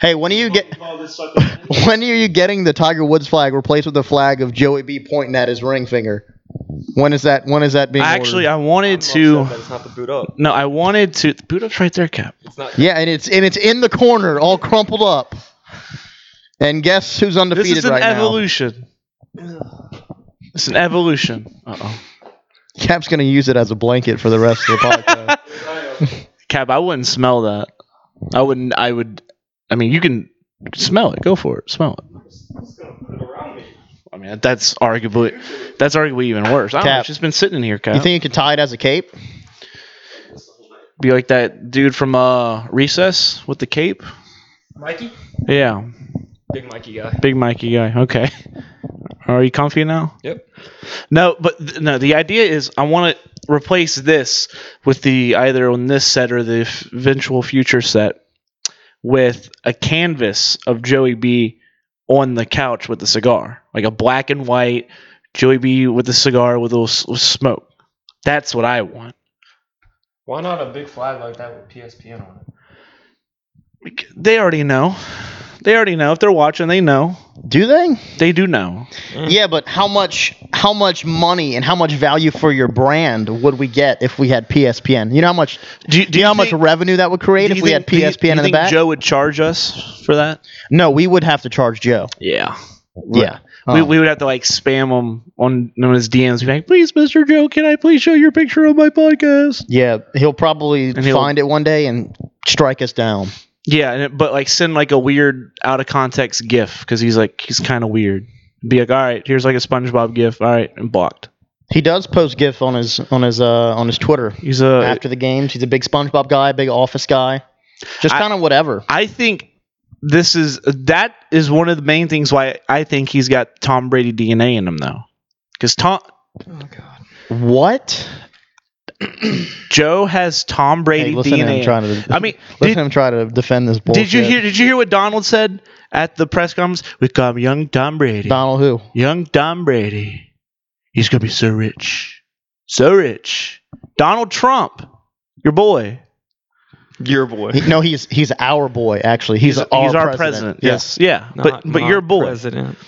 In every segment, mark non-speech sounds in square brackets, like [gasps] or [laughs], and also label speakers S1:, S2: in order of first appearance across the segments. S1: Hey, when are you get? [laughs]
S2: Call this
S3: [laughs]
S2: sucker an inch?
S1: When are you getting the Tiger Woods flag replaced with the flag of Joey B pointing at his ring finger? When is that? When is that being?
S3: Actually,
S1: ordered?
S3: I wanted
S2: I'm
S3: to.
S2: upset that it's not the boot up.
S3: No, I wanted to. Boot up's right there, Cap.
S2: It's
S3: [laughs]
S2: not.
S1: yeah, and it's and it's in the corner, all crumpled up. And guess who's
S3: This
S1: undefeated
S3: is an
S1: right
S3: evolution. It's an evolution. Uh oh.
S1: now? Cap's gonna use it as a blanket for the rest of the podcast.
S3: Cap, I wouldn't smell that. I wouldn't. I would. I mean, you can smell it. Go for it. Smell it.
S2: It's gonna put it around me.
S3: I mean, that's arguably that's arguably even worse. I don't know,
S1: Cap.
S3: it's just been sitting in here, Cap.
S1: you think you could tie it as a cape?
S3: Be like that dude from uh, Recess with the cape.
S2: Mikey,
S3: Yeah,
S2: big Mikey guy.
S3: big Mikey guy. Okay. Are you comfy now?
S2: Yep.
S3: No, but th- no. The idea is I want to replace this with the either on this set or the f- eventual future set with a canvas of Joey B on the couch with the cigar, like a black and white Joey B with the cigar with a little s- with smoke. That's what I want.
S2: Why not a big flag like that with PSPN on it?
S3: They already know. They already know. If they're watching, they know.
S1: Do they?
S3: They do know.
S1: Yeah, but how much how much money and how much value for your brand would we get if we had PSPN? You know how much
S3: Do, you- do
S1: do you know how much
S3: think-
S1: revenue that would create
S3: do
S1: if
S3: you
S1: we
S3: think-
S1: had
S3: do you- do you
S1: PSPN in the
S3: think
S1: back?
S3: Joe would charge us for that.
S1: no, we would have to charge Joe.
S3: Yeah.
S1: Yeah.
S3: we,
S1: Um,
S3: we would have to like spam him on, on his DMs. Be like, please, Mr. Joe, can I please show your picture on my podcast?
S1: yeah, he'll probably
S3: And he'll-
S1: find it one day and strike us down.
S3: Yeah, and it, but like send like a weird out of context GIF because he's like he's kind of weird. Be like, all right, here's like a SpongeBob GIF. All right, and blocked.
S1: He does post GIF on his on his uh on his Twitter
S3: He's a. I
S1: after the games. He's a big SpongeBob guy, big Office guy, just
S3: I-
S1: kind of whatever.
S3: think this is that is one of the main things why I think he's got Tom Brady DNA in him though, because Tom
S2: Oh god.
S1: What?
S3: Joe has Tom Brady
S1: Hey, listen to
S3: DNA.
S1: him
S3: in him.
S1: trying to. [laughs]
S3: I mean,
S1: listen
S3: did-
S1: to him try to defend this bullshit.
S3: Did you hear? Did you hear what Donald said at the press conference? We call him Young Tom Brady.
S1: Donald? Who?
S3: Young Tom Brady. He's gonna be so rich, so rich. Donald Trump, your boy.
S2: Your boy.
S1: He- no, he's he's our boy. Actually, he's, our, president. Yeah,
S3: Yes, yeah. but but your boy.
S2: President.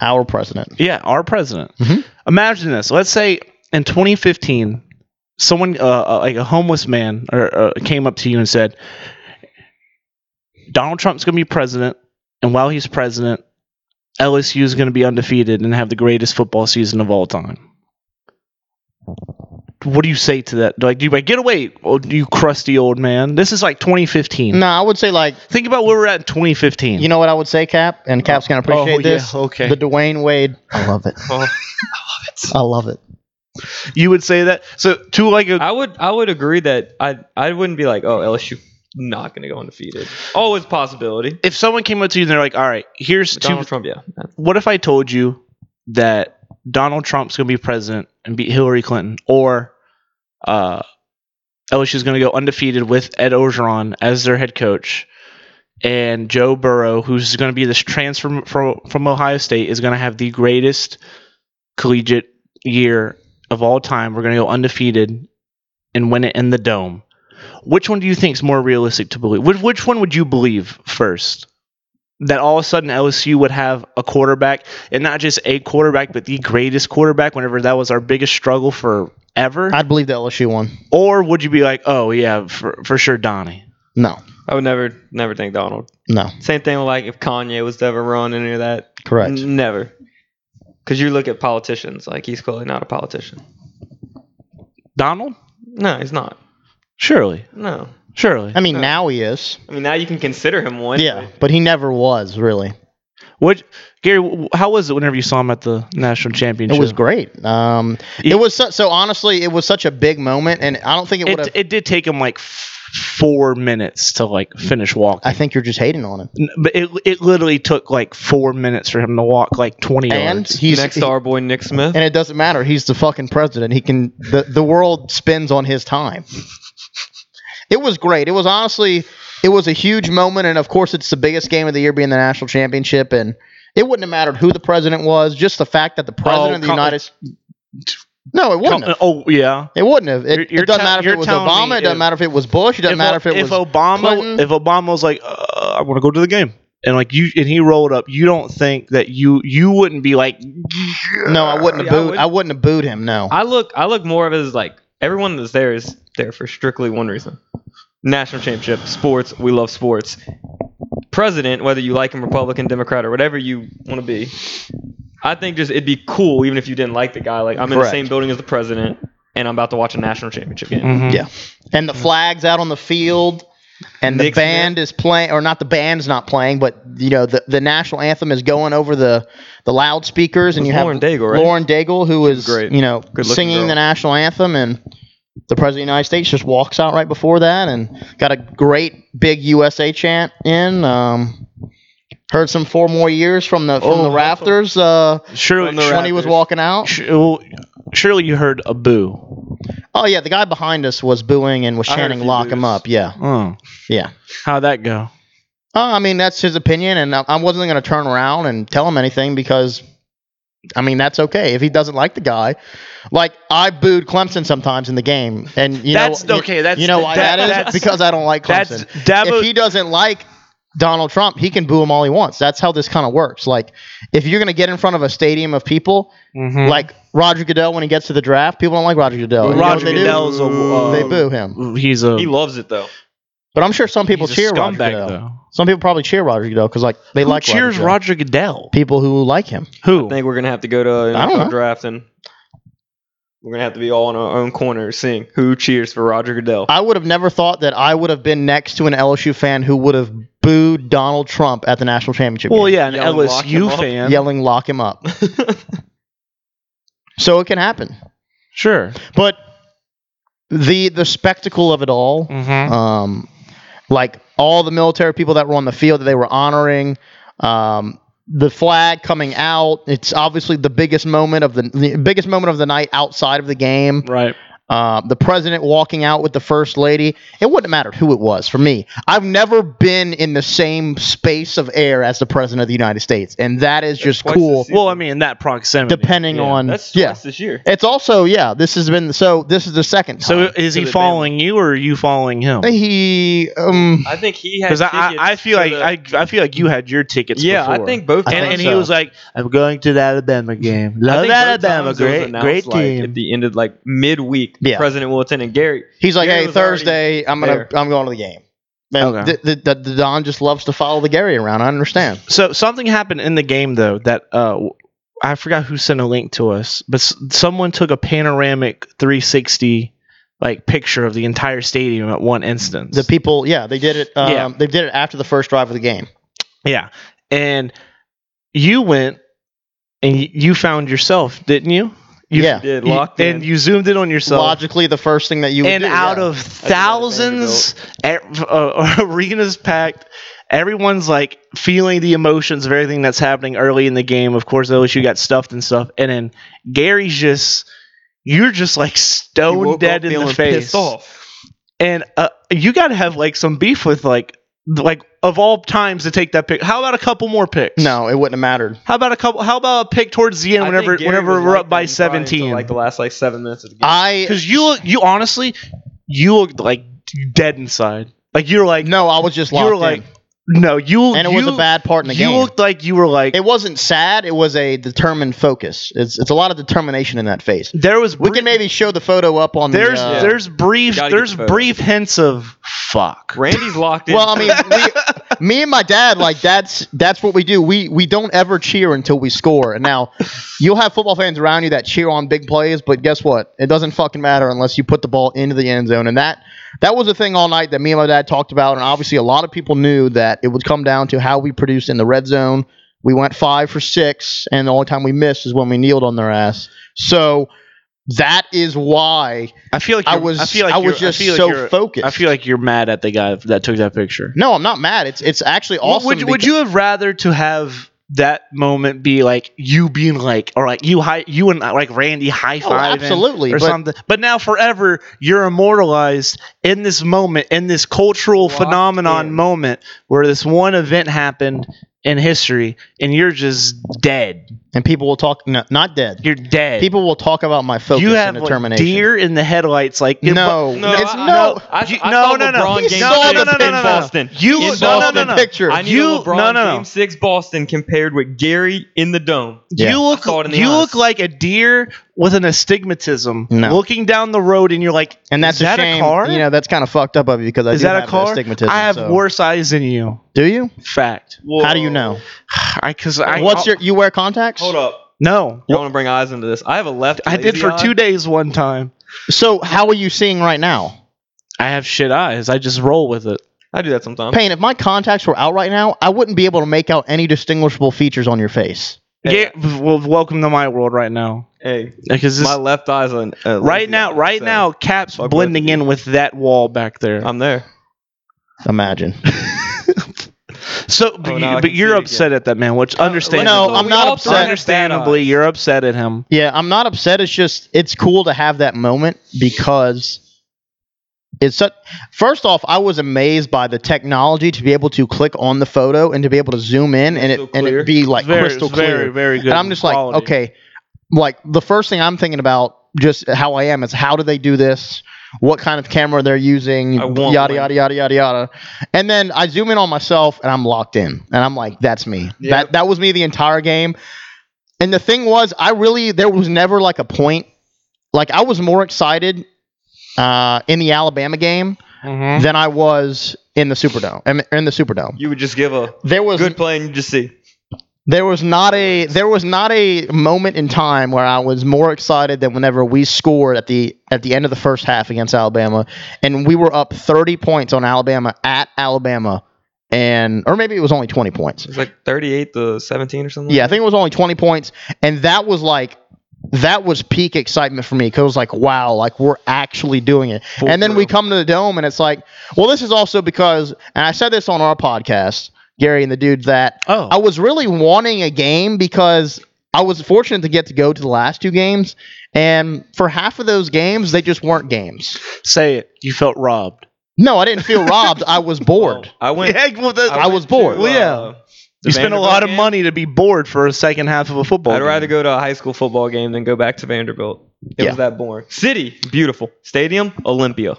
S1: our president.
S3: Yeah, our president.
S1: Mhm.
S3: Imagine this. Let's say in 2015, someone uh, uh, like a homeless man or, uh, came up to you and said, "Donald Trump's going to be president, and while he's president, LSU is going to be undefeated and have the greatest football season of all time." What do you say to that? Like, do you like get away, oh, you crusty old man? This is like 2015.
S1: No, I would say like
S3: Think about where we're at in 2015.
S1: you know what I would say, Cap, and Cap's gonna appreciate
S3: Oh, yeah,
S1: this.
S3: okay.
S1: The Dwayne Wade. [laughs] I love it.
S2: Oh.
S1: I love it.
S3: you would say that. So to like a
S2: I would I would agree that I I wouldn't be like, oh LSU not gonna go undefeated. Always a possibility.
S3: if someone came up to you and they're like, "All right, here's two.
S2: Donald Trump, yeah. That's-
S3: What if I told you that Donald Trump's going to be president and beat Hillary Clinton, or uh, LSU's going to go undefeated with Ed Orgeron as their head coach, and Joe Burrow, who's going to be this transfer from- from from Ohio State, is going to have the greatest collegiate year of all time. We're going to go undefeated and win it in the dome." Which one do you think is more realistic to believe? Which, which one would you believe first? that all of a sudden LSU would have a quarterback, and not just a quarterback, but the greatest quarterback whenever that was our biggest struggle forever?
S1: I'd believe the LSU one.
S3: or would you be like, oh, yeah, for, for sure, Donnie?
S1: No,
S2: I would never never think Donald.
S1: no,
S2: Same thing like if Kanye was to ever run any of that.
S1: correct.
S2: N- Never. Because you look at politicians, like he's clearly not a politician.
S3: Donald?
S2: No, he's not.
S3: Surely.
S2: No.
S3: Surely.
S1: I mean,
S2: No.
S1: now he is.
S2: I mean now you can consider him one.
S1: Yeah, but he never was really.
S3: What, Gary, w- how was it whenever you saw him at the national
S1: It
S3: championship?
S1: was great. Um,
S3: Yeah.
S1: it was so, so honestly, it was such a big moment, and I don't think it would
S3: It,
S1: have.
S3: it did take him like f- four minutes to like finish walking.
S1: I think you're just hating on him.
S3: N- but it, it literally took like four minutes for him to walk like 20
S1: And
S3: yards.
S1: he's
S2: Next to our boy Nick Smith.
S1: and it doesn't matter. He's the fucking president. He can the, the world spins on his time. It was great. It was honestly it was a huge moment and of course it's the biggest game of the year being the national championship and it wouldn't have mattered who the president was, just the fact that the president
S3: Oh,
S1: of the
S3: come-
S1: United No, it wouldn't. have.
S3: Oh yeah.
S1: It wouldn't have. It,
S3: You're- you're
S1: it doesn't
S3: tell-
S1: matter if
S3: you're
S1: it was
S3: telling me
S1: Obama. It doesn't
S3: if-
S1: matter if it was Bush. It doesn't matter if it was.
S3: Obama
S1: Clinton.
S3: if Obama was like uh, I want to go to the game and like you and he rolled up, you don't think that you you wouldn't be like
S1: no, I wouldn't have
S2: Yeah, I
S1: booed.
S2: would.
S1: I, would. not have booed him. No.
S2: I look I look more of it as like everyone that's there is there for strictly one reason. National championship, sports, we love sports. President, whether you like him Republican, Democrat, or whatever you want to be, I think just it'd be cool even if you didn't like the guy. Like I'm in the
S1: Correct.
S2: same building as the president and I'm about to watch a national championship game.
S3: Mhm.
S1: Yeah. And the flags out on the field, and the
S2: Knicks
S1: band is playing, or not the band's not playing, but you know the, the national anthem is going over the the loudspeakers, and
S2: With
S1: you have
S2: Lauren Daigle, right?
S1: Lauren Daigle, who is
S2: great.
S1: you know
S2: Good-looking
S1: singing
S2: girl.
S1: the national anthem, and the president of the United States just walks out right before that, and got a great big USA chant in. Um, heard some four more years from the from
S3: Oh,
S1: the
S3: that's a-
S1: rafters. Uh,
S3: Surely,
S2: On the
S1: when
S2: Sure.
S1: he was
S2: Raptors.
S1: walking out.
S3: sh- well, surely you heard a boo.
S1: Oh yeah, the guy behind us was booing and was
S2: I heard a
S1: chanting
S2: few
S1: "Lock him
S2: boos.
S1: up." Yeah,
S3: Oh,
S1: yeah.
S3: how'd that go?
S1: Oh, I mean that's his opinion, and I I wasn't going to turn around and tell him anything because, I mean that's okay if he doesn't like the guy. Like I booed Clemson sometimes in the game, and you
S3: That's-
S1: know,
S3: okay, that's-
S1: you know why
S3: that-
S1: that
S3: that's-
S1: is because I don't like
S3: That's
S1: Clemson.
S3: Dabo.
S1: if he doesn't like Donald Trump, he can boo him all he wants. That's how this kind of works. Like if you're going to get in front of a stadium of people,
S3: Mhm.
S1: like Roger Goodell when he gets to the draft, people don't like Roger Goodell. You know what
S3: Roger
S1: they do?
S3: Goodell's a uh,
S1: They boo him.
S3: He's a
S2: He loves it though.
S1: But I'm sure some people
S3: he's a
S1: cheer Roger
S3: scumbag
S1: Goodell.
S3: though.
S1: Some people probably cheer Roger Goodell because like they
S3: Who
S1: like
S3: cheers
S1: Goodell.
S3: Roger Goodell?
S1: People who like him.
S3: Who?
S2: I think we're gonna have to go to an
S1: I don't know.
S2: NFL draft and we're gonna have to be all in our own corner seeing who cheers for Roger Goodell.
S1: I would have never thought that I would have been next to an LSU fan who would have booed Donald Trump at the national championship.
S3: Well,
S1: game,
S3: yeah, an
S2: Yelling, lock him
S3: LSU
S2: up.
S3: fan.
S1: yelling "Lock him
S3: [laughs]
S1: up." so it can happen,
S3: Sure.
S1: but the the spectacle of it all,
S3: Mm-hmm.
S1: um, like all the military people that were on the field that they were honoring, um, the flag coming out. It's obviously the biggest moment of the, the biggest moment of the night outside of the game.
S3: Right.
S1: uh, the president walking out with the first lady. It wouldn't have mattered who it was for me. I've never been in the same space of air as the president of the United States, and that is just
S2: twice the
S1: cool.
S2: season.
S3: Well, I mean, in that proximity.
S1: Depending
S3: Yeah.
S1: on
S2: That's
S1: Um, yeah,
S2: twice this year.
S1: it's also yeah. This has been so. This is the second
S3: So
S1: time.
S3: is he
S2: the
S3: following you or are you following him?
S1: he um
S2: I think he had
S3: Because I, I,
S2: tickets
S3: I feel
S2: to
S3: like
S2: the-
S3: I, I feel like you had your tickets.
S2: yeah, I
S3: before.
S2: think both.
S1: I
S3: And,
S1: think
S3: and
S1: so.
S3: he was like, "I'm going to the Alabama game.
S2: I
S3: Love
S2: think both
S3: Alabama,
S2: times it was
S3: great,
S2: announced,
S3: great
S2: like,
S3: team."
S2: at the end of like midweek,
S1: Yeah.
S2: President will attend, and Gary.
S1: he's like
S2: Gary
S1: hey
S2: was already
S1: Thursday I'm gonna
S2: there.
S1: I'm going to the game. And
S3: Okay.
S1: the, the, the, the Don just loves to follow the Gary around. I understand.
S3: so something happened in the game though that uh, w- I forgot who sent a link to us, but s- someone took a panoramic 360 like picture of the entire stadium at one instance.
S1: The people, yeah, they did it. Um,
S3: Yeah.
S1: They did it after the first drive of the game.
S3: yeah, and you went and y- you found yourself, didn't you? you
S1: Yeah.
S2: Did
S3: you-
S2: locked in.
S3: and you zoomed in on yourself.
S1: Logically, the first thing that you would
S3: and
S1: do,
S3: out
S1: yeah.
S3: of thousands, e- [laughs] uh, arenas packed. Everyone's like feeling the emotions of everything that's happening early in the game. Of course, LSU got stuffed and stuff, and then Gary's just you're just like
S2: He woke
S3: stone
S2: up
S3: dead in the
S2: feeling
S3: face,
S2: Pissed off.
S3: and uh, you got to have like some beef with like like of all times to take that pick. How about a couple more picks?
S1: no, it wouldn't have mattered.
S3: How about a couple? How about a pick towards the end
S2: I think
S3: whenever
S2: Gary
S3: whenever
S2: was
S3: we're
S2: locked
S3: up by
S2: in probably until,
S3: seventeen?
S2: like the last like seven minutes of the game.
S1: I
S3: Because you look, you honestly, you looked like dead inside. Like you're like
S1: no, I was just
S3: you
S1: locked
S3: were like
S1: in,
S3: no, you
S1: and it was
S3: you-
S1: a bad part in the
S3: You
S1: game.
S3: looked like you were like
S1: it wasn't sad. It was a determined focus. It's it's a lot of determination in that face.
S3: there was
S1: We
S3: br-
S1: can maybe show the photo up on
S3: there's
S1: the. uh,
S3: there's brief
S2: Gotta get
S3: there's
S2: the photo.
S3: brief hints of fuck.
S2: Randy's locked in.
S1: well, I mean,
S3: [laughs]
S1: we, me and my dad, like that's that's what we do. We we don't ever cheer until we score. And now, you'll have football fans around you that cheer on big plays, but guess what? It doesn't fucking matter unless you put the ball into the end zone. And that that was a thing all night that me and my dad talked about. And obviously, a lot of people knew that it would come down to how we produced in the red zone. We went five for six, and the only time we missed is when we kneeled on their ass. So that is why
S3: I feel like
S1: I
S3: you're-
S1: was I,
S3: feel like you're-
S1: was just
S3: I feel like
S1: so
S3: you're-
S1: focused.
S3: I feel like you're mad at the guy that took that picture.
S1: No, I'm not mad. It's it's actually awesome.
S3: Would, would
S1: because-
S3: you have rather to have that moment be like you being like or like you high you and like Randy high
S1: [laughs] Oh,
S3: five
S1: absolutely,
S3: or
S1: but-
S3: something? But now forever you're immortalized in this moment in this cultural
S2: Locked
S3: phenomenon
S2: in.
S3: moment where this one event happened in history and you're just dead.
S1: and people will talk. No, not dead.
S3: You're dead.
S1: People will talk about my focus
S3: you have
S1: and
S3: like,
S1: determination.
S3: deer in the headlights. Like your
S1: no,
S3: bu-
S1: no, it's
S2: I-
S1: no.
S2: I,
S3: You-
S2: I
S3: no,
S2: saw
S3: no, no.
S2: LeBron
S1: He
S2: game
S1: saw
S2: six
S1: the
S2: in
S1: pin- no, no, no.
S2: Boston.
S3: You-
S2: in
S3: no,
S1: no, no,
S2: Boston.
S1: no. Picture.
S2: I need
S3: You-
S2: a LeBron
S3: no, no, no.
S2: game six Boston compared with Gary in the dome.
S1: Yeah.
S3: You
S2: I
S3: look
S2: saw it in the
S3: you
S2: eyes.
S3: look like a deer with an astigmatism
S1: No.
S3: looking down the road, and you're like,
S1: and that's
S3: is that
S1: a shame.
S3: a car?
S1: You know, that's kind of fucked up of you because I
S3: is
S1: do
S3: that
S1: have
S3: a car?
S1: astigmatism.
S3: I have
S1: so-
S3: worse eyes than you.
S1: Do you?
S3: Fact. [sighs]
S1: How do you know?
S3: Because I,
S1: What's your? You wear contacts?
S2: Hold up.
S3: no?
S2: You want to bring eyes into this? I have a left.
S3: I did
S2: lazy
S3: for
S2: eye.
S3: two days one time.
S1: So how are you seeing right now?
S3: I have shit eyes. I just roll with it.
S2: I do that sometimes.
S1: Payne, if my contacts were out right now, I wouldn't be able to make out any distinguishable features on your face.
S2: Hey.
S3: Yeah, well, welcome to my world right now.
S2: Hey,
S3: Because
S2: my left eye's on. uh,
S3: right
S2: lazy
S3: now,
S2: eye,
S3: right
S2: so
S3: now, Cap's
S2: Fuck
S3: blending
S2: both of
S3: in with that wall back there.
S2: I'm there.
S1: Imagine.
S3: so, but,
S2: Oh,
S3: you,
S2: now I
S3: but
S2: can see
S3: you're
S2: it
S3: upset at that man, which understandably,
S1: No, I'm
S2: We
S1: not
S2: all
S1: upset.
S2: turn that bad
S3: understandably,
S2: eye.
S3: you're upset at him.
S1: Yeah, I'm not upset. It's just it's cool to have that moment because it's such. First off, I was amazed by the technology to be able to click on the photo and to be able to zoom in and it
S2: Crystal
S1: and
S2: clear.
S1: it be like
S3: very,
S1: crystal
S3: it's very,
S1: clear.
S3: very good.
S1: and I'm just like,
S3: quality.
S1: okay, like the first thing I'm thinking about just how I am is how do they do this? What kind of camera they're using?
S2: I
S1: Yada
S2: want one.
S1: yada yada yada yada. And then I zoom in on myself and I'm locked in and I'm like, that's me.
S2: Yeah.
S1: That that was me the entire game. And the thing was, I really there was never like a point. Like I was more excited uh, in the Alabama game
S2: Mm-hmm.
S3: Mhm.
S1: than I was in the Superdome. I mean, In the Superdome,
S2: You would just give a
S1: there was
S2: good play and you just see.
S1: there was not a there was not a moment in time where I was more excited than whenever we scored at the at the end of the first half against Alabama, and we were up thirty points on Alabama at Alabama, and or maybe it was only twenty points.
S2: It's like 38 to 17 or something.
S1: Yeah, I think it was only twenty points, and that was like that was peak excitement for me because it was like wow, like we're actually doing it. and then we
S2: Foolproof.
S1: come to the dome, and it's like, well, this is also because, and I said this on our podcast, Gary and the dude that
S3: Oh,
S1: I was really wanting a game because I was fortunate to get to go to the last two games, and for half of those games, they just weren't games.
S3: say it. You felt robbed.
S1: No, I didn't feel robbed. I was
S2: [laughs]
S1: bored.
S2: Oh, I
S3: [laughs]
S2: went.
S3: Yeah, well, the-
S1: I
S2: went
S1: was bored.
S2: to,
S3: Well, yeah.
S2: uh, the
S3: you spent a
S2: Vanderbilt
S3: lot of
S2: game.
S3: money to be bored for a second half of a football.
S2: I'd
S3: game.
S2: rather go to a high school football game than go back to Vanderbilt. It
S1: Yeah.
S2: was that boring. City, beautiful. Stadium, Olympia.
S1: Wow.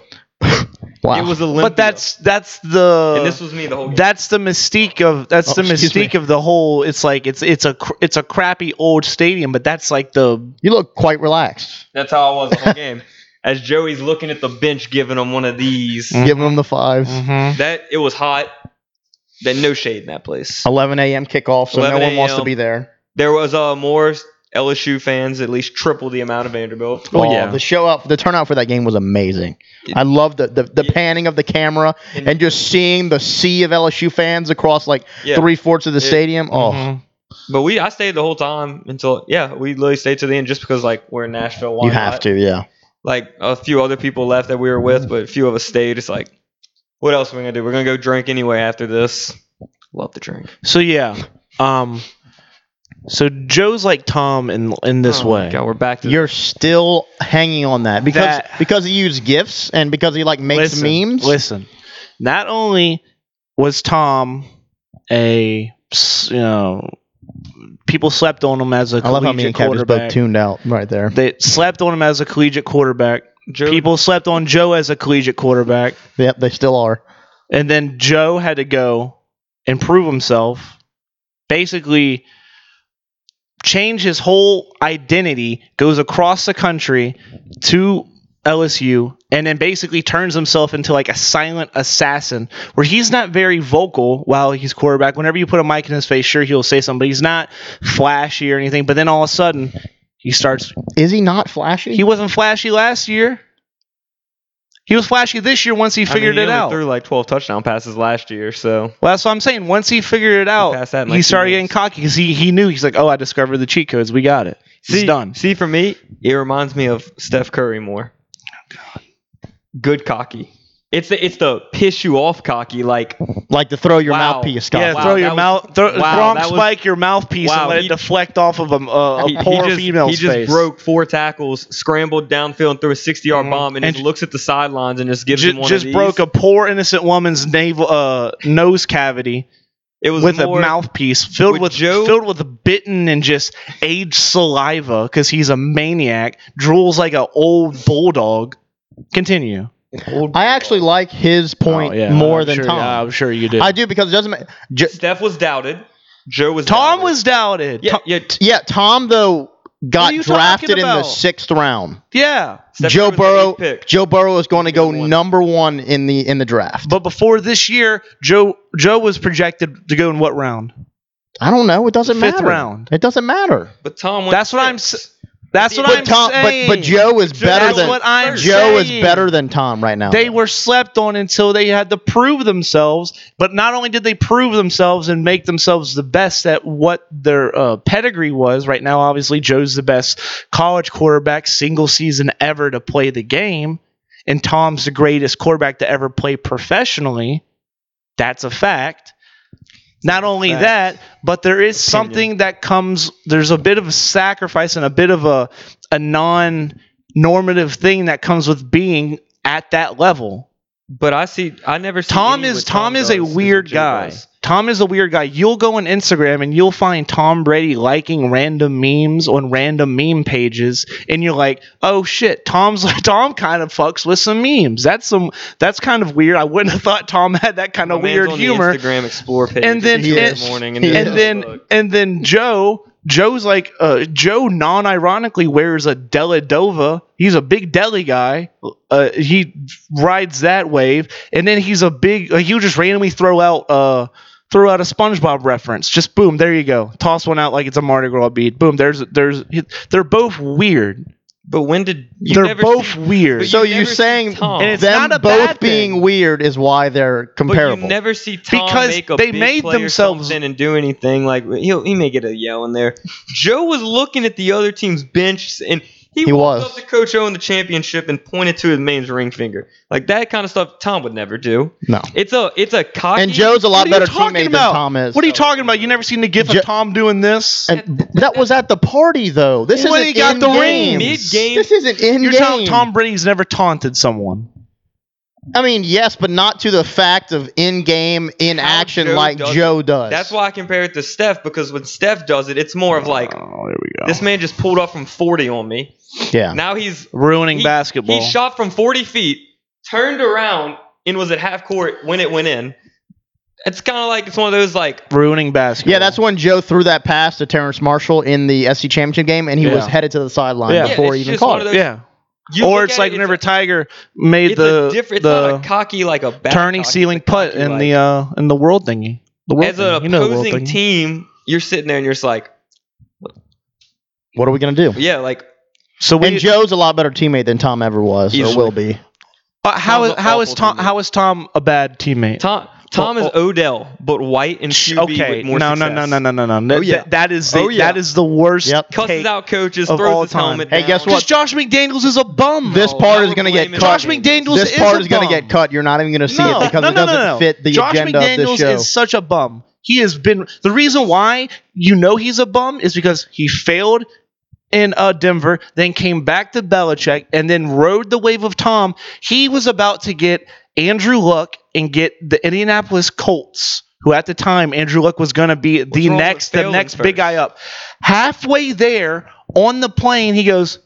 S2: Oh. It was Olympia.
S3: but that's uh, that's the
S2: and this was me the whole game.
S3: that's the mystique of that's
S1: Oh,
S3: the
S1: excuse
S3: mystique of the whole. It's like it's it's a cr- it's a crappy old stadium, but that's like the
S1: you look quite relaxed.
S2: that's how I was the whole
S3: [laughs]
S2: game. As Joey's looking at the bench, giving him one of these.
S3: Mhm.
S1: Giving them the 5s
S2: That it was hot. Then no shade in that
S3: Oh.
S2: place.
S1: 11 a.m. kickoff, so no
S2: 11
S1: one wants to
S2: a.m..
S1: be there.
S2: There was uh, more LSU fans, at least triple the amount of Vanderbilt.
S3: Oh, yeah.
S1: the show up, the turnout for that game was amazing. I loved the the, the
S2: Yeah.
S1: panning of the camera
S2: And-
S1: and just seeing the sea of LSU fans across like
S2: Yeah.
S1: three fourths of the
S2: It-
S1: stadium. Oh,
S2: Mm-hmm.
S3: Mhm.
S2: But we, I stayed the whole time until yeah, we literally stayed to the end just because like we're in Nashville. why
S1: you have
S2: not?
S1: to, yeah.
S2: Like a few other people left that we were with, but a few of us stayed. It's like, what else are we gonna do? We're gonna go drink anyway after this. Love the drink.
S3: So yeah, um, so Joe's like Tom in in this
S2: Oh my
S3: way.
S2: God, we're back to
S1: You're still hanging on that because
S3: That-
S1: because he used gifs and because he like makes
S3: listen,
S1: memes.
S3: Listen, not only was Tom a s- you know people slept on him as a
S1: I
S3: collegiate
S1: love how me and Kev just both
S3: quarterback.
S1: tuned out right there.
S3: They slept on him as a collegiate quarterback.
S2: Joe,
S3: People slept on Joe as a collegiate quarterback,
S1: Yep, they still are.
S3: and then Joe had to go and prove himself. Basically, change his whole identity, goes across the country to LSU, and then basically turns himself into like a silent assassin, where he's not very vocal while he's quarterback. Whenever you put a mic in his face, sure he'll say something, but he's not flashy or anything. But then all of a sudden, he starts
S1: Is he not flashy?
S3: he wasn't flashy last year. He was flashy this year once he
S2: I mean,
S3: figured
S2: he
S3: it
S2: only
S3: out.
S2: Threw like 12 touchdown passes last year, so
S3: Well, that's what I'm saying. Once he figured it out,
S2: passed that in
S3: he
S2: like two
S3: started getting
S2: weeks.
S3: cocky because he, he knew he's like, oh, I discovered the cheat codes. We got it. He's
S2: see,
S3: done.
S2: See, for me, it reminds me of Steph Curry more. Good cocky. It's the it's the piss you off cocky. Like
S1: like to throw your
S2: Wow.
S1: mouthpiece,
S2: Yeah,
S1: Scott.
S2: wow,
S3: throw your
S2: that was-
S3: mouth, throw,
S2: wow,
S3: wrong
S2: that was-
S3: spike your mouthpiece
S2: Wow,
S3: and let
S2: he-
S3: it deflect off of a, a, a
S2: he, he
S3: poor
S2: just,
S3: female's
S2: he just
S3: face.
S2: broke four tackles, scrambled downfield, and threw a 60 yard
S3: Mhm.
S2: bomb, and,
S3: And
S2: just looks at the sidelines and just gives
S3: Ju-
S2: him one
S3: just
S2: of these.
S3: broke a poor innocent woman's navel uh, nose cavity
S2: It was
S3: with a
S2: more-
S3: mouthpiece filled
S2: with
S3: with
S2: Joe-
S3: filled with bitten and just aged saliva because he's a maniac, drools like an old bulldog. Continue.
S1: I actually like his point
S3: Oh, yeah,
S1: more
S3: I'm
S1: than
S3: sure-
S1: Tom.
S3: yeah, I'm sure you did.
S1: I do because it doesn't. Ma- J-
S2: Steph was doubted. Joe was.
S3: Tom
S2: doubted.
S3: was doubted.
S2: Yeah,
S3: Tom-
S2: yeah. t-
S1: yeah, Tom though
S3: What
S1: got
S3: are you
S1: drafted
S3: talking
S1: in the
S3: about?
S1: sixth round.
S3: yeah.
S2: Steph
S1: Joe
S2: was the
S1: Burrow.
S2: eighth Pick.
S1: Joe Burrow is going to go
S2: Number one.
S1: number one in the in the draft.
S3: But before this year, Joe Joe was projected to go in what round?
S1: I don't know. It doesn't
S3: Fifth
S1: matter.
S3: round.
S1: It doesn't matter.
S2: But Tom. Went
S3: That's what I'm
S2: sixth.
S3: That's what
S2: But
S3: I'm
S1: Tom, but
S3: saying.
S1: but Joe is better
S3: That's
S1: than
S3: what I'm
S1: Joe
S3: saying.
S1: is better than Tom right now.
S3: They were slept on until they had to prove themselves. But not only did they prove themselves and make themselves the best at what their uh, pedigree was, right now, obviously, Joe's the best college quarterback single season ever to play the game. And Tom's the greatest quarterback to ever play professionally. That's a fact. Not only
S2: Fact.
S3: that, but there is
S2: Opinion.
S3: something that comes, there's a bit of a sacrifice and a bit of a, a non normative thing that comes with being at that level.
S2: But I see. I never. See
S3: Tom
S2: any
S3: is
S2: what
S3: Tom, is
S2: does
S3: a
S2: as
S3: weird
S2: Joe
S3: guy.
S2: does.
S3: Tom is a weird guy. You'll go on Instagram and you'll find Tom Brady liking random memes on random meme pages, and you're like, "Oh shit, Tom's [laughs] Tom kind of fucks with some memes. That's some that's kind of weird. I wouldn't have thought Tom had that kind
S2: My
S3: of
S2: man's
S3: weird
S2: on the
S3: humor."
S2: Instagram Explore page.
S3: And then-
S2: He
S1: and-
S2: is morning
S1: and
S3: and then and then Joe Joe's like uh, Joe non-ironically wears a Deladova. He's a big deli guy. Uh, he rides that wave, and then he's a big. Like, he'll just randomly throw out uh, throw out a SpongeBob reference. Just boom, there you go. Toss one out like it's a Mardi Gras bead. Boom, there's there's. They're both weird.
S2: But when did you
S3: they're
S2: never
S3: both
S2: see,
S3: weird.
S2: but
S1: so
S2: you
S1: you're
S2: never see
S1: saying
S2: Tom. And it's
S1: them
S3: not a
S1: both
S3: bad thing.
S1: being weird is why they're
S2: But
S1: comparable.
S2: you never see Tom
S3: Because
S2: make a
S3: they
S2: big
S3: made
S2: play or
S3: themselves-
S2: something and do anything. Like he'll, he may get a yell in there. Joe was looking at the other team's bench and he,
S1: He
S2: walked
S1: was.
S2: up to Coach O in the championship and pointed to his man's ring finger. Like that kind of stuff Tom would never do.
S1: no.
S2: It's a it's a cocky.
S1: And Joe's a
S3: What
S1: lot
S3: are you
S1: better
S3: talking
S1: teammate
S3: about?
S1: than Tom is.
S3: what are you talking about? You never seen the gif
S1: Jo-
S3: of Tom doing this?
S1: And b- that was at the party though. This
S3: When
S1: isn't
S3: he got
S1: in
S3: the
S1: game.
S3: ring.
S2: Mid-game.
S1: This isn't in
S3: You're
S1: game.
S3: telling Tom Brady's never taunted someone.
S1: I mean, yes, but not to the fact of in game, in
S2: How
S1: action,
S2: Joe
S1: like
S2: does it.
S1: Joe does.
S2: That's why I compare it to Steph because when Steph does it, it's more of like
S3: Oh, there we go.
S2: this man just pulled up from forty on me.
S1: Yeah.
S2: Now he's
S3: ruining
S2: He-
S3: basketball.
S2: He shot from 40 feet, turned around, and was at half court when it went in. It's kind of like it's one of those like
S3: ruining basketball.
S1: Yeah, that's when Joe threw that pass to Terrence Marshall in the SC championship game, and he was
S3: Yeah.
S1: headed to the sideline
S3: Yeah.
S1: before
S2: Yeah,
S1: he
S2: it's
S1: even
S2: just
S1: caught
S2: one
S1: it.
S2: of
S3: yeah.
S2: you
S3: Or
S2: look at
S3: it's like
S2: it,
S3: whenever
S2: it's
S3: Tiger
S2: a,
S3: made
S2: it's
S3: the
S2: a different, it's not a
S3: the
S2: cocky like a back
S3: turning
S2: cocky,
S3: ceiling
S2: it's a cocky,
S3: putt in
S2: like-
S3: the uh in the world thingy. The world
S2: as an
S3: thingy. You know the world
S2: opposing
S3: thingy.
S2: team. You're sitting there and you're just like,
S1: What are we gonna do?
S2: yeah, like
S3: So we,
S1: and Joe's a lot better teammate than Tom ever was
S2: Easily.
S1: or will be.
S3: uh, how
S2: Tom's
S3: is
S2: an
S3: how is
S2: awful
S3: Tom
S2: teammate.
S3: how is Tom a bad teammate?
S2: Tom. Tom
S3: Well,
S2: is Odell, but white and
S3: Sh-
S2: QB
S3: okay,
S2: with more
S3: no, no,
S2: success.
S3: no, no, no, no, no,
S2: Oh, yeah.
S3: Th- that is the,
S2: Oh, yeah.
S3: that is the worst.
S1: Yep.
S2: Cusses
S3: take.
S2: out coaches,
S3: of all
S2: throws his
S3: time.
S2: helmet.
S1: Hey,
S2: down. Oh,
S1: guess
S3: Because Josh McDaniels is a bum.
S1: This
S2: No,
S1: part
S2: now
S1: is
S2: we're
S1: gonna get
S2: blaming
S1: cut.
S3: Josh McDaniels
S1: This
S3: is
S1: part
S3: a
S1: is gonna
S3: bum.
S1: get cut. You're not even gonna see
S3: no,
S1: it because
S3: no,
S1: it
S3: no,
S1: doesn't
S3: no, no.
S1: fit the
S3: Josh
S1: agenda of
S3: McDaniels
S1: this show.
S3: is such a bum. He has been the reason why you know he's a bum is because he failed in uh, Denver, then came back to Belichick, and then rode the wave of Tom. He was about to get Andrew Luck and get the Indianapolis Colts, who at the time Andrew Luck was going to be the
S2: wrong with
S3: next the
S2: failing
S3: next
S2: first?
S3: big guy up. Halfway there on the plane, he goes,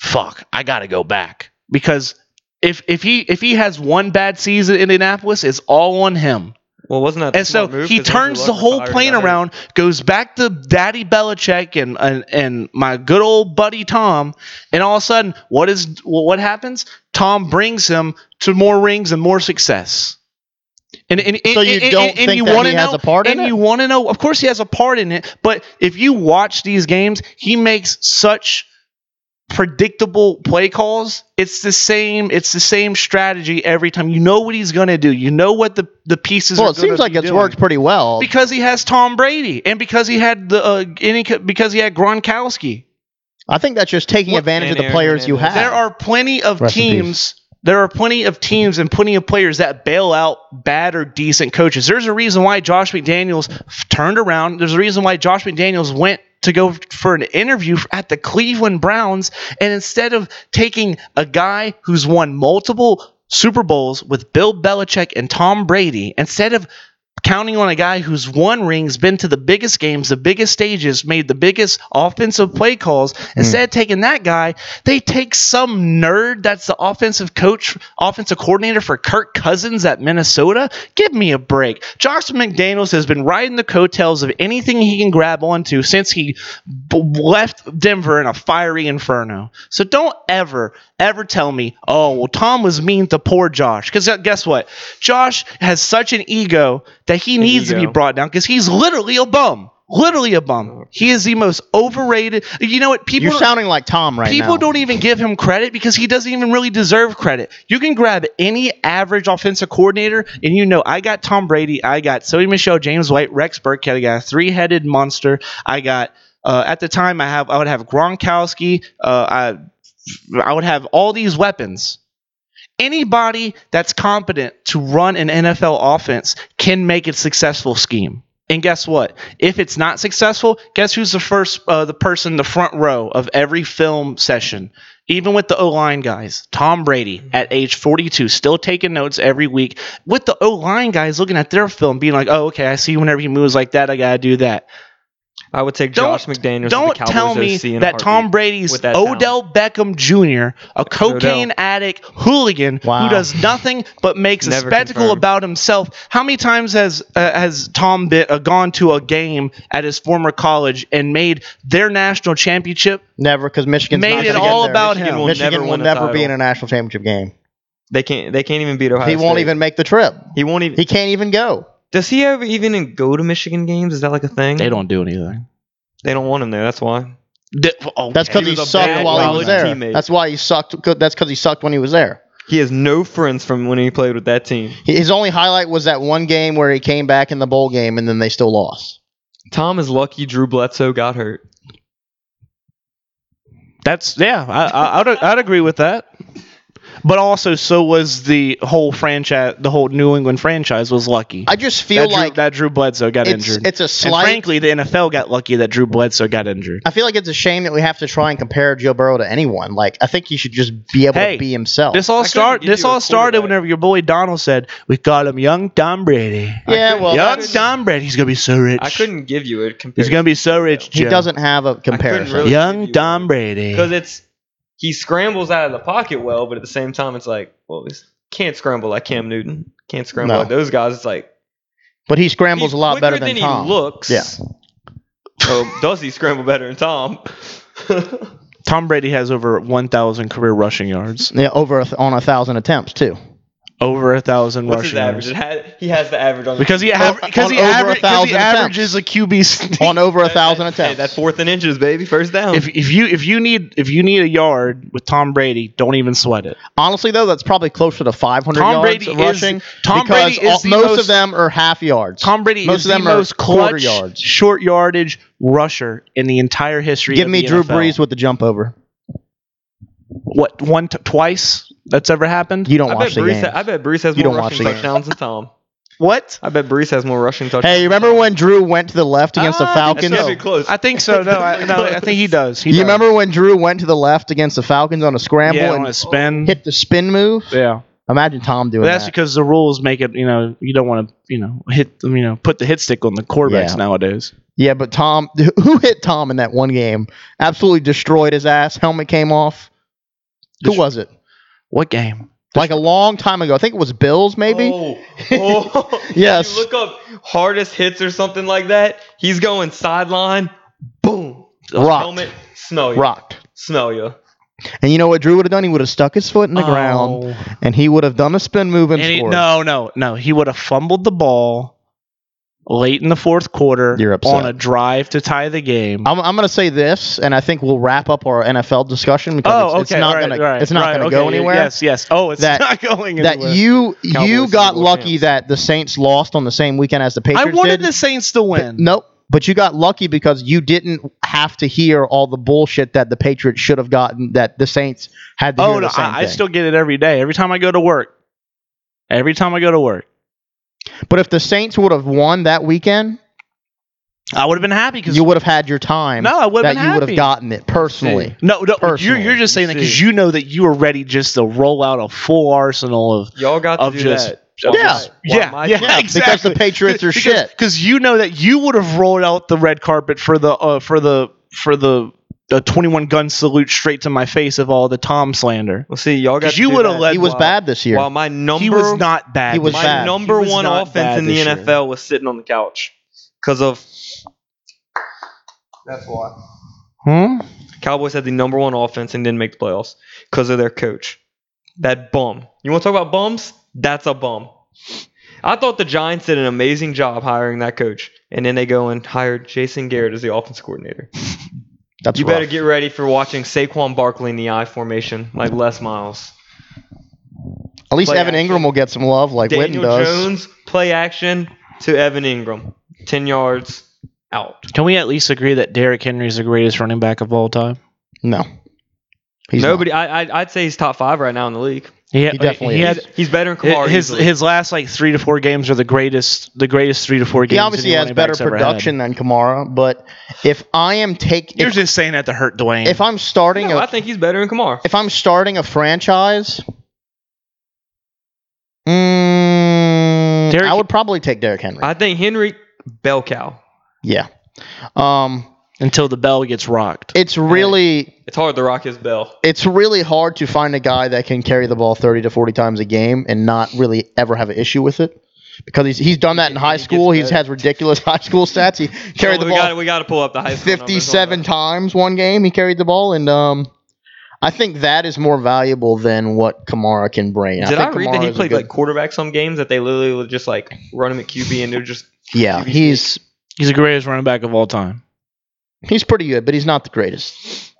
S3: "Fuck, I got to go back because." If, if he if he has one bad season in Indianapolis, it's all on him.
S2: well, wasn't that? a
S3: And so
S2: smart move?
S3: he
S2: 'Cause Andrew
S3: turns
S2: Luck
S3: the
S2: was
S3: whole
S2: fired
S3: plane
S2: and others-
S3: around, goes back to Daddy Belichick and, and and my good old buddy Tom, and all of a sudden, what is what happens? Tom brings him to more rings and more success. And, and, and
S1: So you
S3: and-
S1: don't
S3: and- and
S1: think
S3: you
S1: that
S3: wanna
S1: he has
S3: know-
S1: a part in
S3: and
S1: it?
S3: you want to know? Of course, he has a part in it. But if you watch these games, he makes such predictable play calls. It's the same. It's the same strategy every time. You know what he's going to do. You know what the the pieces.
S1: Well,
S3: are
S1: it
S3: gonna
S1: seems like
S3: be
S1: it's
S3: doing.
S1: worked pretty well.
S3: because he has Tom Brady and because he had the uh, any because he had Gronkowski.
S1: I think that's just taking
S2: What-
S1: advantage of
S2: And
S1: the players
S2: Aaron
S1: you have.
S2: Hernandez.
S3: There are plenty of
S1: Ah. Rest in
S3: teams. There are plenty of teams and plenty of players that bail out bad or decent coaches. There's a reason why Josh McDaniels f- turned around. There's a reason why Josh McDaniels went to go f- for an interview f- at the Cleveland Browns. And instead of taking a guy who's won multiple Super Bowls with Bill Belichick and Tom Brady, instead of counting on a guy who's won rings, been to the biggest games, the biggest stages, made the biggest offensive play calls. Instead of taking that guy, they take some nerd that's the offensive coach, offensive coordinator for Kirk Cousins at Minnesota. Give me a break. Josh McDaniels has been riding the coattails of anything he can grab onto since he b- left Denver in a fiery inferno. So don't ever, ever tell me, oh, well, Tom was mean to poor Josh. Because guess what? Josh has such an ego that he needs to be
S2: ego.
S3: brought down because he's literally a bum. Literally a bum. He is the most overrated. You know what? People
S1: You're sounding like Tom right
S3: people
S1: now.
S3: don't even give him credit because he doesn't even really deserve credit. You can grab any average offensive coordinator, and you know I got Tom Brady, I got Sony Michelle, James White, Rex Burkhead, I got a three-headed monster. I got uh, at the time I have I would have Gronkowski. Uh, I I would have all these weapons. Anybody that's competent to run an NFL offense can make a successful scheme. And guess what? If it's not successful, guess who's the first, uh, the person, in the front row of every film session? Even with the O line guys, Tom Brady at age 42, still taking notes every week. With the O line guys looking at their film, being like, oh, okay, I see whenever he moves like that, I got to do that.
S2: I would take
S3: Don't-
S2: Josh McDaniels.
S3: Don't
S2: to the Cowboys
S3: tell me
S2: OC in a
S3: that Tom
S2: heartbeat.
S3: Brady's
S2: with that talent.
S3: Odell Beckham Jr., a cocaine addict hooligan
S1: Wow.
S3: who does nothing but makes
S2: Never
S3: a spectacle
S2: confirmed.
S3: about himself. How many times has uh, has Tom been, uh, gone to a game at his former college and made their national championship?
S1: Never, because Michigan's
S3: Made
S1: not
S3: it
S1: gonna
S3: all
S1: get there.
S3: about
S1: Michigan
S3: him.
S1: Will Michigan
S2: Never
S1: will
S2: won a
S1: never be
S2: title.
S1: in a national championship game.
S2: They can't. They can't even beat Ohio.
S1: he won't
S2: State.
S1: even make the trip.
S2: He won't even.
S1: He can't even go.
S2: does he ever even go to Michigan games? Is that like a thing?
S3: They don't do anything.
S2: They don't want him there. That's why.
S3: oh,
S1: That's because
S2: He
S1: he,
S2: was a
S1: sucked
S2: bad
S1: while he was
S2: college
S1: there.
S2: teammate.
S1: That's why he sucked. 'cause- That's because he sucked when he was there.
S2: He has no friends from when he played with that team.
S1: His only highlight was that one game where he came back in the bowl game and then they still lost.
S2: Tom is lucky Drew Bledsoe got hurt.
S3: That's yeah. I, I I'd, I'd agree with that. But also, so was the whole franchise. The whole New England franchise was lucky.
S1: I just feel
S3: that, Drew,
S1: like
S3: that Drew Bledsoe got
S1: it's
S3: injured.
S1: it's a
S3: And
S1: slight.
S3: frankly, the NFL got lucky that Drew Bledsoe got injured.
S1: I feel like it's a shame that we have to try and compare Joe Burrow to anyone. Like I think he should just be able
S3: Hey,
S1: to be himself.
S3: This all
S2: Oh, couldn't
S3: start.
S2: give
S3: This
S2: you a
S3: all started
S2: quarterback.
S3: whenever your boy Donald said, "We call him Young Tom Brady."
S1: yeah, well,
S3: Young
S1: that's-
S3: Tom Brady. He's gonna be so rich.
S2: I couldn't give you a
S3: He's
S2: comparison.
S3: gonna be so rich.
S1: he
S3: Joe.
S1: doesn't have a comparison.
S2: really-
S3: Young Tom Brady.
S2: because it's he scrambles out of the pocket well, but at the same time, it's like well, he can't scramble like Cam Newton, can't scramble
S1: No.
S2: like those guys. It's like
S1: but he scrambles
S2: he's
S1: a lot
S2: quicker
S1: better than,
S2: he
S1: Tom.
S2: looks.
S1: Yeah.
S2: Oh, does he scramble better than Tom? [laughs]
S3: Tom Brady has over 1,000 career rushing yards,
S1: Yeah, over a th- on a thousand attempts
S3: [laughs]
S1: too.
S3: over a thousand
S2: What's
S3: rushing
S2: his average?
S3: yards.
S2: It had, he has the average on
S3: Because he aver-
S1: On-
S3: because
S1: on
S3: he,
S1: over a
S3: aver- 'cause he
S1: thousand
S3: averages a QB. sneak.
S1: On over a thousand
S2: Hey, that
S1: attempts.
S2: fourth and inches, baby, first down.
S3: [laughs] if, if you if you need if you need a yard with Tom Brady, don't even sweat it.
S1: Honestly, though, that's probably closer to 500
S3: Tom
S1: yards
S3: Brady
S1: of
S3: is-
S1: rushing.
S3: Tom
S1: because
S3: Brady is the
S1: most,
S3: most-
S1: of them are half yards.
S3: Tom Brady
S1: most
S3: is
S1: of them
S3: the
S1: are
S3: most
S1: quarter
S3: clutch,
S1: yards.
S3: short yardage rusher in the entire history.
S1: Give
S3: of
S1: me
S3: the
S1: Drew
S3: NFL.
S1: Brees with the jump over.
S3: What one t- twice that's ever happened?
S1: You don't
S2: I bet,
S1: watch the
S2: Brees
S1: game.
S2: ha- I bet Brees has
S1: You
S2: more
S1: don't watch
S2: rushing
S1: the game.
S2: touchdowns than Tom.
S3: What?
S2: I bet Brees has more rushing touchdowns.
S1: Hey, you remember when Drew went to the left against the
S3: Ah,
S1: Falcons?
S2: That's gotta be close.
S3: I think so. No, I, no, I think he does. He
S1: You
S3: does.
S1: remember when Drew went to the left against the Falcons on a scramble
S3: Yeah, on
S1: and
S3: a spin.
S1: hit the spin move?
S3: Yeah,
S1: Imagine Tom doing
S3: but that's
S1: that.
S3: because the rules make it. You know, you don't want to. You know, hit. You know, put the hit stick on the quarterbacks
S1: Yeah.
S3: nowadays.
S1: yeah, but Tom, [laughs] who hit Tom in that one game? Absolutely destroyed his ass. Helmet came off. Who
S3: Dest-
S1: was it?
S3: What game?
S1: Like a long time ago. I think it was Bills, maybe. [laughs]
S2: Oh, oh. [laughs]
S1: Yes.
S2: You look up hardest hits or something like that. He's going sideline. Boom.
S3: Oh,
S1: Rocked.
S2: Helmet. Smell you.
S1: Rocked.
S2: Smell you.
S1: And you know what Drew would have done? He would have stuck his foot in the ground and he would have done a spin move and,
S3: Oh. And he,
S1: scored.
S3: no, no, no. He would have fumbled the ball late in the fourth quarter
S1: You're upset.
S3: on a drive to tie the game.
S1: I'm, I'm going to say this, and I think we'll wrap up our NFL discussion because
S3: oh, okay.
S1: it's, it's not
S3: all right,
S1: going
S3: all right,
S1: to it's not
S3: right,
S1: going to go
S3: okay,
S1: anywhere.
S3: Yes, yes. Oh, it's
S1: That-
S3: not [laughs] going anywhere.
S1: That you
S2: Cowboys
S1: you
S2: Super
S1: got
S2: Bowl
S1: lucky
S2: champs.
S1: that the Saints lost on the same weekend as the
S3: I
S1: Patriots.
S3: wanted
S1: did.
S3: the Saints to win.
S1: Nope. But you got lucky because you didn't have to hear all the bullshit that the Patriots should have gotten that the Saints had to
S3: Oh
S1: hear
S3: no,
S1: the same
S3: I, I
S1: thing.
S3: still get it every day. Every time I go to work. Every time I go to work,
S1: but if the Saints would have won that weekend,
S3: I would have been happy because
S1: you would have had your time
S3: no, I would
S1: that
S3: have
S1: you
S3: been
S1: would
S3: happy.
S1: have gotten it personally.
S3: no, no, you're,
S1: personally.
S3: you're just saying that
S2: See.
S3: because you know that you were ready just to roll out a full arsenal of
S2: Y'all got to
S3: Of
S2: do
S3: just-
S2: that.
S1: Yeah.
S3: Yeah,
S2: my-
S3: [laughs] yeah,
S1: Yeah,
S3: exactly.
S1: because the Patriots are shit.
S3: [laughs] Because you know that you would have rolled out the red carpet for the uh, for the for the uh, twenty one gun salute straight to my face of all the Tom slander.
S2: Well, see, y'all got.
S3: 'Cause
S2: to
S3: you
S2: do
S3: would've
S2: that
S3: let
S1: He was
S2: while-
S1: bad this year.
S2: While my number,
S3: he was not bad.
S1: He was
S3: this
S2: my
S3: year.
S1: bad.
S2: number
S3: He was
S2: one
S3: not
S2: offense
S3: bad
S2: in the
S3: this year.
S2: NFL was sitting on the couch because of. That's why.
S3: Hmm?
S2: Cowboys had the number one offense and didn't make the playoffs because of their coach. That bum. You want to talk about bums? That's a bum. I thought the Giants did an amazing job hiring that coach, and then they go and hire Jason Garrett as the offense coordinator.
S1: That's
S2: you
S1: rough.
S2: better get ready for watching Saquon Barkley in the I formation like Les Miles.
S1: At least
S2: play
S1: Evan
S2: action.
S1: Ingram will get some love, like Witten
S2: Daniel
S1: does.
S2: Jones play action to Evan Ingram, ten yards out.
S3: Can we at least agree that Derrick Henry is the greatest running back of all time?
S1: No, he's not.
S2: Nobody. I, I I'd say he's top five right now in the league.
S3: Yeah,
S1: He definitely
S3: he
S1: is.
S3: had
S2: He's better than Kamara.
S3: his
S2: easily.
S3: his last like three to four games are the greatest. The greatest three to four games.
S1: He obviously
S3: any
S1: has
S3: running
S1: better
S3: back's ever had.
S1: production than Kamara, but if I am taking,
S3: You're
S1: if,
S3: just saying that to hurt Dwayne.
S1: if I'm starting
S2: no,
S1: a
S2: I think he's better than Kamara.
S1: if I'm starting a franchise, mm,
S3: Derrick-
S1: I would probably take Derrick Henry.
S2: I think Henry bell cow.
S1: yeah. Um,
S3: Until the bell gets rocked.
S1: it's really
S2: It's hard to rock his bell.
S1: it's really hard to find a guy that can carry the ball 30 to 40 times a game and not really ever have an issue with it. Because he's, he's done that in
S2: He
S1: high
S2: gets
S1: school. He's
S2: better.
S1: has ridiculous [laughs] high school stats. He carried the
S2: we
S1: ball
S2: Gotta, we got to pull up the high school numbers on
S1: 57
S2: that.
S1: times one game he carried the ball and um I think that is more valuable than what Kamara can bring.
S2: Did I,
S1: think
S2: read
S1: Kamara
S2: that he
S1: is a
S2: played
S1: good-
S2: like quarterback some games that they literally would just like run him at QB and they're just
S1: Yeah, he's
S3: He's the greatest running back of all time.
S1: he's pretty good, but he's not the greatest.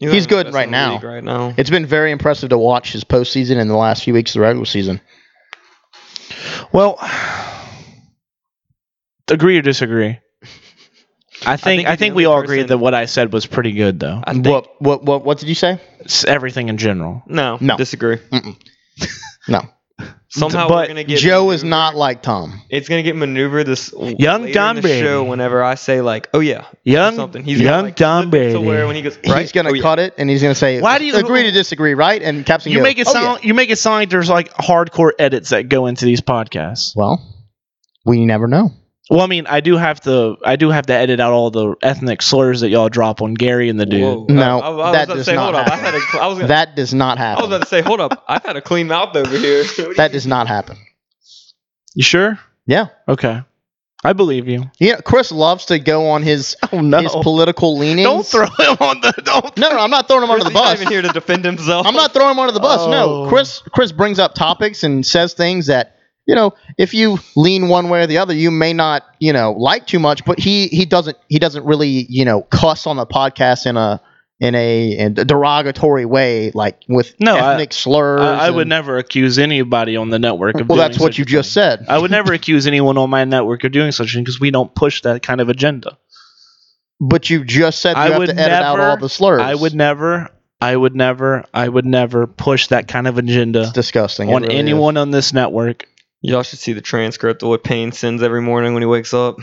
S2: you
S1: He's
S2: know,
S1: good
S2: that's
S1: right
S2: in the
S1: now.
S2: league Right now,
S1: It's been very impressive to watch his postseason in the last few weeks of the regular season.
S3: Well, [sighs] agree or disagree? I
S2: think
S3: think
S2: he's
S3: I
S2: the
S3: think we
S2: only
S3: all agree
S2: person-
S3: that what I said was pretty good, though.
S2: I think,
S1: what what what what did you say?
S3: It's everything in general.
S2: no,
S1: No.
S2: disagree.
S1: No.
S2: Somehow
S3: But
S2: we're gonna get
S1: Joe is
S2: maneuvered-
S1: not like Tom.
S2: It's gonna get maneuvered this w-
S3: Young
S2: later
S3: Tom
S2: in the
S3: Brady.
S2: show. Whenever I say like, oh yeah, or
S3: Young,
S2: something, he's
S3: young
S2: gonna, like,
S3: Tom
S2: flip it
S3: Brady.
S2: To where when he goes, right?
S1: He's going to
S2: oh, yeah.
S1: cut it and he's going to say
S3: Why do you-
S1: agree to disagree, right? And Captain
S3: you
S1: go,
S3: make it
S1: "Oh, yeah."
S3: sound you make it sound like there's like hardcore edits that go into these podcasts.
S1: Well, we never know.
S3: Well, I mean, I do have to I do have to edit out all the ethnic slurs that y'all drop on Gary and the dude.
S2: Whoa.
S1: No,
S2: I, I, I
S1: that
S2: was about to
S1: does
S2: say,
S1: not
S2: hold up. I
S1: happen.
S2: had a, cl- I was gonna,
S1: That does not
S2: I was
S1: happen.
S2: about to say, hold up. I've had a clean mouth over here.
S1: [laughs] That does not happen.
S3: You sure?
S1: Yeah.
S3: Okay. I believe you.
S1: Yeah, Chris loves to go on his
S3: [laughs] Oh no!
S1: his political leanings.
S3: Don't throw him on the
S1: [laughs]
S3: don't.
S1: No, no, I'm not throwing him under the
S2: He's not
S1: bus.
S2: even here to defend himself.
S1: I'm not throwing him under the bus. No,
S3: Oh.
S1: Chris Chris brings up topics and says things that you know if you lean one way or the other, you may not you know like too much. But he he doesn't he doesn't really you know cuss on the podcast in a in a, in a derogatory way like with
S3: No, I-
S1: ethnic slurs.
S3: I, I would
S1: and-
S3: never accuse anybody on the network of.
S1: Well,
S3: doing
S1: that's what
S3: such
S1: you
S3: a thing.
S1: just said.
S3: I would never accuse anyone on my network of doing such a thing because we don't push that kind of agenda.
S1: But you just said you
S3: I
S1: have
S3: would
S1: to edit out
S3: never-
S1: all the slurs.
S3: I would never, I would never, I would never push that kind of agenda
S1: It's disgusting. It
S3: on
S1: really is.
S3: anyone on this network.
S2: Y'all should see the transcript of what Payne sends every morning when he wakes up.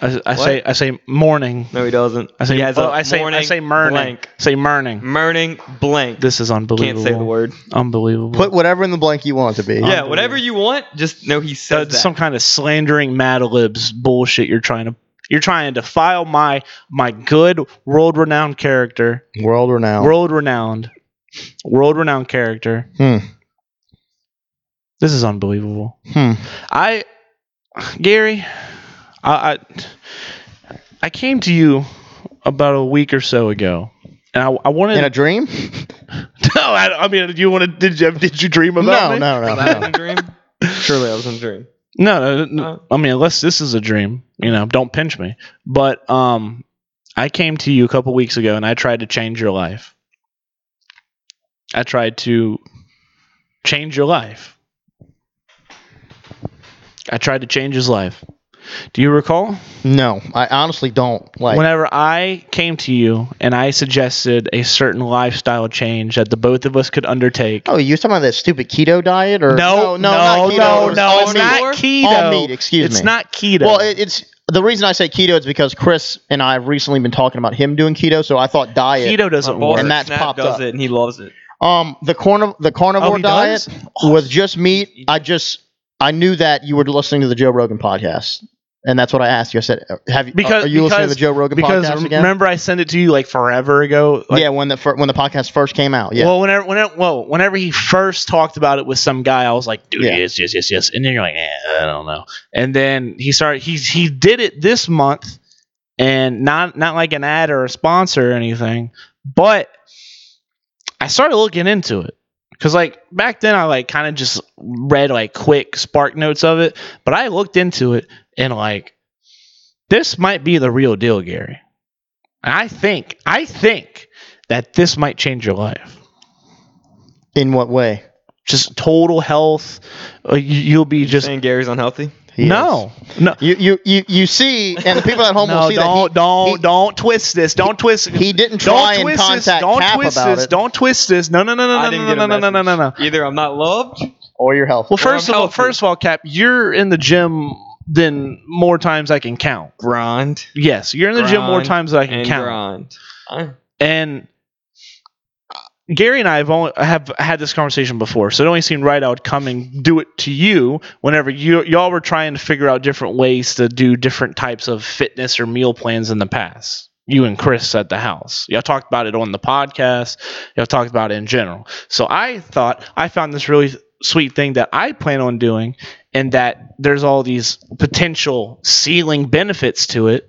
S3: I, I
S2: What?
S3: say, I say morning.
S2: No, he doesn't.
S3: I say,
S2: he has
S3: oh,
S2: a
S3: I say, I
S2: morning
S3: say morning.
S2: blank.
S3: Say morning.
S2: Morning blank.
S3: This is
S2: Can't
S3: unbelievable.
S2: say the word.
S3: Unbelievable.
S1: Put whatever in the blank you want it to be.
S2: Yeah,
S3: Unbelievable.
S2: whatever you want, just know he says
S3: That's
S2: that.
S3: some kind of slandering Mad Libs bullshit. You're trying to, you're trying to defile my my good world renowned character,
S1: World renowned.
S3: world renowned, world renowned character.
S1: Hmm.
S3: This is unbelievable.
S1: Hmm.
S3: I, Gary, I, I, I came to you about a week or so ago, and I, I wanted.
S1: In a dream?
S3: [laughs] no, I, I mean, did you want to? Did you did you dream about
S1: No,
S3: me?
S1: no, no,
S2: Was I
S1: no.
S2: in a
S3: [laughs]
S2: dream? Surely I was in a dream.
S3: no, no, no.
S2: Uh.
S3: I mean, unless this is a dream, you know, don't pinch me. But um, I came to you a couple weeks ago, and I tried to change your life. I tried to change your life. I tried to change his life. Do you recall?
S1: No, I honestly don't. Like,
S3: Whenever I came to you and I suggested a certain lifestyle change that the both of us could undertake.
S1: oh, you were talking about that stupid keto diet or
S3: no, no, no,
S1: not keto,
S3: no,
S1: it's
S3: no,
S1: all
S3: it's
S1: meat.
S3: not keto.
S1: All meat, excuse
S3: it's
S1: me.
S3: not keto.
S1: Well, it, it's the reason I say keto is because Chris and I have recently been talking about him doing keto, so I thought diet.
S3: keto
S2: My
S3: doesn't
S2: boss
S3: work.
S1: Oh, And that's
S2: Snap
S1: popped
S2: does
S1: up.
S2: it and he loves it.
S1: Um, the corn the carnivore
S3: Oh, he
S1: diet
S3: does?
S1: was just meat. I just I knew that you were listening to the Joe Rogan podcast, and that's what I asked you. I said, "Have you
S3: Because-
S1: are you listening to
S3: because-
S1: the Joe Rogan
S3: Because
S1: podcast again?"
S3: remember, I sent it to you like forever ago. Like,
S1: yeah, when the fir- when the podcast first came out. Yeah,
S3: Well, whenever, whenever, well, whenever he first talked about it with some guy, I was like, dude,
S1: Yeah.
S3: yes, yes, yes, yes. And then you're like, eh, I don't know. And then he started, he, he did it this month and not, not like an ad or a sponsor or anything, but I started looking into it. Cause like back then I like kind of just read like quick spark notes of it, but I looked into it and like, this might be the real deal, Gary. And I think, I think that this might change your life.
S1: in what way?
S3: Just total health. Uh, you, you'll be just
S2: Saying Gary's unhealthy.
S1: He is.
S3: no, no.
S1: You, you you you see, and the people at
S3: [laughs]
S1: home will
S3: No,
S1: see
S3: don't, don't,
S1: he-
S3: don't twist this. Don't twist.
S1: that he, he didn't try
S3: don't
S1: and
S3: twist this.
S1: contact
S3: Don't
S1: Cap
S3: twist
S1: about
S3: this.
S1: it
S3: Don't twist this. No, no, no,
S2: I
S3: no,
S2: didn't
S3: no,
S2: get
S3: no,
S2: a
S3: no, no, no, no, no.
S2: Either I'm not loved.
S1: or your health.
S3: Well, first
S2: I'm
S3: of all,
S2: healthy.
S3: first of all, Cap, you're in the gym than more times I can count.
S2: Grind.
S3: Yes, you're in the gym more
S2: Grind
S3: times than I can
S2: And
S3: count.
S2: grind. I-
S3: And uh, Gary and I have only have had this conversation before, so it only seemed right I would come and do it to you whenever you y'all were trying to figure out different ways to do different types of fitness or meal plans in the past. You and Chris at the house. Y'all talked about it on the podcast. Y'all talked about it in general. So I thought I found this really sweet thing that I plan on doing, and that there's all these potential ceiling benefits to it.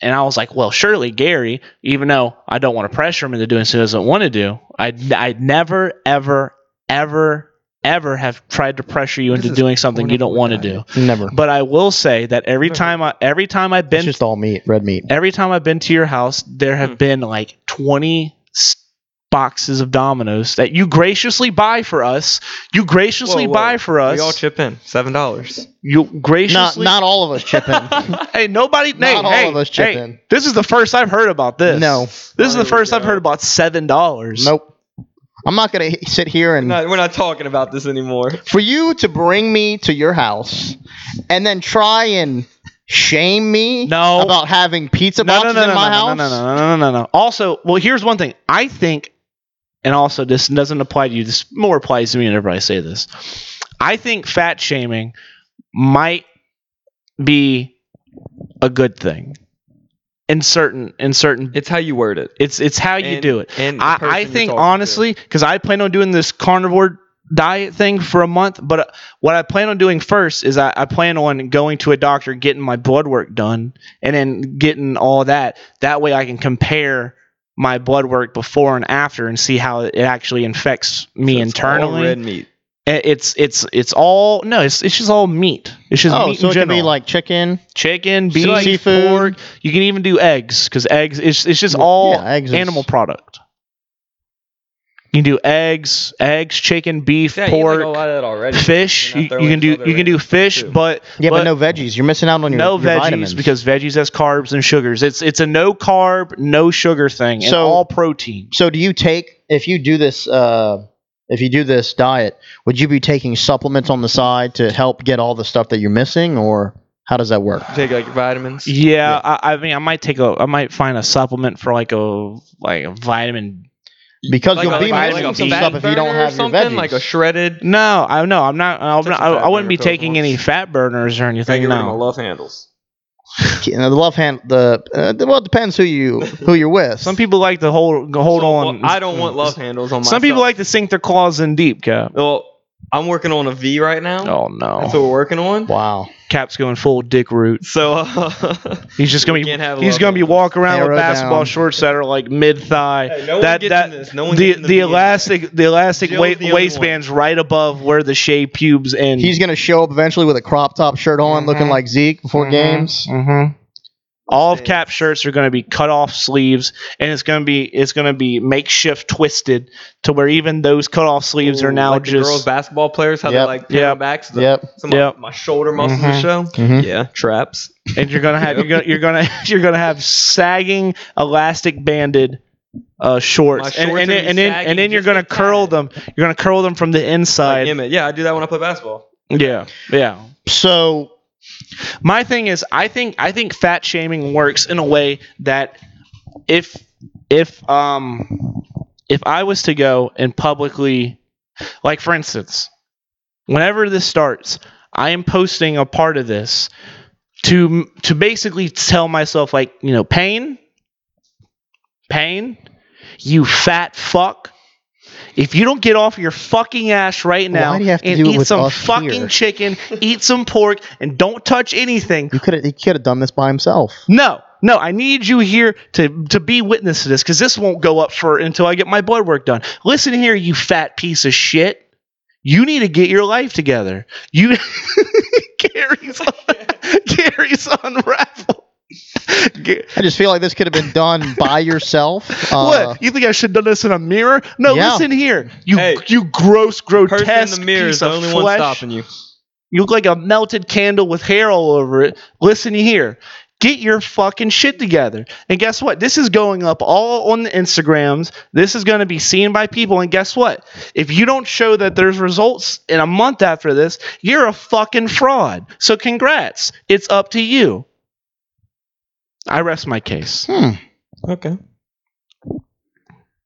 S3: And I was like, well, surely Gary, even though I don't want to pressure him into doing so he doesn't want to do, I'd, I'd never, ever, ever, ever have tried to pressure you
S2: This
S3: into
S2: is
S3: doing something you don't want to do.
S2: wonderful
S1: Never.
S3: But I will say that every
S2: Never.
S3: time I every time I've
S1: It's
S3: been
S1: just all meat, red meat.
S3: every time I've been to your house, there have
S2: Hmm.
S3: been like 20 s- boxes of Dominoes that you graciously buy for us. You
S2: Whoa,
S3: graciously
S2: whoa.
S3: buy for
S2: We all
S3: us.
S2: chip in. Seven
S3: [laughs]
S2: dollars.
S3: you
S1: Not
S3: graciously
S1: not all of us chip in.
S3: [laughs] Hey, nobody. hey,
S1: all
S3: hey,
S1: of us chip
S3: hey,
S1: in.
S3: This is the first I've heard about this.
S1: No. uh,
S3: this is
S2: Here
S3: the
S2: we
S3: first I've
S2: go.
S3: heard about seven dollars.
S1: nope. I'm not gonna h- sit here and
S2: No, we're not talking about this anymore.
S1: for you to bring me to your house and then try and shame me
S3: No.
S1: about having pizza
S3: No, no,
S1: boxes
S3: no, no,
S1: in my
S3: no, no,
S1: house.
S3: no, no, no, no, no, no. Also, well, here's one thing. I think, and also this doesn't apply to you. This more applies to me whenever I say this. I think fat shaming might be a good thing in certain in certain.
S2: It's how you word it.
S3: It's it's how you
S2: And-
S3: do it.
S2: And the
S3: I,
S2: person
S3: I
S2: you're
S3: think
S2: talking to.
S3: honestly, because I plan on doing this carnivore diet thing for a month, but uh, what I plan on doing first is I, I plan on going to a doctor, getting my blood work done, and then getting all that. That way, I can compare my blood work before and after and see how it actually infects me
S2: So it's all
S3: internally.
S2: red meat.
S3: I- It's it's it's all no, it's it's just all meat. It's just
S1: Oh,
S3: meat
S1: so
S3: in
S1: it can
S3: general.
S1: be like chicken.
S3: chicken,
S1: sea-
S3: beef,
S1: seafood.
S3: pork. You can even do eggs because eggs. It's it's just all
S1: yeah, eggs is-
S3: animal product. You can do eggs, eggs, chicken, beef,
S2: Yeah, you eat, like, a
S3: pork,
S2: lot of that already. You're
S3: fish.
S2: not
S3: You, you
S2: throwing
S3: can do
S2: other
S3: you can do
S2: raisins,
S3: fish,
S2: too.
S3: but
S1: Yeah, but,
S3: but
S1: no veggies. You're missing out on your
S3: no
S1: your
S3: veggies
S1: vitamins.
S3: because veggies has carbs and sugars. It's it's a no carb, no sugar thing, and
S1: So-
S3: all protein.
S1: so do you take if you do this uh, if you do this diet, would you be taking supplements on the side to help get all the stuff that you're missing, or how does that work?
S2: Take like your vitamins.
S3: Yeah,
S2: Yeah.
S3: I, I mean, I might take a, I might find a supplement for like a like a vitamin.
S1: Because
S2: Like
S1: you'll
S2: a-
S1: be
S2: like a-
S1: missing
S2: like a
S1: some
S2: fat
S1: stuff if you don't
S2: burner or
S1: have your
S2: something,
S1: veggies.
S2: Like a shredded.
S3: No, I no, I'm not. I'm
S2: Such
S3: not
S2: a
S3: I,
S2: fat
S3: I wouldn't be
S2: burner pill
S3: taking
S2: once.
S3: any fat burners or
S2: Gotta
S3: anything.
S2: get rid of my
S3: No.
S2: love handles.
S1: You know, the love hand. The uh, well, it depends who you who you're with.
S3: Some people like to hold hold
S2: So,
S3: on.
S2: well, I don't want love handles on my.
S3: Some people like to sink their claws in deep, Cap.
S2: Well, I'm working on a V right now.
S3: Oh no.
S2: That's what we're working on.
S1: Wow.
S3: Cap's going full dick root.
S2: So [laughs] uh,
S3: He's just gonna
S2: We
S3: be
S2: can't have
S3: he's
S2: love
S3: gonna be
S2: handles.
S3: walking around
S1: Arrow
S3: with basketball
S1: down.
S3: shorts that are like mid thigh.
S2: Hey, no one
S3: that
S2: gets
S3: that
S2: in this. No one
S3: the
S2: gets in
S3: the,
S2: the V in
S3: elastic the elastic
S2: Jill's
S3: weight
S2: the only
S3: waistbands right above where the shaved pubes end.
S1: He's gonna show up eventually with a crop top shirt on, looking
S2: Mm-hmm.
S3: Mhm.
S1: like Zeke before
S3: Mhm.
S1: games.
S3: Mhm. All of
S2: Yeah.
S3: Cap shirts are going to be cut off sleeves, and it's going to be it's going to be makeshift twisted to where even those cut off sleeves are now
S2: like the
S3: just
S2: girls basketball players how they
S1: Yep.
S2: like their
S3: Yep.
S2: backs. The,
S1: Yep.
S2: Some of
S3: Yep.
S2: my shoulder muscles
S3: Mhm.
S2: to show.
S1: Mhm.
S2: Yeah, traps.
S3: and you're gonna have you're gonna you're gonna [laughs] you're gonna have sagging elastic banded uh, shorts,
S2: My
S3: and,
S2: shorts
S3: and,
S2: are
S3: then,
S2: gonna
S3: and
S2: be
S3: then
S2: saggy
S3: and then you're
S2: just
S3: gonna
S2: like
S3: curl
S2: that.
S3: them. You're gonna curl them from the
S2: Like
S3: inside.
S2: Emmett. Yeah, I do that when I play basketball.
S3: yeah, yeah.
S1: So
S3: My thing is, I think I think fat shaming works in a way that if if um if I was to go and publicly, like for instance, whenever this starts, I am posting a part of this to to basically tell myself, like you know, pain, pain, you fat fuck. If you don't get off your fucking ass right
S1: Why
S3: now
S1: do you have to
S3: and
S1: do it
S3: eat
S1: with
S3: some
S1: us
S3: fucking
S1: here?
S2: [laughs]
S3: chicken, eat some pork, and don't touch anything,
S1: You could have he could have done this by himself.
S3: no, no, I need you here to to be witness to this because this won't go up for until I get my blood work done. Listen here, you fat piece of shit. You need to get your life together. You [laughs]
S2: [laughs]
S3: Gary's un- Gary's unraveled. Ga-
S1: I just feel like this could have been done by
S2: [laughs]
S1: yourself. Uh,
S3: what? You think I should have done this in a mirror? No,
S1: yeah.
S3: listen here. You
S2: Hey,
S3: you gross, grotesque
S2: Person in the mirror
S3: Oh, piece
S2: is the
S3: of
S2: only
S3: flesh.
S2: one stopping you.
S3: You look like a melted candle with hair all over it. Listen here. Get your fucking shit together. And guess what? This is going up all on the Instagrams. This is going to be seen by people. And guess what? If you don't show that there's results in a month after this, you're a fucking fraud. So congrats. It's up to you. I rest my case.
S1: Hmm.
S2: Okay.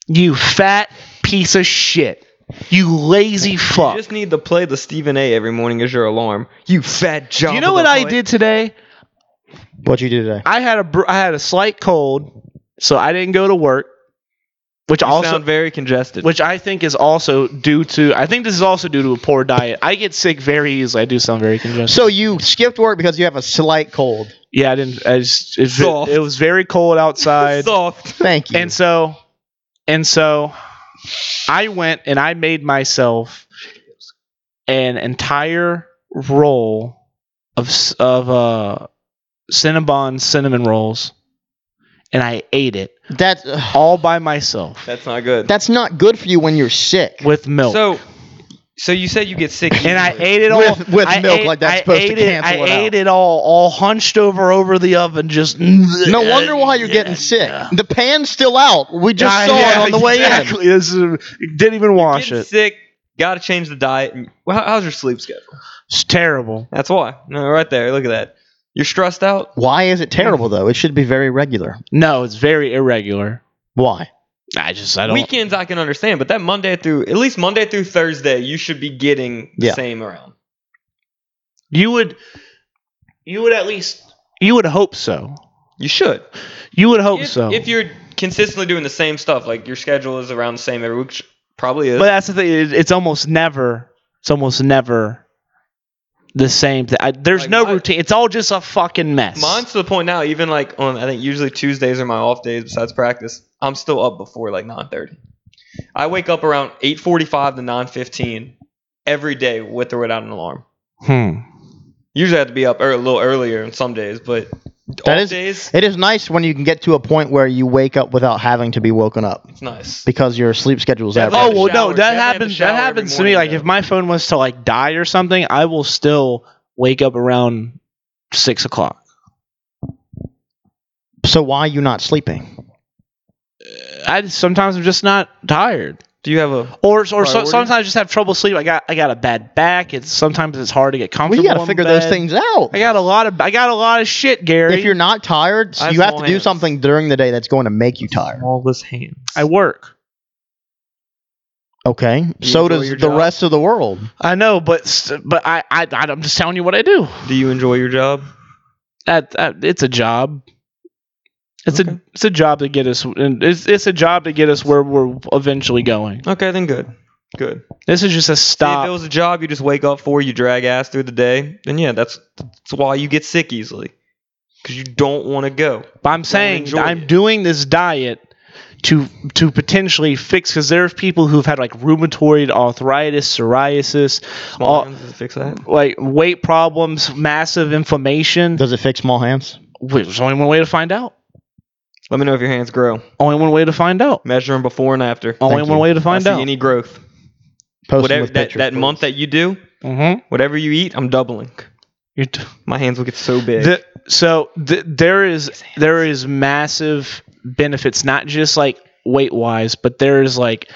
S3: You fat piece of shit. You lazy fuck.
S2: You just need to play the Stephen A. every morning as your alarm. You fat job.
S3: you know what I did today?
S1: What you do today?
S3: I had a br- I had a slight cold, so I didn't go to work, which
S2: You
S3: also
S2: sound very congested.
S3: which I think is also due to I think this is also due to a poor diet. I get sick very easily. I do sound very congested.
S1: So you skipped work because you have a slight cold.
S3: yeah, I didn't. I just, it,
S2: Soft.
S3: it was very cold outside,
S2: soft.
S1: Thank you.
S3: and so and so I went and I made myself an entire roll of s- of uh, Cinnabon cinnamon rolls, and I ate it.
S1: that ugh,
S3: all by myself
S2: That's not good.
S1: that's not good for you when you're sick.
S3: with milk.
S2: so, so you said you get sick.
S3: and I
S2: easily.
S3: ate it all
S1: With- with
S3: I
S1: milk,
S3: ate-
S1: like that's
S3: I
S1: supposed to
S3: ate it-
S1: cancel
S3: I
S1: it out.
S3: ate it all, all hunched over over the oven, just.
S1: No wonder why you're getting sick. The pan's still out. We just
S3: I-
S1: saw
S3: yeah,
S1: it on the way in.
S3: exactly. This is, didn't even wash
S2: Getting
S3: it.
S2: sick. Got to change the diet. and- Well, how- How's your sleep schedule?
S3: It's terrible.
S2: That's why. No, right there. Look at that. You're stressed out.
S1: Why is it terrible though? It should be very regular.
S3: No, it's very irregular.
S1: Why?
S3: I just I don't.
S2: Weekends I can understand, but that Monday through at least Monday through Thursday, you should be getting the
S1: Yeah.
S2: same around.
S3: you would, you would at least you would hope so.
S2: You should.
S3: You would hope
S2: if,
S3: so.
S2: if you're consistently doing the same stuff, like your schedule is around the same every week, which probably is.
S3: But that's the thing. It, it's almost never. It's almost never the same. Th- I, there's
S2: Like
S3: no
S2: my-
S3: routine. It's all just a fucking mess.
S2: Mine's to the point now, even like on I think usually Tuesdays are my off days besides practice. I'm still up before like nine thirty. I wake up around eight forty five to nine fifteen every day with or without an alarm.
S3: Hmm.
S2: Usually I have to be up ear- a little earlier on some days, but
S1: That
S2: off
S1: is-
S2: days
S1: It is nice when you can get to a point where you wake up without having to be woken up
S2: it's nice.
S1: because your sleep schedule's
S2: Yeah,
S1: average.
S3: Oh well,
S2: shower.
S3: no, that
S2: Definitely have to
S3: happens. That
S2: shower every
S3: happens to me.
S2: morning,
S3: Like
S2: though.
S3: if my phone was to like die or something, I will still wake up around six o'clock.
S1: So why are you not sleeping?
S3: I just- sometimes I'm just not tired,
S2: Do you have a
S3: or or so,
S2: Priorities?
S3: sometimes I just have trouble sleep. I got I got a bad back. It's sometimes it's hard to get
S1: We
S3: comfortable.
S1: got to
S3: in
S1: figure those
S3: bed.
S1: things out.
S3: I got a lot of I got a lot of shit, Gary.
S1: If you're not tired,
S2: I have
S1: you have
S2: small
S1: to do
S2: hands.
S1: something during the day that's going to make you tired.
S2: smallest hands?
S3: I work.
S1: Okay. so
S2: enjoy
S1: does the
S2: your job?
S1: rest of the world.
S3: I know, but s- but I, I I'm just telling you what I do.
S2: Do you enjoy your job?
S3: That, that it's a job. It's a
S2: Okay.
S3: it's a job to get us. and It's it's a job to get us where we're eventually going.
S2: Okay, then good. Good.
S3: This is just a
S2: See, if it
S3: stop.
S2: was a job you just wake up for, you drag ass through the day, then yeah, that's that's why you get sick easily. Because you don't want to go.
S3: But I'm saying
S2: enjoy
S3: I'm
S2: it.
S3: doing this diet to to potentially fix because there's people who've had like rheumatoid arthritis, psoriasis,
S2: Small
S3: all-
S2: hands does it fix that.
S3: like weight problems, massive inflammation.
S1: Does it fix small hands?
S3: Wait, There's only one way to find out.
S2: Let me know if your hands grow.
S3: Only one way to find out.
S2: Measure them before and after.
S3: Only
S1: Thank
S3: one
S1: you.
S3: way to
S2: I
S3: find
S2: see
S3: out.
S2: any growth.
S1: Post them
S2: Whatever
S1: with
S2: that,
S1: pictures,
S2: that
S1: please.
S2: month that you do,
S3: mm-hmm.
S2: whatever you eat, I'm doubling.
S3: You're t-
S2: My hands will get so big.
S3: The, so th- there is there is massive benefits, not just like weight wise, but there is like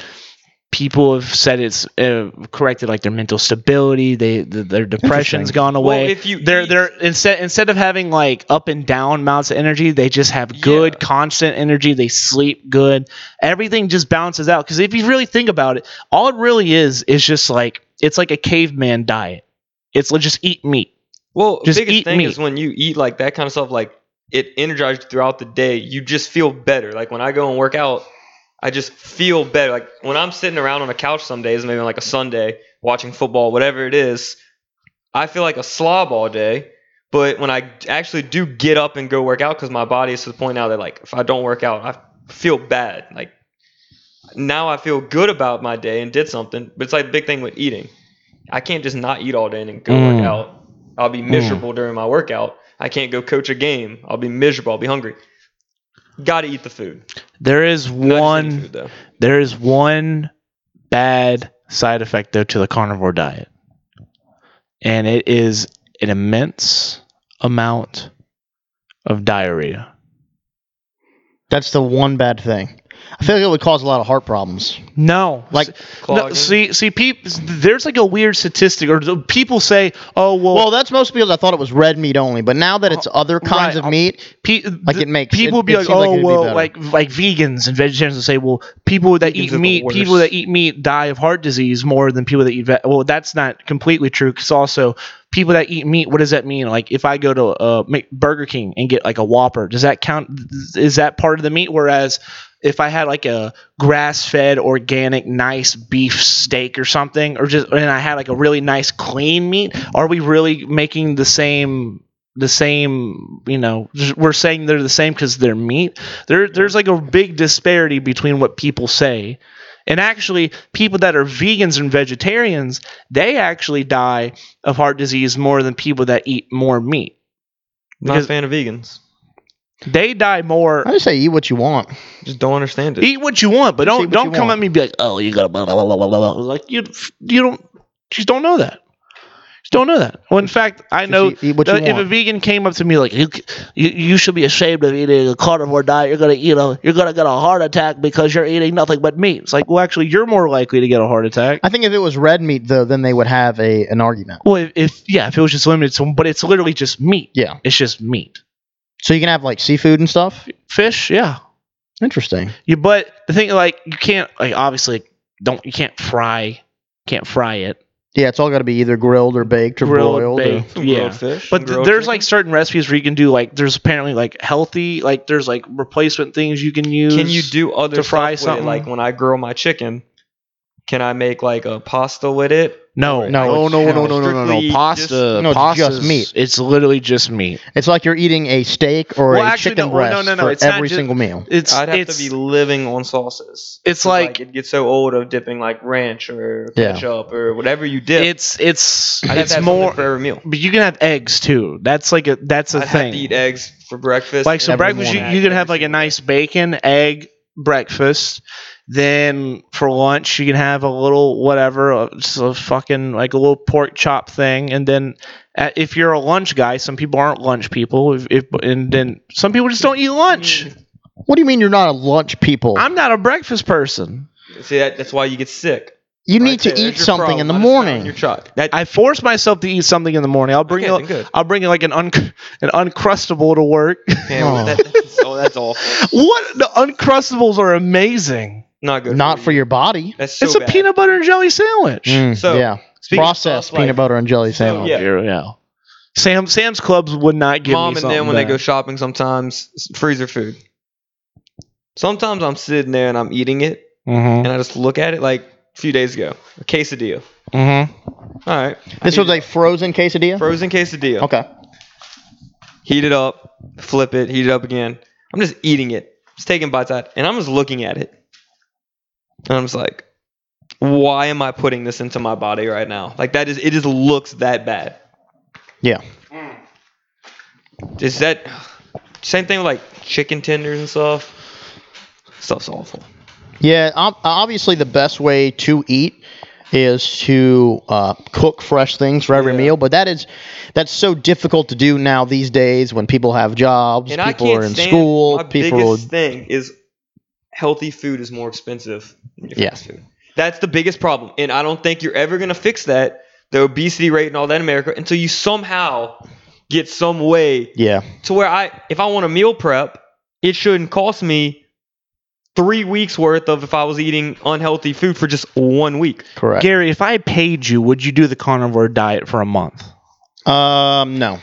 S3: people have said it's uh, corrected like their mental stability they th their depression's
S1: Interesting.
S3: gone away
S2: Well, if you
S3: they're
S2: eat-
S3: they're instead instead of having like up and down amounts of energy they just have good constant energy they sleep good everything just balances out because if you really think about it all it really is is just like it's like a caveman diet it's like just eat meat
S2: Well,
S3: Just
S2: biggest
S3: eat
S2: thing
S3: meat.
S2: is when you eat like that kind of stuff, like it energized throughout the day. You just feel better. Like when I go and work out, I just feel better. Like when I'm sitting around on a couch some days, maybe on like a Sunday, watching football, whatever it is, I feel like a slob all day. But when I actually do get up and go work out, because my body is to the point now that like if I don't work out, I feel bad. Like now I feel good about my day and did something. But it's like the big thing with eating. I can't just not eat all day and then go
S3: Mm.
S2: work out. I'll be
S3: Hmm.
S2: miserable during my workout. I can't go coach a game. I'll be miserable. I'll be hungry. Got to eat the food.
S3: there
S2: Not
S3: is
S2: just eat
S3: one
S2: food, though.
S3: There is one bad side effect though to the carnivore diet, and it is an immense amount of diarrhea.
S1: That's the one bad thing. I feel like it would cause a lot of heart problems.
S3: No,
S1: Like-
S3: no,
S2: Clogging.
S3: see, see, peop There's like a weird statistic, or the- people say, "Oh, well,
S1: Well, that's mostly because I thought it was red meat only, but now that it's other kinds
S3: right,
S1: of
S3: um,
S1: meat,
S3: pe-
S1: like
S3: th-
S1: it makes- it-
S3: people would be
S1: it
S3: like,
S1: seems like
S3: oh,
S1: it'd be
S3: well,
S1: better."
S3: like like vegans and vegetarians will say, well, people that
S2: Vegans
S3: eat
S2: are the
S3: meat,
S2: worst.
S3: people that eat meat die of heart disease more than people that eat. Ve- well, that's not completely true because also people that eat meat, what does that mean? Like if I go to uh, Mc- Burger King and get like a Whopper, does that count? Is that part of the meat? Whereas if I had like a grass-fed, organic, nice beef steak or something, or just and I had like a really nice, clean meat, are we really making the same? The same, you know, just- we're saying they're the same because they're meat. There, there's like a big disparity between what people say, and actually, people that are vegans and vegetarians, they actually die of heart disease more than people that eat more meat.
S2: Not
S3: because-
S2: a fan of vegans.
S3: They die more.
S1: I just say eat what you want.
S2: Just don't understand it.
S3: Eat what you want, but
S1: Just eat
S3: don't
S1: what
S3: don't
S1: you
S3: come
S1: want.
S3: at me and be like, oh, you got to blah blah blah blah blah blah. Like you you don't just don't know that. Just don't know that. Well, in fact, I
S1: Just
S3: know
S1: eat, eat what you
S3: that if a
S1: want.
S3: vegan came up to me like you, c- you, you should be ashamed of eating a carnivore diet. You're gonna eat a you're gonna get a heart attack because you're eating nothing but meat. It's like, well, actually, you're more likely to get a heart attack.
S1: I think if it was red meat though, then they would have a an argument.
S3: Well, if, if yeah, if it was just limited to, but it's literally just meat.
S1: Yeah.
S3: It's just meat.
S1: So you can have like seafood and stuff.
S3: Fish, yeah.
S1: Interesting.
S3: You but the thing like you can't like obviously don't you can't fry can't fry it
S1: Yeah, it's all got to be either grilled or baked or broiled. or-
S3: baked,
S2: Some
S3: yeah.
S2: grilled fish. some
S3: But th-
S2: grilled
S3: there's
S2: chicken.
S3: like certain recipes where you can do like there's apparently like healthy like there's like replacement things you can use.
S2: Can you do other
S3: to
S2: stuff
S3: fry
S2: with it?
S3: something?
S2: Like when I grill my chicken, can I make like a pasta with it?
S3: no
S1: No,
S3: no no no no no no, no,
S2: strictly just-
S3: pasta
S1: No,
S3: pasta
S1: just meat.
S3: It's literally just meat.
S1: It's like you're eating a steak or
S3: Well,
S1: a
S3: actually,
S1: chicken
S3: no, well,
S1: breast
S3: no, no, no,
S1: for
S3: it's not
S1: every
S3: ju-
S1: single meal.
S3: It's
S2: I'd have
S3: it's,
S2: to be living on sauces.
S3: it's
S2: 'Cause, like,
S3: like
S2: it gets so old of dipping like ranch or
S1: Yeah.
S2: ketchup or whatever you dip.
S3: it's it's
S2: I'd have to
S3: it's
S2: have something
S3: more.
S2: for every meal.
S3: But you can have eggs too. That's like a that's a
S2: I'd
S3: thing.
S2: have to eat eggs for breakfast.
S3: like so
S2: every
S3: breakfast you,
S2: morning.
S3: you can have like a nice bacon egg breakfast then for lunch you can have a little whatever uh, just a fucking like a little pork chop thing and then uh, if you're a lunch guy some people aren't lunch people if, if and then some people just don't eat lunch
S2: Mm.
S1: What do you mean you're not a lunch people?
S3: i'm not a breakfast person
S2: See, that, that's why you get sick.
S1: you
S2: right
S1: need to
S2: there.
S1: eat
S2: That's your
S1: something in
S2: problem.
S1: the
S2: I just found
S1: morning.
S2: Your truck. That,
S3: i force myself to eat something in the morning i'll bring
S2: Okay,
S3: a,
S2: then
S3: [laughs]
S2: good.
S3: i'll bring like an un, an uncrustable to work [laughs]
S2: man,
S1: Oh.
S2: that, that's, oh, that's awful.
S3: what the uncrustables are amazing
S2: Not good.
S1: Not
S2: you.
S1: for your body.
S2: That's so
S3: it's a
S2: bad.
S3: peanut butter and jelly sandwich
S1: Mm,
S2: So,
S1: yeah,
S2: Speaking of
S1: processed
S2: stuff, like,
S1: peanut butter and jelly
S2: So,
S1: sandwich.
S2: yeah.
S3: Here we go. Sam Sam's Clubs would not give
S2: Mom
S3: me
S2: and
S3: something
S2: them when they go
S3: better.
S2: shopping sometimes s- freezer food. Sometimes I'm sitting there and I'm eating it
S1: Mm-hmm.
S2: and I just look at it like a few days ago. A quesadilla.
S3: Mhm.
S1: Mm-hmm.
S3: Mhm.
S2: All right.
S1: This was a frozen quesadilla.
S2: frozen quesadilla.
S1: okay.
S2: heat it up, flip it, heat it up again. I'm just eating it, just taking bites out, and I'm just looking at it. And I'm just like, why am I putting this into my body right now? Like that is, it just looks that bad.
S1: Yeah.
S2: Is that same thing with like chicken tenders and stuff? Stuff's awful.
S1: Yeah, ob- obviously the best way to eat is to uh, cook fresh things for every
S2: Yeah.
S1: meal, but that is that's so difficult to do now these days when people have jobs,
S2: And I
S1: people
S2: can't
S1: are in
S2: stand-
S1: school,
S2: My
S1: people.
S2: biggest thing is healthy food is more expensive. Than your
S1: Yeah.
S2: fast food. That's the biggest problem, and I don't think you're ever gonna fix that. The obesity rate and all that in America until you somehow get some way
S1: Yeah.
S2: to where I, if I want a meal prep, it shouldn't cost me three weeks worth of if I was eating unhealthy food for just one week.
S1: Correct.
S3: Gary, if I paid you, would you do the carnivore diet for a month?
S1: Um, no.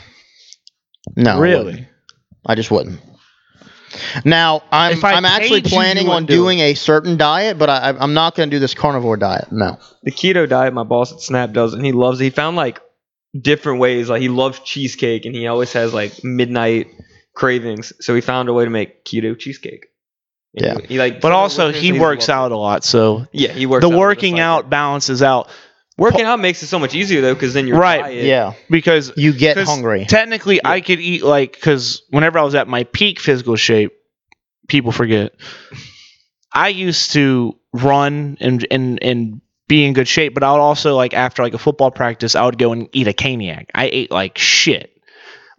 S1: No. I wouldn't. I just wouldn't. Now I'm
S3: If I
S1: I'm actually
S3: paid you, you
S1: planning on
S3: wouldn't do
S1: doing a certain diet, but I, I'm not going to do this carnivore diet. No.
S2: the keto diet my boss at Snap does, and he loves it. He found like different ways. Like he loves cheesecake, and he always has like midnight cravings. So he found a way to make keto cheesecake. And
S1: Yeah.
S2: he, he, like,
S3: But also, he works out a lot, so
S2: Yeah, he works.
S3: the
S2: out, but it's
S3: working
S2: like-
S3: out balances out
S2: working out makes it so much easier though, because then you're
S3: Right,
S2: Diet,
S1: Yeah.
S3: because
S1: You get
S3: 'Cause
S1: hungry.
S3: Technically, I could eat like because whenever I was at my peak physical shape, people forget. I used to run and and and be in good shape, but I would also like after like a football practice, I would go and eat a caniac. I ate like shit,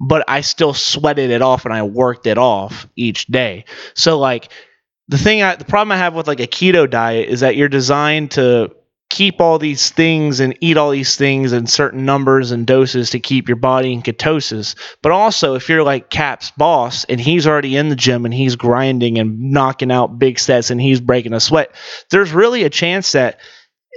S3: but I still sweated it off and I worked it off each day. So like the thing, I, the problem I have with like a keto diet is that you're designed to keep all these things and eat all these things in certain numbers and doses to keep your body in ketosis. But also, if you're like Cap's boss and he's already in the gym and he's grinding and knocking out big sets and he's breaking a sweat, there's really a chance that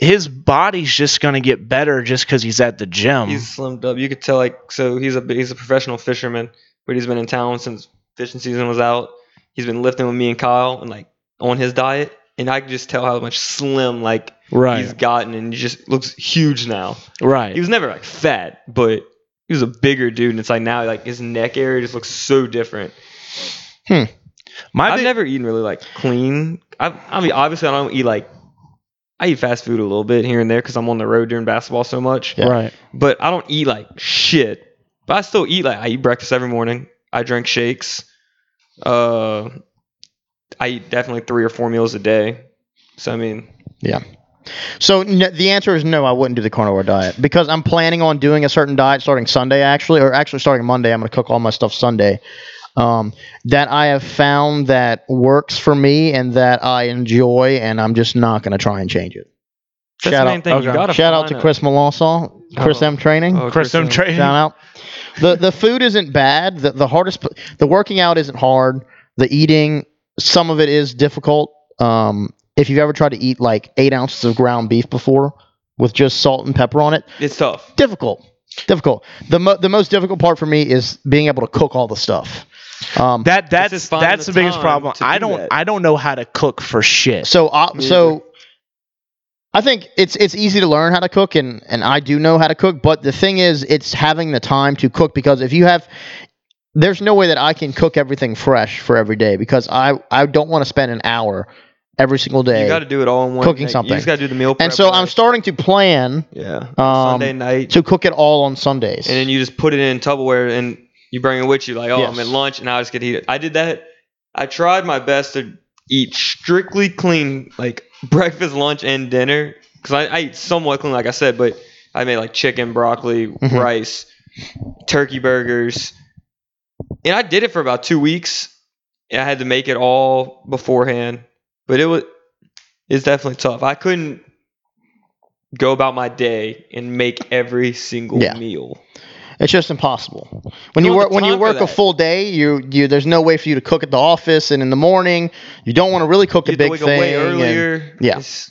S3: his body's just going to get better just because he's at the gym.
S2: he's slimmed up. You could tell like so he's a he's a professional fisherman, but he's been in town since fishing season was out. He's been lifting with me and Kyle, and like on his diet, and I could just tell how much slim like he's gotten and he just looks huge now.
S3: right.
S2: He was never like fat, but he was a bigger dude and it's like now like his neck area just looks so different.
S3: My
S2: I've
S3: big-
S2: never eaten really like clean. I I mean obviously I don't eat like I eat fast food a little bit here and there cuz I'm on the road during basketball so much,
S1: Yeah.
S3: Right.
S2: but I don't eat like shit. But I still eat like I eat breakfast every morning. I drink shakes. Uh I eat definitely 3 or 4 meals a day. So I mean,
S1: So n- the answer is no. I wouldn't do the carnivore diet because I'm planning on doing a certain diet starting Sunday, actually, or actually starting Monday. I'm going to cook all my stuff Sunday. Um, that I have found that works for me and that I enjoy, and I'm just not going to try and change it. Shout
S2: that's the
S1: out-
S2: main thing. You
S3: okay.
S2: gotta
S1: Shout out
S2: find
S1: to
S2: a-
S1: Chris Malasol, Chris
S2: Oh.
S1: M Training.
S2: Oh,
S3: Chris, I'm
S2: Chris,
S3: training.
S1: Shout out. The the food isn't bad. The the hardest p- the working out isn't hard. The eating some of it is difficult. Um, if you've ever tried to eat like eight ounces of ground beef before with just salt and pepper on it,
S2: It's tough.
S1: difficult. Difficult. The mo- the most difficult part for me is being able to cook all the stuff. Um,
S3: That
S2: is
S3: that's
S2: finding
S3: that's
S2: the
S3: the biggest
S2: time
S3: problem.
S2: to
S3: I
S2: do
S3: don't
S2: that.
S3: I don't know how to cook for shit.
S1: So I
S2: Me
S1: so I think it's it's easy to learn how to cook and and I do know how to cook, but the thing is it's having the time to cook because if you have there's no way that I can cook everything fresh for every day because I I don't want to spend an hour every single
S2: You
S1: day.
S2: got to do it all in one.
S1: Cooking
S2: night.
S1: something.
S2: You just got to do the meal prep.
S1: and so I'm
S2: night.
S1: starting to plan
S2: yeah.
S1: um
S2: Sunday night,
S1: to cook it all on Sundays.
S2: and then you just put it in Tupperware, and you bring it with you. Like, oh, I'm
S1: Yes.
S2: at lunch, and I just get to eat it. I did that. I tried my best to eat strictly clean, like [laughs] breakfast, lunch, and dinner, because I, I eat somewhat clean, like I said. But I made like chicken, broccoli,
S1: Mhm.
S2: rice, turkey burgers, and I did it for about two weeks. And I had to make it all beforehand, but it was it's definitely tough. I couldn't go about my day and make every single
S1: Yeah.
S2: meal.
S1: It's just impossible. When
S2: You
S1: you
S2: don't have
S1: work
S2: the
S1: when you
S2: time for
S1: work a
S2: that.
S1: full day, you you there's no way for you to cook at the office and in the morning. You don't want to really cook a
S2: You have to
S1: big
S2: wake up
S1: thing.
S2: way
S1: and-
S2: earlier.
S1: yeah.
S2: It's-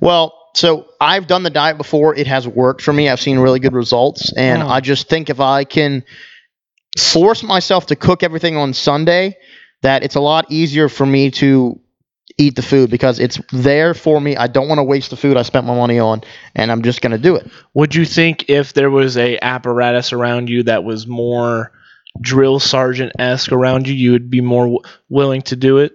S1: Well, so I've done the diet before. It has worked for me. I've seen really good results. And
S3: Hmm.
S1: I just think if I can force myself to cook everything on Sunday, that it's a lot easier for me to eat the food because it's there for me. I don't want to waste the food I spent my money on, and I'm just going to do it.
S3: Would you think if there was a apparatus around you that was more drill sergeant esque around you, you would be more w- willing to do it?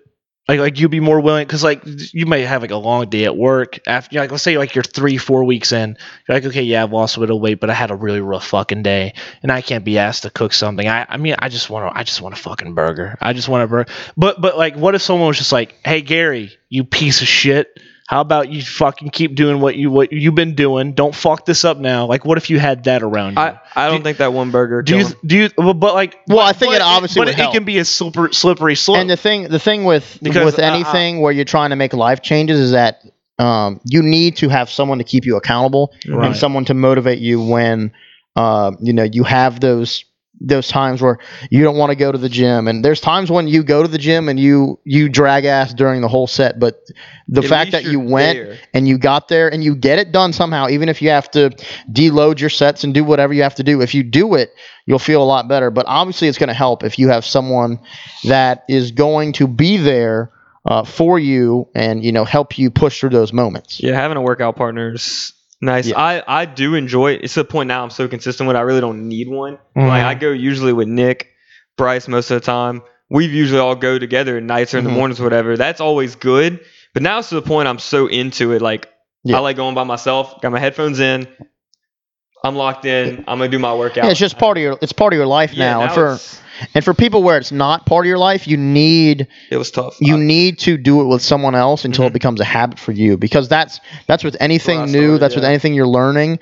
S3: Like, like you'd be more willing because like you may have like a long day at work after like let's say like you're three four weeks in you're like okay yeah I've lost a bit of weight but I had a really rough fucking day and I can't be asked to cook something I I mean I just want to I just want a fucking burger I just want a burger but but like what if someone was just like hey Gary you piece of shit how about you fucking keep doing what you what you've been doing? Don't fuck this up now. Like, what if you had that around you?
S2: I, I don't think that one burger.
S3: do you
S2: killed him.
S3: do you? Well, but like,
S1: Well,
S3: but-
S1: I think
S3: but
S1: it obviously
S3: but
S1: would
S3: it
S1: help.
S3: can be a slippery slippery slope.
S1: And the thing, the thing with
S3: Because,
S1: with
S3: uh, uh,
S1: anything where you're trying to make life changes is that um, you need to have someone to keep you accountable
S3: Right.
S1: and someone to motivate you when um, you know you have those those times where you don't want to go to the gym and there's times when you go to the gym and you you drag ass during the whole set but the
S2: At
S1: fact
S2: least
S1: that you
S2: you're
S1: went
S2: there.
S1: and you got there and you get it done somehow even if you have to deload your sets and do whatever you have to do if you do it you'll feel a lot better but obviously it's going to help if you have someone that is going to be there uh, for you and you know help you push through those moments
S2: Yeah, having a workout partner is nice.
S1: Yeah.
S2: I, I do enjoy it. It's to the point now I'm so consistent with it, I really don't need one.
S1: Mm-hmm.
S3: Mhm.
S2: Like I go usually with Nick, Bryce most of the time. We've usually all go together at nights or in
S1: Mhm.
S2: the mornings or whatever. That's always good. But now it's to the point I'm so into it. Like
S1: Yeah.
S2: I like going by myself, got my headphones in, I'm locked in, I'm gonna do my workout.
S1: Yeah, it's just part of your it's part of your life
S2: Yeah,
S1: now.
S2: now
S1: And for
S2: it's-
S1: and for people where it's not part of your life, you need
S2: it was tough.
S1: you
S2: I-
S1: need to do it with someone else until
S2: Mhm.
S1: it becomes a habit for you because that's that's with anything
S2: I
S1: new,
S2: started,
S1: that's with
S2: yeah.
S1: anything you're learning.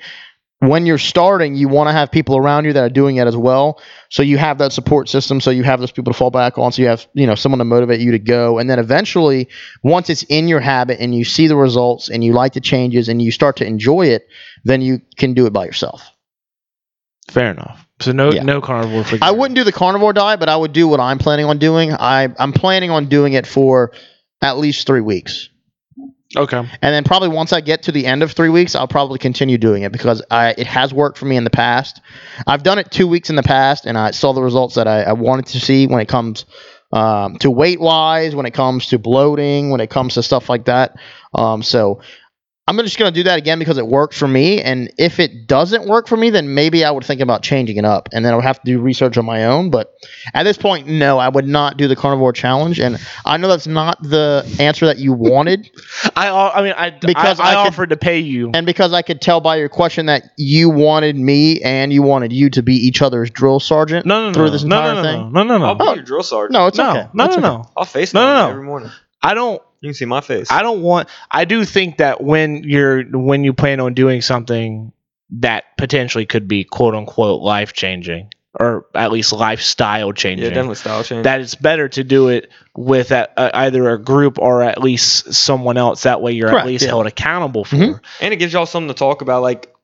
S1: When you're starting, you want to have people around you that are doing it as well. So you have that support system, so you have those people to fall back on, so you have, you know, someone to motivate you to go. And then eventually, once it's in your habit and you see the results and you like the changes and you start to enjoy it, then you can do it by yourself.
S3: Fair enough. So no
S1: Yeah.
S3: no carnivore for
S1: I wouldn't do the carnivore diet, but I would do what I'm planning on doing. I, I'm planning on doing it for at least three weeks.
S3: Okay.
S1: And then probably once I get to the end of three weeks, I'll probably continue doing it because I, it has worked for me in the past. I've done it two weeks in the past, and I saw the results that I, I wanted to see when it comes um, to weight wise, when it comes to bloating, when it comes to stuff like that. Um, so I'm just going to do that again because it worked for me. And if it doesn't work for me, then maybe I would think about changing it up. And then I would have to do research on my own. But at this point, no, I would not do the carnivore challenge. And I know that's not the answer that you wanted.
S3: I al- I mean I
S1: Because
S3: I, I,
S1: I could-
S3: offered to pay you.
S1: And because I could tell by your question that you wanted me and you wanted you to be each other's drill sergeant
S3: No no no
S1: through
S3: no,
S1: this
S3: no,
S1: entire
S3: no, no,
S1: thing.
S3: No no no
S2: I'll
S3: no
S2: be
S1: Oh.
S2: your drill sergeant.
S1: No, it's
S3: no
S1: okay.
S3: no
S1: It's okay.
S3: no, no.
S2: I'll face
S3: No,
S2: no,
S3: no, no.
S2: every morning.
S3: I don't
S2: You can see my face.
S3: I don't want. I do think that when you're when you plan on doing something that potentially could be quote unquote life changing or at least lifestyle
S2: yeah,
S3: changing.
S2: definitely style change.
S3: That it's better to do it with a, a, either a group or at least someone else. That way, you're
S1: Correct,
S3: at least
S1: yeah.
S3: held accountable for.
S1: Mhm.
S2: and it gives y'all something to talk about, like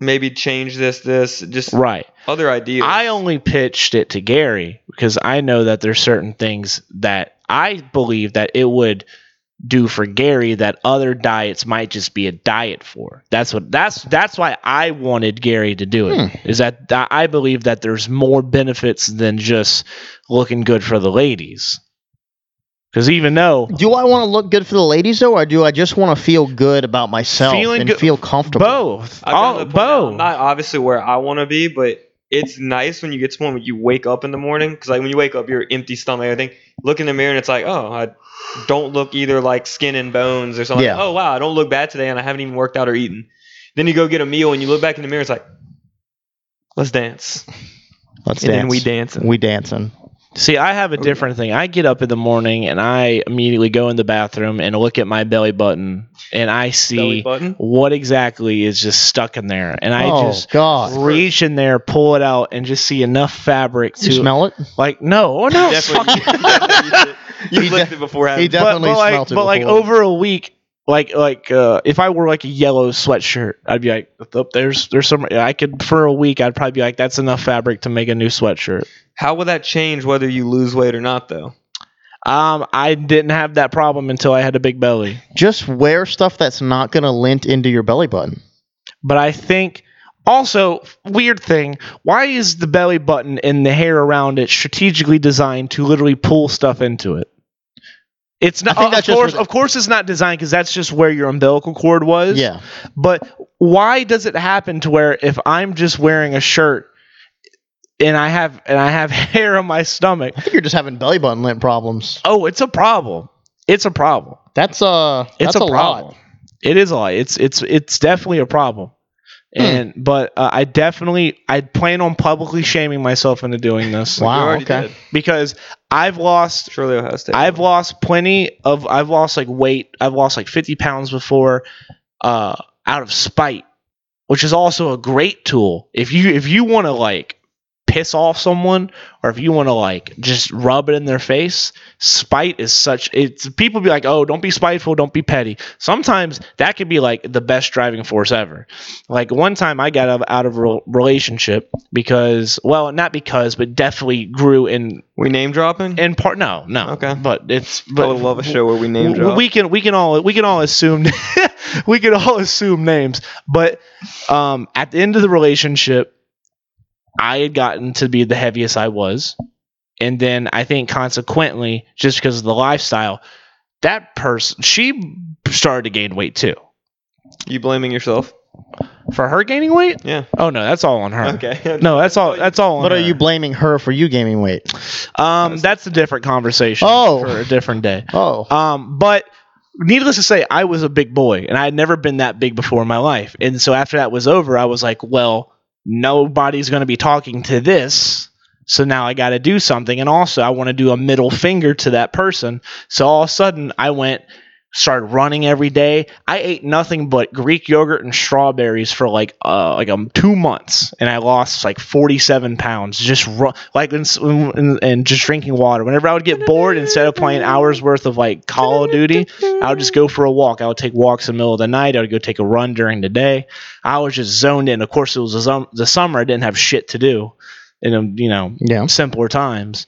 S2: maybe change this, this, just
S3: Right.
S2: other ideas.
S3: I only pitched it to Gary because I know that there's certain things that I believe that it would do for Gary that other diets might just be a diet for. That's what that's that's why I wanted Gary to do it.
S2: Hmm.
S3: Is that th- I believe that there's more benefits than just looking good for the ladies. Cuz even though
S1: Do I want to look good for the ladies though, or do I just want to feel good about myself
S3: Feeling
S1: and
S3: good-
S1: feel comfortable?
S3: both
S2: I've gotten
S3: all,
S2: to the point now, I'm
S3: both
S2: not obviously where I want to be, but it's nice when you get to the point where you wake up in the morning because like when you wake up, you're empty stomach. I think look in the mirror and it's like, oh, I don't look either like skin and bones or something.
S1: Yeah.
S2: oh wow, I don't look bad today, and I haven't even worked out or eaten. Then you go get a meal and you look back in the mirror. It's like, let's dance,
S1: Let's
S2: and
S1: dance.
S2: then we dancing.
S1: We dancing.
S3: See, I have a
S2: Okay.
S3: different thing. I get up in the morning and I immediately go in the bathroom and look at my belly button and I
S2: Belly
S3: see
S2: button.
S3: what exactly is just stuck in there. And I
S1: oh
S3: just
S1: God!
S3: reach in there, pull it out, and just see enough fabric
S1: You
S3: to
S1: smell it?
S3: like no, oh, [laughs] no.
S2: [laughs]
S3: fuck.
S2: Definitely,
S3: [laughs]
S2: you
S1: He
S2: licked it before having.
S1: he
S2: it.
S1: definitely
S3: but, but
S1: smelt
S3: like,
S1: it
S3: but like
S1: before.
S3: over a week, like like uh, if I wore like a yellow sweatshirt, I'd be like, "Th- there's there's some. I could for a week, I'd probably be like, that's enough fabric to make a new sweatshirt.
S2: How will that change whether you lose weight or not, though?
S3: Um, I didn't have that problem until I had a big belly.
S1: Just wear stuff that's not gonna lint into your belly button.
S3: but I think also weird thing. Why is the belly button and the hair around it strategically designed to literally pull stuff into it? It's not.
S1: I think
S3: of
S1: that's just
S3: course,
S1: what-
S3: of course, it's not designed because that's just where your umbilical cord was.
S1: Yeah.
S3: But why does it happen to where if I'm just wearing a shirt and I have and I have [laughs] hair on my stomach?
S1: I think you're just having belly button lint problems.
S3: Oh, it's a problem. It's a problem.
S1: That's uh.
S3: It's
S1: that's
S3: a,
S1: a,
S3: problem.
S1: lot.
S3: It is a lot. It's it's it's definitely a problem.
S1: Hmm.
S3: And but uh, I definitely I plan on publicly shaming myself into doing this
S1: Wow,
S2: you already
S1: okay.
S2: did.
S3: because I've lost
S2: Surely Ohio State.
S3: I've lost plenty of I've lost like weight I've lost like fifty pounds before uh, out of spite, which is also a great tool if you if you want to like piss off someone or if you want to like just rub it in their face, spite is such it's people be like, "Oh, don't be spiteful, don't be petty." Sometimes that could be like the best driving force ever. Like one time I got out of- out of a rel- relationship because well, not because, but definitely grew in
S2: We name dropping?
S3: in part no, no.
S2: Okay.
S3: But it's
S2: I
S3: but
S2: would love a show where we name
S3: W-
S2: drop.
S3: we can we can all we can all assume [laughs] we can all assume names but um at the end of the relationship i had gotten to be the heaviest i was and then i think consequently just because of the lifestyle that person she started to gain weight too
S2: you blaming yourself?
S3: for her gaining weight
S2: Yeah.
S3: oh no that's all on her
S2: Okay. [laughs]
S3: no that's all that's all on
S1: But are you
S3: her.
S1: blaming her for you gaining weight?
S3: um that's a different conversation
S1: Oh.
S3: for a different day
S1: Oh,
S3: Um, but needless to say, I was a big boy, and I had never been that big before in my life. And so after that was over, I was like, well, nobody's going to be talking to this. So now I got to do something. And also, I want to do a middle finger to that person. So all of a sudden, I went, started running every day. I ate nothing but Greek yogurt and strawberries for like uh like um two months, and I lost like forty seven pounds just ru- like and, and, and just drinking water. Whenever I would get bored, instead of playing hours worth of like Call of Duty, I would just go for a walk. I would take walks in the middle of the night. I would go take a run during the day. I was just zoned in. Of course, it was the, zum- the summer. I didn't have shit to do, and um, you know
S1: yeah.
S3: simpler times.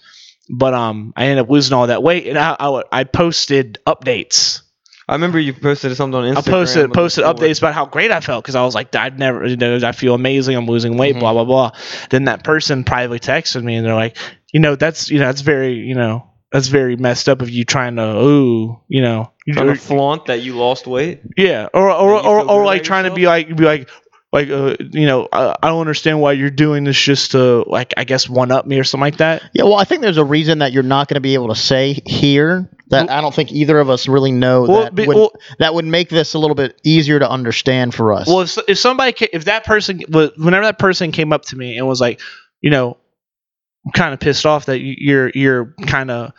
S3: But um, I ended up losing all that weight, and I I, would- I posted updates.
S2: I remember you posted something on Instagram.
S3: I posted
S2: with
S3: posted
S2: the board.
S3: updates about how great I felt because I was like, I've never, you know, I feel amazing. I'm losing weight, blah
S2: Mm-hmm.
S3: blah blah. Then that person privately texted me, and they're like, you know, that's you know, that's very, you know, that's very messed up of you trying to, ooh, you know,
S2: Trying to flaunt that you lost weight.
S3: yeah, or or
S2: That you
S3: or,
S2: feel
S3: or
S2: good
S3: like
S2: about
S3: trying to be like be like like uh, you know, uh, I don't understand why you're doing this just to like I guess one up me or something like that.
S1: Yeah, well, I think there's a reason that you're not going to be able to say here that I don't think either of us really know
S3: Well,
S1: that,
S3: be-
S1: would,
S3: well-
S1: that would make this a little bit easier to understand for us.
S3: Well, if, if somebody, ca- if that person, wa- whenever that person came up to me and was like, you know, I'm kind of pissed off that you- you're you're kind of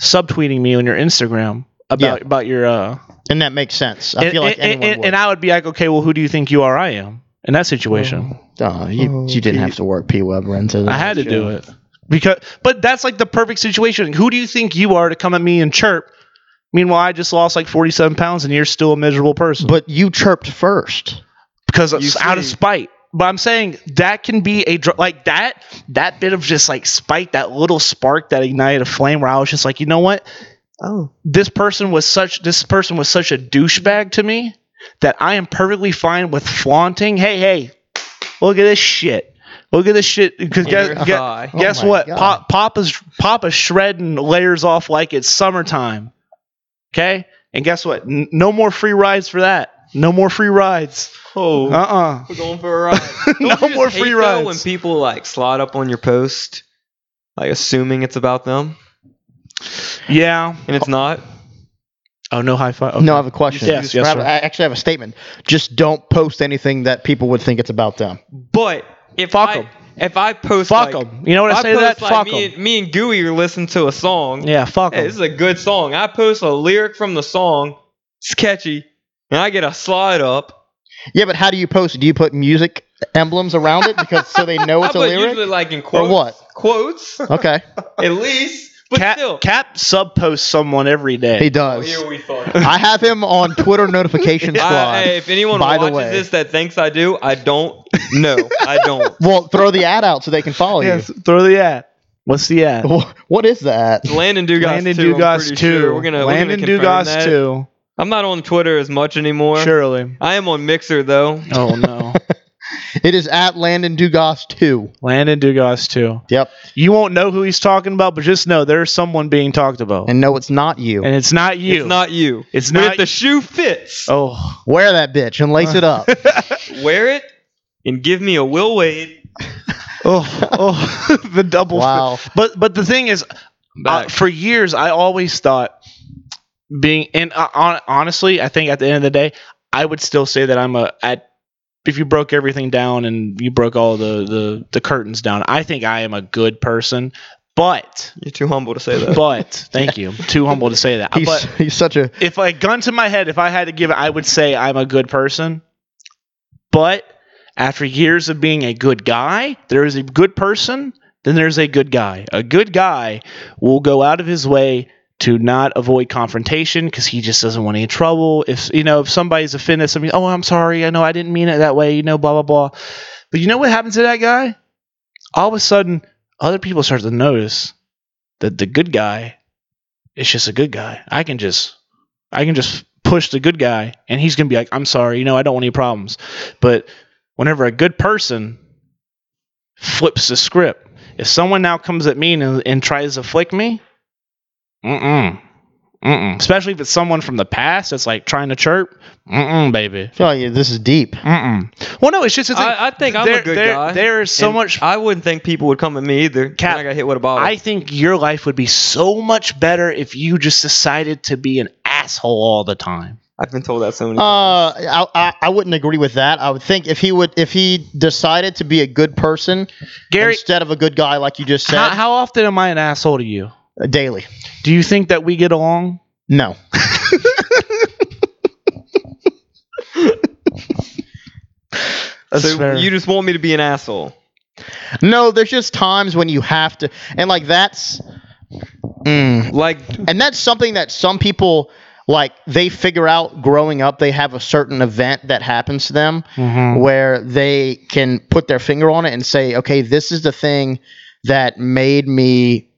S3: subtweeting me on your Instagram about about your. uh
S1: and that makes sense. I
S3: and,
S1: feel like
S3: and,
S1: anyone
S3: and,
S1: would.
S3: and I would be like, okay, well, who do you think you are? I am in that situation.
S1: Oh, you, you didn't have to work P Weber into that.
S3: I had to do it because, but that's like the perfect situation. Who do you think you are to come at me and chirp? Meanwhile, I just lost like 47 pounds, and you're still a miserable person.
S1: But you chirped first.
S3: because of,
S2: You
S3: out of
S2: see-
S3: spite. But I'm saying that can be a dr- like that that bit of just like spite, that little spark that ignited a flame where I was just like, you know what?
S2: Oh.
S3: This person was such this person was such a douchebag to me that I am perfectly fine with flaunting. Hey, hey, look at this shit. Look at this shit. Because
S2: You're [laughs]
S3: guess, guess,
S2: high.
S1: Oh my
S3: what?
S1: God.
S3: Pop, Papa's Papa shredding layers off like it's summertime. Okay, and guess what? N- no more free rides for that. No more free rides.
S2: Oh.
S3: Uh uh
S2: [laughs] We're going for
S3: [laughs]
S2: a ride. Don't
S3: No
S2: you just
S3: more
S2: hate,
S3: free
S2: though,
S3: rides.
S2: When people like slide up on your post, like assuming it's about them
S3: Yeah.
S2: and it's not.
S3: Oh no, high five.
S1: No, I have a question.
S3: Yes, yes,
S1: I, have-
S3: sir.
S1: I actually have a statement. Just don't post anything that people would think it's about them.
S2: But if
S3: Fuck
S2: I
S3: 'em.
S2: if I post
S3: Fuck
S2: like,
S3: 'em. You know what I say to
S2: post,
S3: that?
S2: like,
S3: Fuck
S2: me
S3: 'em.
S2: and, me and Gooey are listening to a song.
S3: Yeah, fuck
S2: Hey,
S3: 'em.
S2: this is a good song. I post a lyric from the song, it's catchy, and I get a slide up.
S1: Yeah, but how do you post? it? Do you put music emblems around it because so they
S3: [laughs]
S1: know
S2: I
S1: it's a
S2: put
S1: lyric?
S2: usually like in quotes.
S1: what?
S2: Quotes,
S1: okay,
S2: at least. But
S3: Cap,
S2: still.
S3: Cap sub posts someone every
S1: he
S3: day.
S2: Oh,
S1: does.
S2: here we fuck.
S3: [laughs]
S1: I have him on Twitter
S2: [laughs]
S1: notification squad.
S2: I- hey, if anyone
S1: by the
S2: watches
S1: way.
S2: this that thinks I do, I don't. No,
S3: [laughs]
S2: I don't.
S1: Well, throw the ad out so they can follow
S3: Yes, throw the ad. What's the ad?
S1: you. Wh- [laughs] What is that?
S2: Landon Dugas
S3: Landon
S2: too, I'm
S3: Dugas
S2: pretty
S3: two.
S2: sure. We're gonna
S3: Landon
S2: we're gonna confirm
S3: Dugas
S2: that.
S3: two.
S2: I'm not on Twitter as much anymore.
S3: Surely.
S2: I am on Mixer though. [laughs]
S3: Oh no,
S1: [laughs] It is at Landon Dugas two.
S3: Landon Dugas two.
S1: Yep,
S3: You won't know who he's talking about, but just know there's someone being talked about, and,
S1: and no, it's not you.
S3: it's not you.
S2: It's not you.
S3: It's
S2: But
S3: not.
S2: if the shoe fits, [laughs]
S3: oh,
S1: Wear that bitch and lace it up.
S2: wear it and give me a Will Wade.
S3: oh, oh, [laughs] the double.
S1: wow.
S3: But but the thing is, uh,
S2: back.
S3: for years I always thought being and uh, hon- honestly, I think at the end of the day, I would still say that I'm a at if you broke everything down and you broke all the the, the curtains down, I think I am a good person. But
S2: [laughs] You're too humble to say that.
S3: but thank you. Too humble to say that.
S1: He's
S3: But
S1: [laughs] he's such a
S3: if a gun to my head, if I had to give it, I would say I'm a good person. But after years of being a good guy, there is a good person then there's a good guy. A good guy will go out of his way to not avoid confrontation because he just doesn't want any trouble. If you know, if somebody's offended, somebody, oh, I'm sorry, I know I didn't mean it that way, you know, blah blah blah. But you know what happens to that guy? All of a sudden, other people start to notice that the good guy is just a good guy. I can just, I can just push the good guy, and he's gonna be like, I'm sorry, you know, I don't want any problems. But whenever a good person flips the script, if someone now comes at me and, and tries to flick me, Mm-mm. Mm-mm. Especially if it's someone from the past that's like trying to chirp. Mm-mm, baby.
S1: I feel like oh, this is deep.
S3: Mm-mm. Well, no, it's just. It's like,
S2: I, I think I'm
S3: there-
S2: a good
S3: there-
S2: guy.
S3: There is so
S2: and
S3: much. I,
S2: I wouldn't think people would come at me either.
S3: Cap,
S2: Cap, I got hit with a bottle.
S3: think your life would be so much better if you just decided to be an asshole all the time.
S2: I've been told that so many.
S1: Uh,
S2: times.
S1: I, I I wouldn't agree with that. I would think if he would if he decided to be a good person
S3: Gary,
S1: instead of a good guy like you just said
S3: how, how often am I an asshole to you?
S1: uh, daily.
S3: Do you think that we get along?
S1: No,
S2: so you just want me to be an asshole.
S1: no. There's just times when you have to, and like that's, mm,
S2: Like
S1: and that's something that some people like they figure out growing up. They have a certain event that happens to them
S3: Mhm.
S1: where they can put their finger on it and say, okay, this is the thing that made me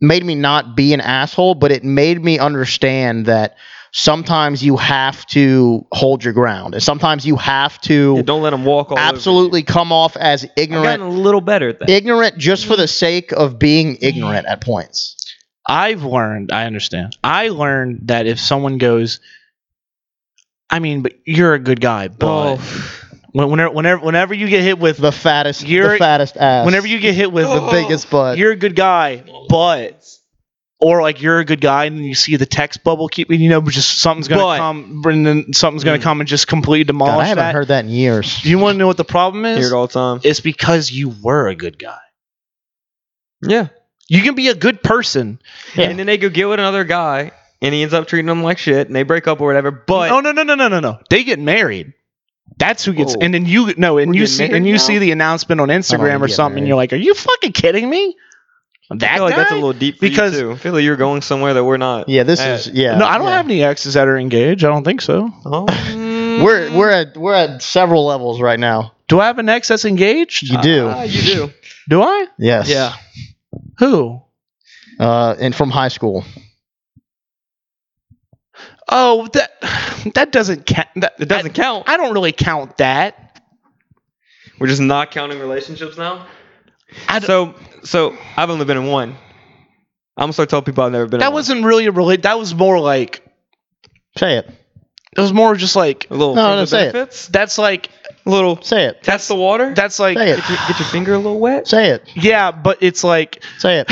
S1: made me not be an asshole, but it made me understand that sometimes you have to hold your ground. And sometimes you have
S2: yeah,
S1: to
S2: don't let them walk all
S1: absolutely come off as
S2: Over you. I've gotten
S1: ignorant
S2: a Mm-hmm. little better at that.
S1: ignorant just for the sake of being ignorant at points.
S3: I've learned, I understand. I learned that if someone goes, I mean, but you're a good guy, but
S1: Oh.
S2: oh.
S3: when- whenever, whenever, whenever you get hit with,
S1: The fattest
S3: You're-
S1: the fattest ass.
S3: whenever you get hit with,
S1: the biggest butt.
S3: Oh, you're a good guy, but, or like you're a good guy, and you see the text bubble keep, you know, just something's gonna
S2: But.
S3: come, and then something's gonna
S2: Mm.
S3: come and just completely demolish
S1: God, I haven't
S3: that.
S1: heard that in years.
S3: Do [laughs] you want to know what the problem
S2: Here
S3: is?
S2: at all the time.
S3: It's because you were a good guy.
S2: Yeah.
S3: You can be a good person.
S1: Yeah.
S2: And then they go get with another guy, and he ends up treating them like shit, and they break up or whatever. But
S3: oh no no no no no Oh. no they get married that's who gets
S2: Whoa.
S3: and then you no and
S2: We're
S3: you
S2: getting
S3: see
S2: married
S3: and you
S2: now?
S3: see the announcement on instagram
S1: wanna
S3: or
S1: get
S3: something and you're like are you fucking kidding me
S2: I
S3: that
S2: feel like that's a
S3: guy?
S2: little deep for
S3: Because-
S2: you too. I feel like you're going somewhere that we're not.
S1: Yeah, this
S2: Uh,
S1: is yeah.
S3: no i don't
S1: yeah.
S3: have any exes that are engaged i don't think so
S2: Oh.
S1: [laughs] We're we're
S3: Mm.
S1: at we're at several levels right now.
S3: do i have an ex that's engaged
S1: You do.
S2: Ah, you do.
S3: do i
S1: yes.
S3: who
S1: Uh, and from high school.
S3: oh that that doesn't count that
S2: It doesn't count.
S3: I, I don't really count that
S2: We're just not counting relationships now.
S3: I d-
S2: so so I've only been in one. I'm gonna start telling people I've never been.
S3: that
S2: in
S3: wasn't really a relate that was more like
S1: Say it.
S3: it was more just like
S2: one. a little.
S1: No,
S2: for
S1: no,
S2: the
S1: say it.
S2: benefits.
S3: that's like
S2: Little.
S1: Say it.
S2: That's the water.
S3: that's like
S1: Say it.
S2: get, your, get your finger a little wet.
S1: Say it.
S3: yeah but it's like
S1: Say
S3: [laughs]
S1: it.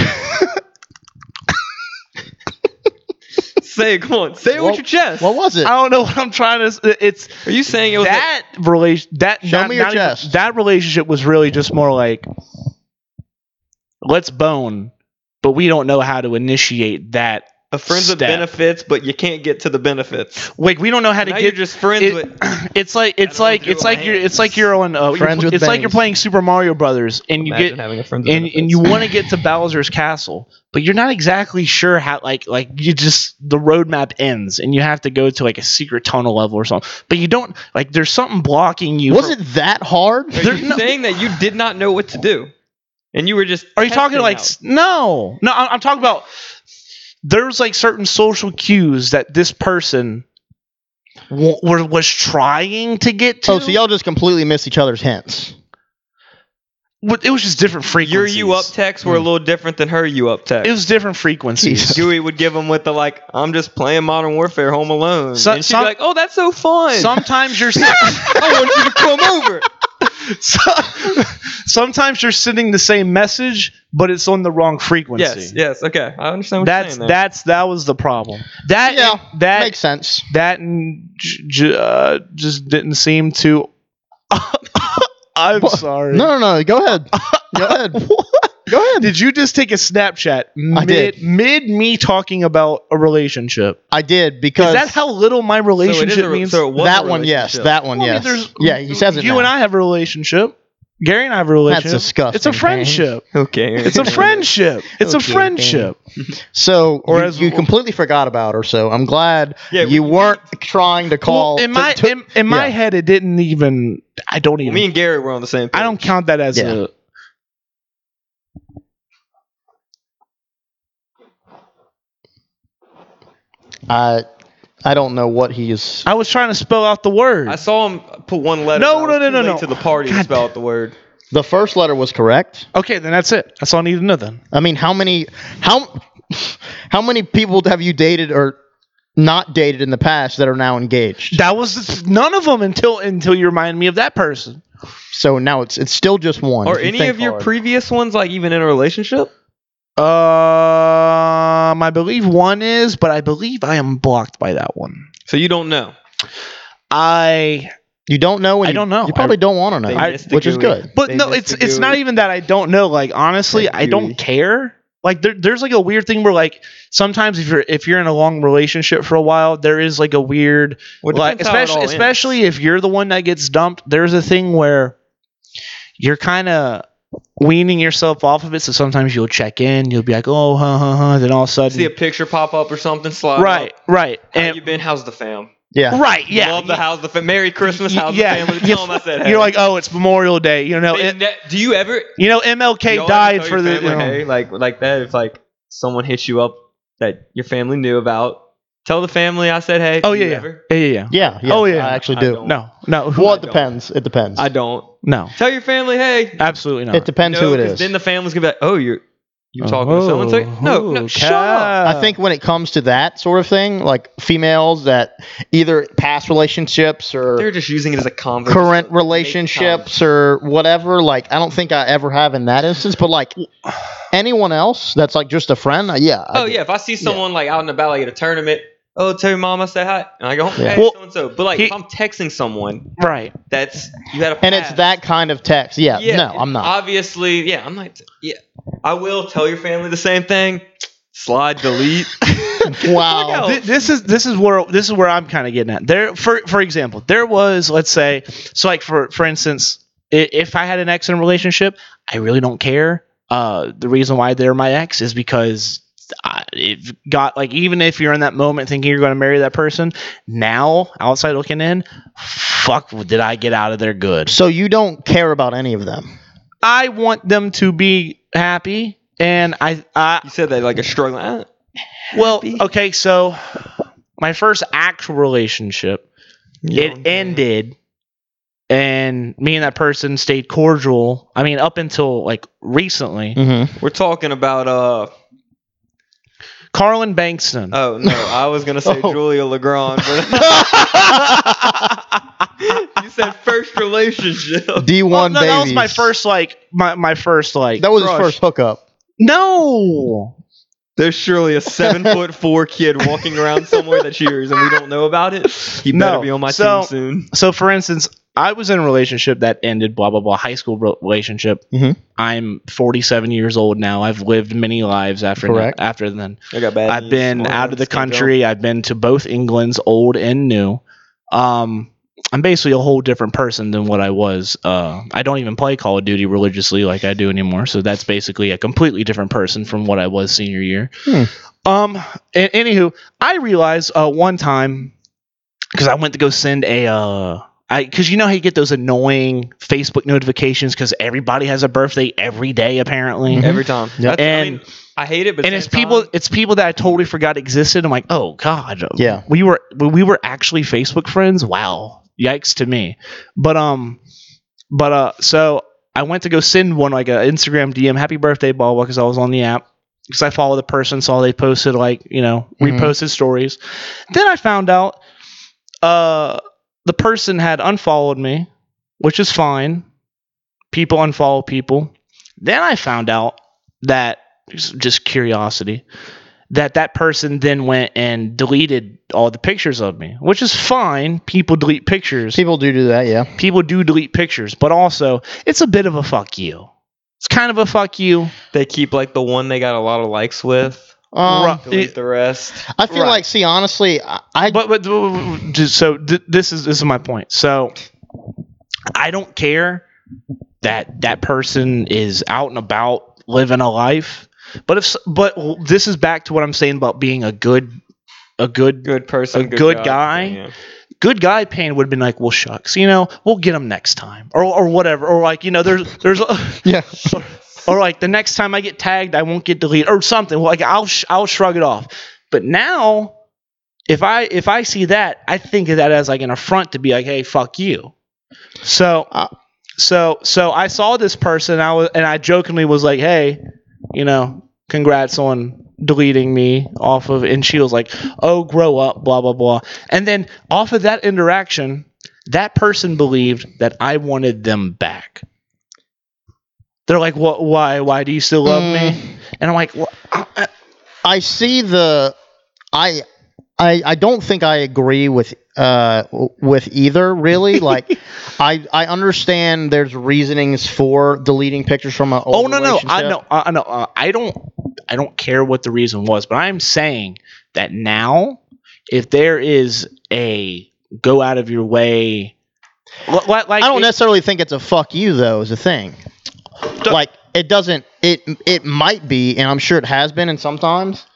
S2: [laughs] Say it. Come on. Say it
S1: What-
S2: with your chest.
S1: What was it?
S3: I don't know what I'm trying to. s- It's
S2: Are you saying it was? a-
S3: that relation. That
S1: Show
S3: not-
S1: me your
S3: not even-
S1: chest.
S3: that relationship was really just more like, let's bone, but we don't know how to initiate that.
S2: a friends of
S3: Step.
S2: benefits, but you can't get to the benefits.
S3: Like we don't know how to
S2: Now
S3: get.
S2: you're just friends [clears throat]
S3: it-
S2: with.
S3: it's like it's
S2: I don't
S3: like
S2: do
S3: it's like
S2: my
S3: you're it's
S2: hands.
S3: like you're on uh, you're
S1: Friends
S3: pl-
S1: with
S3: it's like you're
S1: bangs.
S3: playing Super Mario Brothers and you
S2: Imagine
S3: get
S2: having a friends with
S3: and,
S2: benefits.
S3: and you want to get to Bowser's castle, but you're not exactly sure how. Like, like you just the roadmap ends, and you have to go to like a secret tunnel level or something. But you don't like. There's something blocking you.
S1: was
S3: from-
S1: it that hard?
S2: Are
S3: There-
S2: you
S3: no-
S2: saying that you did not know what to do, and you were just?
S3: Are you talking
S2: testing
S3: like
S2: out?
S3: s no? No, I'm, I'm talking about. There's like certain social cues that this person w- were, was trying to get to.
S1: [laughs] Oh, so y'all just completely missed each other's hints.
S3: But It was just different
S2: your
S3: frequencies. Hmm.
S2: you up texts were a little different than her you up
S3: It
S2: text?
S3: was different frequencies.
S1: Jesus.
S2: Dewey would give them with the like, "I'm just playing Modern Warfare, Home Alone,"
S3: So-
S2: and she'd
S3: some-
S2: be like, "Oh, that's so fun!
S3: Sometimes you're.
S2: [laughs] I want you to come
S3: [laughs]
S2: over."
S3: So- [laughs] sometimes you're sending the same message, but it's on the wrong frequency.
S2: yes, yes, okay, I understand what
S3: That's
S2: you're saying. there.
S3: that's that was the problem. That
S1: Yeah,
S3: that
S1: Makes sense.
S3: that and j- j- uh, just didn't seem to. [laughs] I'm
S1: What?
S3: sorry.
S1: No, no, no. Go
S3: [laughs]
S1: ahead. Go ahead. Go ahead.
S3: Did you just take a Snapchat mid
S1: I did.
S3: mid me talking about a relationship?
S1: I did
S3: Is
S1: because
S3: that how little my
S2: so it is
S3: relationship
S2: a, re-
S3: means?
S2: so it was a
S1: that one. Yes,
S2: relationship.
S1: that one.
S3: Well, I mean,
S1: yes.
S3: there's-
S1: yeah, he says it.
S3: You
S1: now.
S3: and I have a relationship. Gary and I have a relationship.
S1: disgusting,
S3: It's a
S1: man.
S3: friendship.
S2: Okay.
S3: [laughs]
S1: [laughs]
S2: [laughs]
S3: It's a friendship. It's a
S1: Okay,
S3: friendship.
S1: So,
S3: Or
S1: you,
S3: as-
S1: you completely forgot about her. So I'm glad
S2: Yeah,
S1: you weren't trying to call.
S3: Well, in
S1: to-
S3: my
S1: to-
S3: in, in my
S1: yeah.
S3: head, it didn't even. I don't even.
S2: Me and Gary were on the same. Page.
S3: I don't count that as
S1: Yeah.
S3: a.
S1: I I don't know what he is.
S3: I was trying to spell out the word.
S2: I saw him put one letter.
S3: No,
S2: but I was too
S3: no, no, no,
S2: late
S3: no.
S2: To the party to
S3: God
S2: spell out the word.
S1: The first letter was correct.
S3: okay, then that's it. That's all I need to know. Then
S1: I mean, how many how how many people have you dated or not dated in the past that are now engaged?
S3: that was none of them until until you remind me of that person.
S1: So now it's it's still just one.
S2: Are
S1: if you
S2: any
S1: think
S2: of your
S1: hard.
S2: previous ones like even in a relationship?
S3: Um, I believe one is, but I believe I am blocked by that one.
S2: So you don't know.
S3: I
S1: you don't know? And
S3: I
S1: you-
S3: don't know.
S1: You probably don't want to
S2: They
S1: know,
S2: missed the
S1: which is
S2: gooey.
S1: good.
S3: But
S2: They
S3: no,
S2: missed
S3: it's
S2: the
S3: it's not
S2: gooey.
S3: even that I don't know. Like honestly,
S2: Like
S3: I
S2: gooey.
S3: don't care. Like there, there's like a weird thing where like sometimes if you're if you're in a long relationship for a while, there is like a weird
S2: Well, it
S3: like
S2: depends how it all
S3: especially
S2: ends.
S3: especially if you're the one that gets dumped. There's a thing where you're kind of weaning yourself off of it. So sometimes you'll check in, you'll be like, oh, huh, huh, huh. Then all of a sudden,
S2: see a picture pop up or something. Slide
S3: right,
S2: Up.
S3: right,
S2: How
S3: and
S2: you been? How's the fam?
S1: Yeah.
S3: right, yeah.
S2: Love the how's the fam. Merry Christmas.
S3: Y-
S2: How's
S3: yeah.
S2: the family?
S3: [laughs]
S2: Tell 'em I said hey.
S3: You're like, oh, it's Memorial Day. You know,
S2: They
S3: it,
S2: ne- do you ever?
S3: you know,
S2: do
S3: MLK
S2: y'all ever
S3: died
S2: tell
S3: for
S2: your
S3: the.
S2: family,
S3: you know.
S2: hey, like like that. If like someone hits you up that your family knew about, tell the family I said hey.
S3: Oh
S2: Do
S3: yeah,
S2: you
S3: yeah,
S2: ever?
S3: yeah, yeah, yeah.
S1: Yeah. yeah
S3: Oh, yeah.
S1: I actually
S2: I
S1: do.
S2: don't.
S3: No, no,
S1: Well, it
S2: I don't.
S1: depends. It depends.
S2: I don't.
S3: no.
S2: Tell your family hey.
S3: Absolutely not.
S1: it depends
S2: No,
S1: who it
S2: 'cause
S1: is.
S2: Then the family's gonna be like, oh, you're you talking to someone? So, no, no, shut up.
S1: I think when it comes to that sort of thing, like females that either past relationships
S2: They're
S1: or
S2: just using it as a conversation.
S1: current relationships or whatever, like I don't think I ever have in that instance, but like anyone else that's like just a friend, uh, yeah. I
S2: Oh
S1: do.
S2: yeah, if I see someone like out and about like at a tournament, oh tell your mom I say hi, and I go, hey,
S1: Yeah.
S3: Well,
S2: so and so. But like
S3: he-
S2: if I'm texting someone,
S3: right.
S2: that's you had a
S1: And it's
S2: pass.
S1: that kind of text. Yeah.
S2: Yeah,
S1: no, I'm
S3: [laughs]
S1: not.
S2: Obviously, yeah, I'm not. Yeah, I will tell your family the same thing. Slide
S1: [laughs]
S2: delete.
S1: wow.
S2: out.
S3: Th- this is this is where this is where I'm kind of getting at. There, for for example, there was let's say so like for for instance, i- if I had an ex in a relationship, I really don't care. Uh, the reason why they're my ex is because I, it got like even if you're in that moment thinking you're going to marry that person, now outside looking in, fuck, did I get out of there good?
S1: So you don't care about any of them.
S3: I want them to be happy, and I, I
S2: You said that like a struggling. uh,
S3: well,
S2: Happy?
S3: okay, so my first actual relationship,
S2: young
S3: it
S2: man.
S3: ended, and me and that person stayed cordial. I mean, up until like recently, [laughs]
S1: Mm-hmm.
S2: We're talking about uh
S3: Carlin Bankston.
S2: oh no, I was gonna say
S1: [laughs] Oh.
S2: Julia Legrand.
S1: [laughs]
S2: But [laughs] you said first relationship.
S1: D1
S3: Well, oh, no, that was
S1: babies.
S3: my first like my my first like.
S1: That was his
S3: crush.
S1: first hookup.
S3: No,
S2: There's surely a seven
S3: [laughs]
S2: foot four kid walking around somewhere that cheers, and we don't know about it. He better
S3: No.
S2: be on my
S3: So-
S2: team soon.
S3: so for instance i was in a relationship that ended blah blah blah high school re- relationship
S1: Mhm.
S3: i'm 47 years old now i've lived many lives after
S1: Correct.
S3: after then
S2: I got bad.
S3: i've been out of the country i've been to both england's old and new um i'm basically a whole different person than what i was uh i don't even play call of duty religiously like i do anymore so that's basically a completely different person from what i was senior year
S1: Hmm.
S3: um and anywho i realized uh one time because I went to go send a uh I because you know how you get those annoying Facebook notifications because everybody has a birthday every day apparently.
S1: Mhm.
S2: every time.
S1: Yep.
S2: That's- I,
S3: And-
S2: mean, I hate it, but
S3: And it's people it's people that I totally forgot existed. I'm like, oh God.
S1: Yeah.
S3: We were we were actually Facebook friends. Wow. Yikes to me. But um but uh so I went to go send one like an Instagram DM, happy birthday, blah blah, because I was on the app. Because I follow the person, saw they posted like, you know,
S1: Mhm.
S3: reposted stories. Then I found out uh the person had unfollowed me, which is fine. People unfollow people. Then I found out that just curiosity that that person then went and deleted all the pictures of me, which is fine. People delete pictures.
S1: People do do that, yeah.
S3: People do delete pictures, but also it's a bit of a fuck you. It's kind of a fuck you.
S2: they keep like the one they got a lot of likes with.
S1: Um,
S3: Right.
S2: Delete
S3: It-
S2: the rest.
S1: I feel
S3: Right.
S1: like, see, honestly, I, I
S3: But, but just- so th- this is this is my point. So I don't care that that person is out and about living a life. But if s- but w- this is back to what I'm saying about being a good a good
S2: Good person,
S3: A good guy? good guy Payne would have been like, well shucks, you know, we'll get him next time or or whatever or like you know there's there's
S1: [laughs]
S3: [laughs]
S1: Yeah.
S3: or like the next time I get tagged I won't get deleted or something like I'll sh- I'll shrug it off. But now if I if I see that I think of that as like an affront to be like hey fuck you. So
S1: Uh.
S3: so so I saw this person and I was and I jokingly was like hey you know congrats on deleting me off of and she was like oh grow up blah blah blah and then off of that interaction that person believed that I wanted them back. They're like, "What? Why? Why do you still love me?" And I'm like, well, I, I-
S1: I see the I I I don't think I agree with uh w- with either
S3: [laughs]
S1: really like I I understand there's reasonings for deleting pictures from an
S3: "Oh
S1: old
S3: no, no, I
S1: relationship.
S3: know, I I know, uh, I don't, I don't care what the reason was, but I'm saying that now, if there is a go out of your way, li- li- like
S1: I don't
S3: it-
S1: necessarily think it's a fuck you though is a thing.
S3: Do-
S1: like it doesn't it it might be and I'm sure it has been and sometimes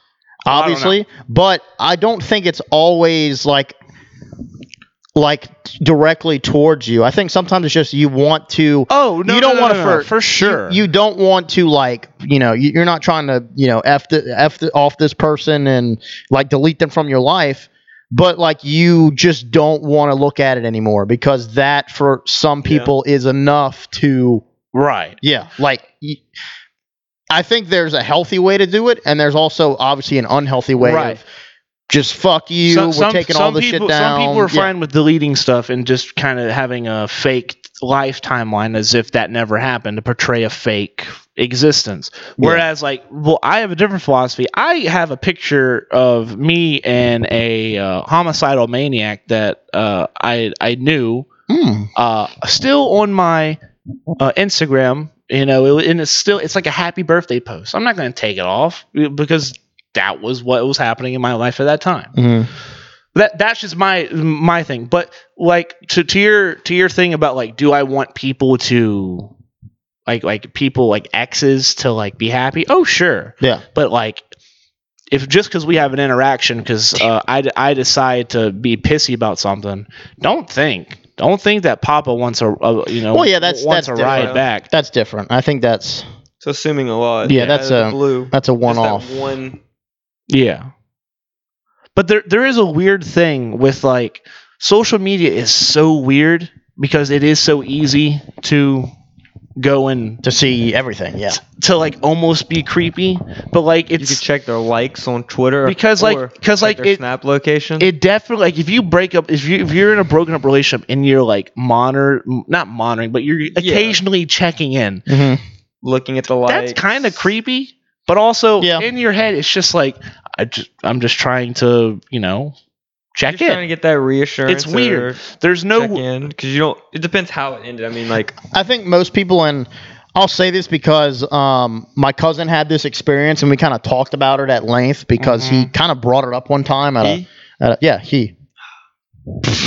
S3: I don't know.
S1: obviously but I don't think it's always like like directly towards you. I think sometimes it's just you want to
S3: Oh no,
S1: you
S3: no,
S1: don't
S3: no,
S1: wanna
S3: no, no,
S1: for-
S3: for sure.
S1: you don't want to like you know you- you're not trying to you know f the, f the, off this person and like delete them from your life but like you just don't want to look at it anymore because that for some
S2: Yeah.
S1: people is enough to
S3: right?
S1: yeah like y- i think there's a healthy way to do it and there's also obviously an unhealthy way
S3: Right.
S1: of just fuck you
S3: So-
S1: we're taking all this
S3: people,
S1: shit down
S3: Some people are
S1: Yeah.
S3: fine with deleting stuff and just kind of having a fake life timeline as if that never happened to portray a fake existence.
S1: Yeah.
S3: Whereas, like, well, I have a different philosophy. I have a picture of me and a uh, homicidal maniac that uh, I I knew
S1: Hmm.
S3: uh, still on my uh, Instagram. You know, it, and it's still it's like a happy birthday post. I'm not going to take it off because that was what was happening in my life at that time
S1: Mhm.
S3: that that's just my my thing but like to to your to your thing about like do i want people to like like people like exes to like be happy oh sure
S1: yeah
S3: but like if just because we have an interaction because uh, I, d- I decide to be pissy about something don't think don't think that papa wants a, a you know
S1: Well, yeah, that's-
S3: wants
S1: that's
S3: a ride
S2: different.
S3: back
S1: that's different i think that's
S2: So assuming a lot.
S1: Yeah, that's
S2: out of the
S3: uh,
S1: a-
S2: blue.
S1: that's a
S2: Just that
S1: one-off
S2: One.
S3: Yeah. But there there is a weird thing with like social media is so weird because it is so easy to go and
S1: to see everything yeah
S3: to like almost be creepy, but like
S2: You could
S3: it's
S2: check their likes on Twitter
S3: Because, like-
S2: or check
S3: 'cause, like,
S2: their
S3: it-
S2: snap location.
S3: it definitely like if you break up if you if you're in a broken up relationship and you're like monitor not monitoring but you're occasionally checking in
S1: mm-hmm.
S2: looking at the likes.
S3: that's kind of creepy but also
S1: Yeah.
S3: in your head it's just like I just I'm just trying to you know check
S2: Just trying to
S3: in
S2: get that reassurance.
S3: It's weird. there's
S2: No,
S3: no
S2: check in because you don't. It depends how it ended. I mean, like
S1: I think most people, and I'll say this because um, my cousin had this experience, and we kind of talked about it at length because he kind of brought it up one time. At
S2: He?
S1: A, at a, yeah, he.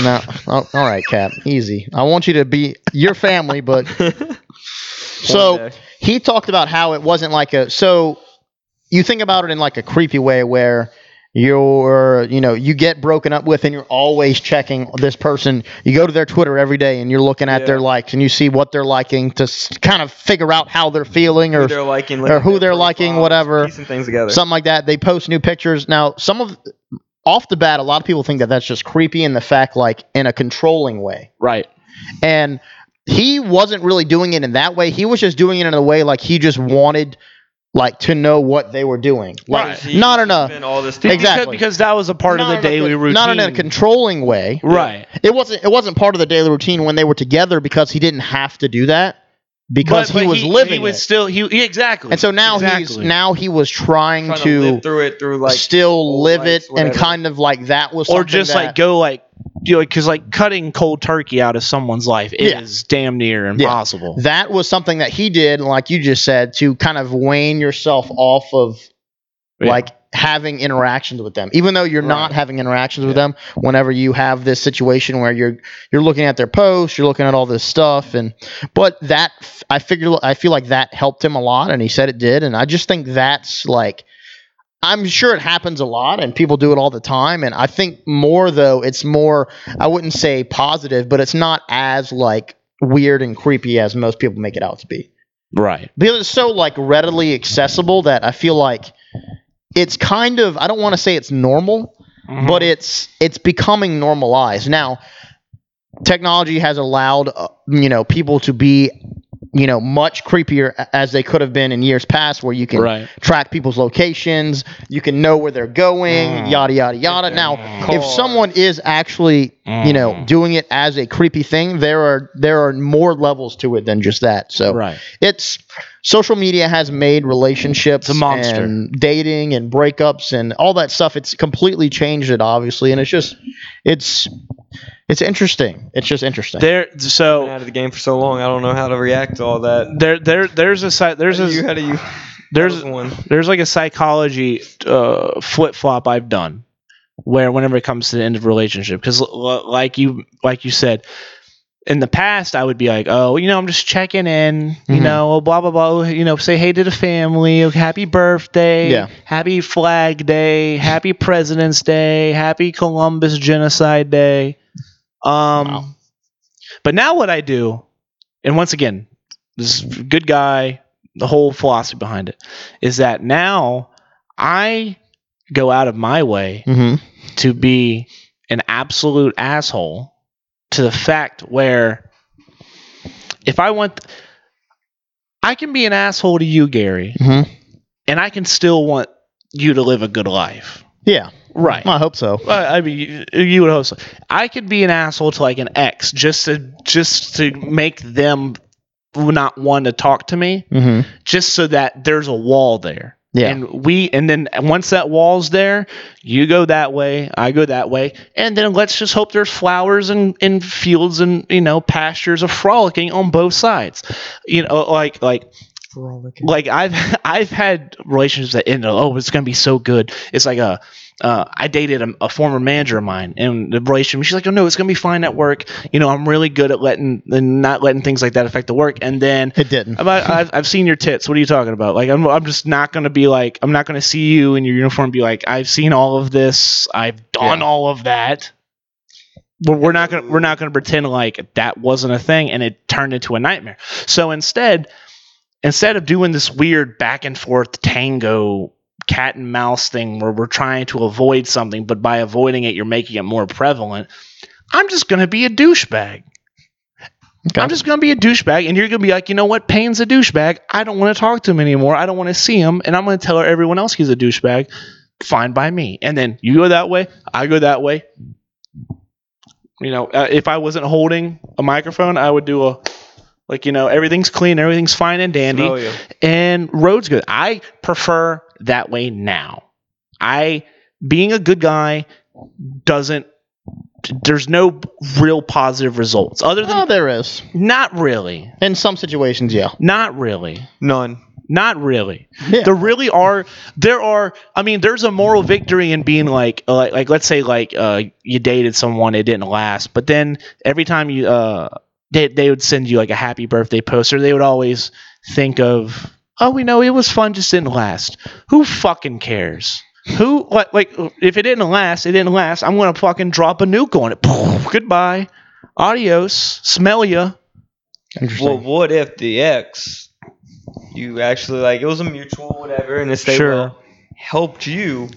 S1: No, oh, all right, Cap, easy. I want you to be your family, but so
S2: day.
S1: he talked about how it wasn't like a so you think about it in like a creepy way where you're you know you get broken up with and you're always checking this person you go to their twitter every day and you're looking at their
S2: Yeah.
S1: likes and you see what they're liking to s- kind of figure out how they're feeling
S2: who
S1: or
S2: they're liking,
S1: or who they're
S2: their
S1: liking,
S2: profiles,
S1: whatever.
S2: piecing things together.
S1: something like that they post new pictures now some of off the bat a lot of people think that that's just creepy in the fact like in a controlling way
S3: right
S1: and he wasn't really doing it in that way. He was just doing it in a way like he just wanted, like, to know what they were doing. Like,
S3: Right.
S1: not in a-
S2: Spend all this
S1: Exactly.
S2: time.
S3: Because, because that was a part of
S1: not
S3: the
S1: in a
S3: daily
S1: con-
S3: routine.
S1: Not in a controlling way.
S3: Right.
S1: It wasn't. It wasn't part of the daily routine when they were together because he didn't have to do that because
S3: But-
S1: he
S3: but
S1: was living
S3: He was
S1: it.
S3: still he yeah, exactly.
S1: and so now he's
S3: Exactly.
S1: now he was trying,
S2: Trying to
S1: to,
S2: live through it through
S1: [laughs]
S2: like
S1: still
S2: old
S1: live
S2: lights,
S1: it and
S2: whatever.
S1: kind of like that was
S3: or
S1: something
S3: just
S1: that-
S3: like go like you know, cuz like cutting cold turkey out of someone's life is
S1: Yeah.
S3: damn near impossible.
S1: that was something that he did, like you just said, to kind of wane yourself off of
S3: Yeah.
S1: like having interactions with them even though you're not
S2: Right.
S1: having interactions with them whenever you have this situation where you're you're looking at their posts you're looking at all this stuff and but that f- i figured i feel like that helped him a lot and he said it did and i just think that's like i'm sure it happens a lot and people do it all the time and i think more though it's more i wouldn't say positive but it's not as like weird and creepy as most people make it out to be
S3: Right.
S1: because it's so like readily accessible that I feel like it's kind of I don't want to say it's normal, Mm-hmm.
S3: Mm-hmm.
S1: but it's it's becoming normalized now. Technology has allowed uh, you know people to be you know much creepier a- as they could have been in years past, where you can
S3: right.
S1: track people's locations, you can know where they're going,
S3: Mm.
S1: yada yada yada. Now,
S3: Mm-hmm.
S1: if
S2: Cars.
S1: someone is actually you know doing it as a creepy thing, there are there are more levels to it than just that. So
S3: right.
S1: it's social media has made relationships
S3: It's a monster.
S1: and dating and breakups and all that stuff it's completely changed it obviously and it's just it's it's interesting it's just interesting
S3: There.
S2: Been
S3: So
S2: out of the game for so long, I don't know how to react to all that.
S3: there. There. There's a site. There's
S2: How do you,
S3: a.
S2: how do you?
S3: There's
S2: that was one.
S3: there's like a psychology uh, flip flop I've done, where whenever it comes to the end of a relationship, because like you like you said, in the past I would be like, oh, you know, I'm just checking in, you
S1: Mhm.
S3: know, blah blah blah, you know, say hey to the family, oh, happy birthday,
S1: Yeah.
S3: happy Flag Day, happy President's Day, happy Columbus Genocide Day. Um,
S1: Wow.
S3: but now what I do, and once again, this is good guy, the whole philosophy behind it is that now I go out of my way
S1: mm-hmm.
S3: to be an absolute asshole to the fact where if I want I can be an asshole to you, Gary,
S1: Mm-hmm.
S3: and I can still want you to live a good life.
S1: yeah
S3: Right.
S1: i hope so
S3: I I mean, you, you would hope so. I could be an asshole to like an ex just to just to make them not want to talk to me,
S1: mm-hmm.
S3: just so that there's a wall there.
S1: Yeah.
S3: And we and then once that wall's there, you go that way, I go that way, and then let's just hope there's flowers and, and fields and you know pastures of frolicking on both sides. You know, like like like I've [laughs] I've had relationships that end up, oh it's gonna be so good. It's like a uh, I dated a, a former manager of mine, and the relationship. She's like, "Oh no, it's gonna be fine at work. You know, I'm really good at letting and not letting things like that affect the work." And then
S1: it didn't
S3: about I've, I've seen your tits. What are you talking about? Like I'm I'm just not gonna be like I'm not gonna see you in your uniform. and Be like I've seen all of this. I've done
S1: Yeah.
S3: all of that. But we're not gonna we're not gonna pretend like that wasn't a thing and it turned into a nightmare. So instead, instead of doing this weird back and forth tango cat and mouse thing where we're trying to avoid something, but by avoiding it, you're making it more prevalent. I'm just gonna be a douchebag.
S1: Okay.
S3: I'm just gonna be a douchebag, and you're gonna be like, you know what? Payne's a douchebag. I don't want to talk to him anymore. I don't want to see him, and I'm gonna tell everyone else he's a douchebag. Fine by me. And then you go that way, I go that way. You know, uh, if I wasn't holding a microphone, I would do a like, you know, everything's clean, everything's fine and dandy
S2: Smell you.
S3: and roads good. I prefer that way now. I being a good guy doesn't there's no real positive results other than
S1: oh there is
S3: not really.
S1: in some situations yeah
S3: Not really.
S2: None.
S3: Not really.
S1: yeah
S3: There really are there are I mean there's a moral victory in being like like, like let's say like uh you dated someone it didn't last but then every time you uh they, they would send you like a happy birthday poster they would always think of oh we know it was fun just didn't last who fucking cares who like like if it didn't last it didn't last i'm gonna fucking drop a nuke on it [laughs] goodbye adios smell ya
S1: interesting
S2: Well, what if the ex, you actually like it was a mutual whatever, and it's they
S3: Sure.
S2: well, helped you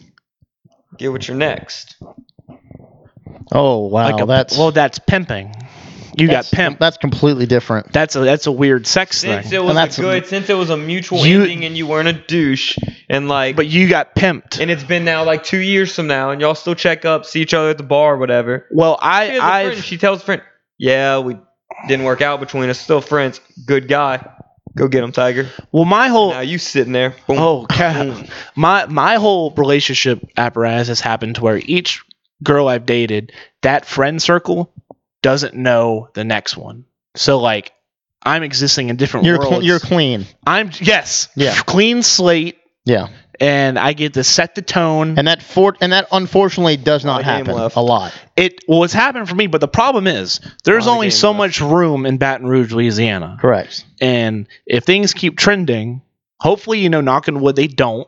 S2: get what you're next.
S1: oh wow
S3: like a,
S1: that's
S3: well that's pimping you
S1: that's,
S3: got pimped
S1: that's completely different
S3: that's a that's a weird sex thing
S2: Since it was
S1: And
S2: a
S1: that's-
S2: good, since it was a mutual
S3: You-
S2: ending, and you weren't a douche, and like,
S3: But you got pimped.
S2: and it's been now like two years from now, and y'all still check up, see each other at the bar or whatever.
S3: Well,
S2: She, has a
S3: I,
S2: friend, she tells a friend, "Yeah, we didn't work out between us. Still friends. Good guy. Go get him, Tiger."
S3: I, well, my whole,
S2: Now you sitting there. Boom.
S3: oh god, my my whole relationship apparatus has happened to where each girl I've dated, that friend circle doesn't know the next one. So like, I'm existing in different
S1: you're cl-
S3: worlds.
S1: you're clean
S3: I'm yes,
S1: Yeah.
S3: clean slate.
S1: yeah
S3: and I get to set the tone.
S1: and that for and that unfortunately does not
S2: Lot of game
S1: happen
S2: left.
S1: a lot.
S3: it well, it's happened for me, but the problem is there's
S2: Lot of
S3: only
S2: game
S3: so
S2: left.
S3: much room in Baton Rouge, Louisiana,
S1: Correct.
S3: and if things keep trending, hopefully you know, knocking wood, they don't.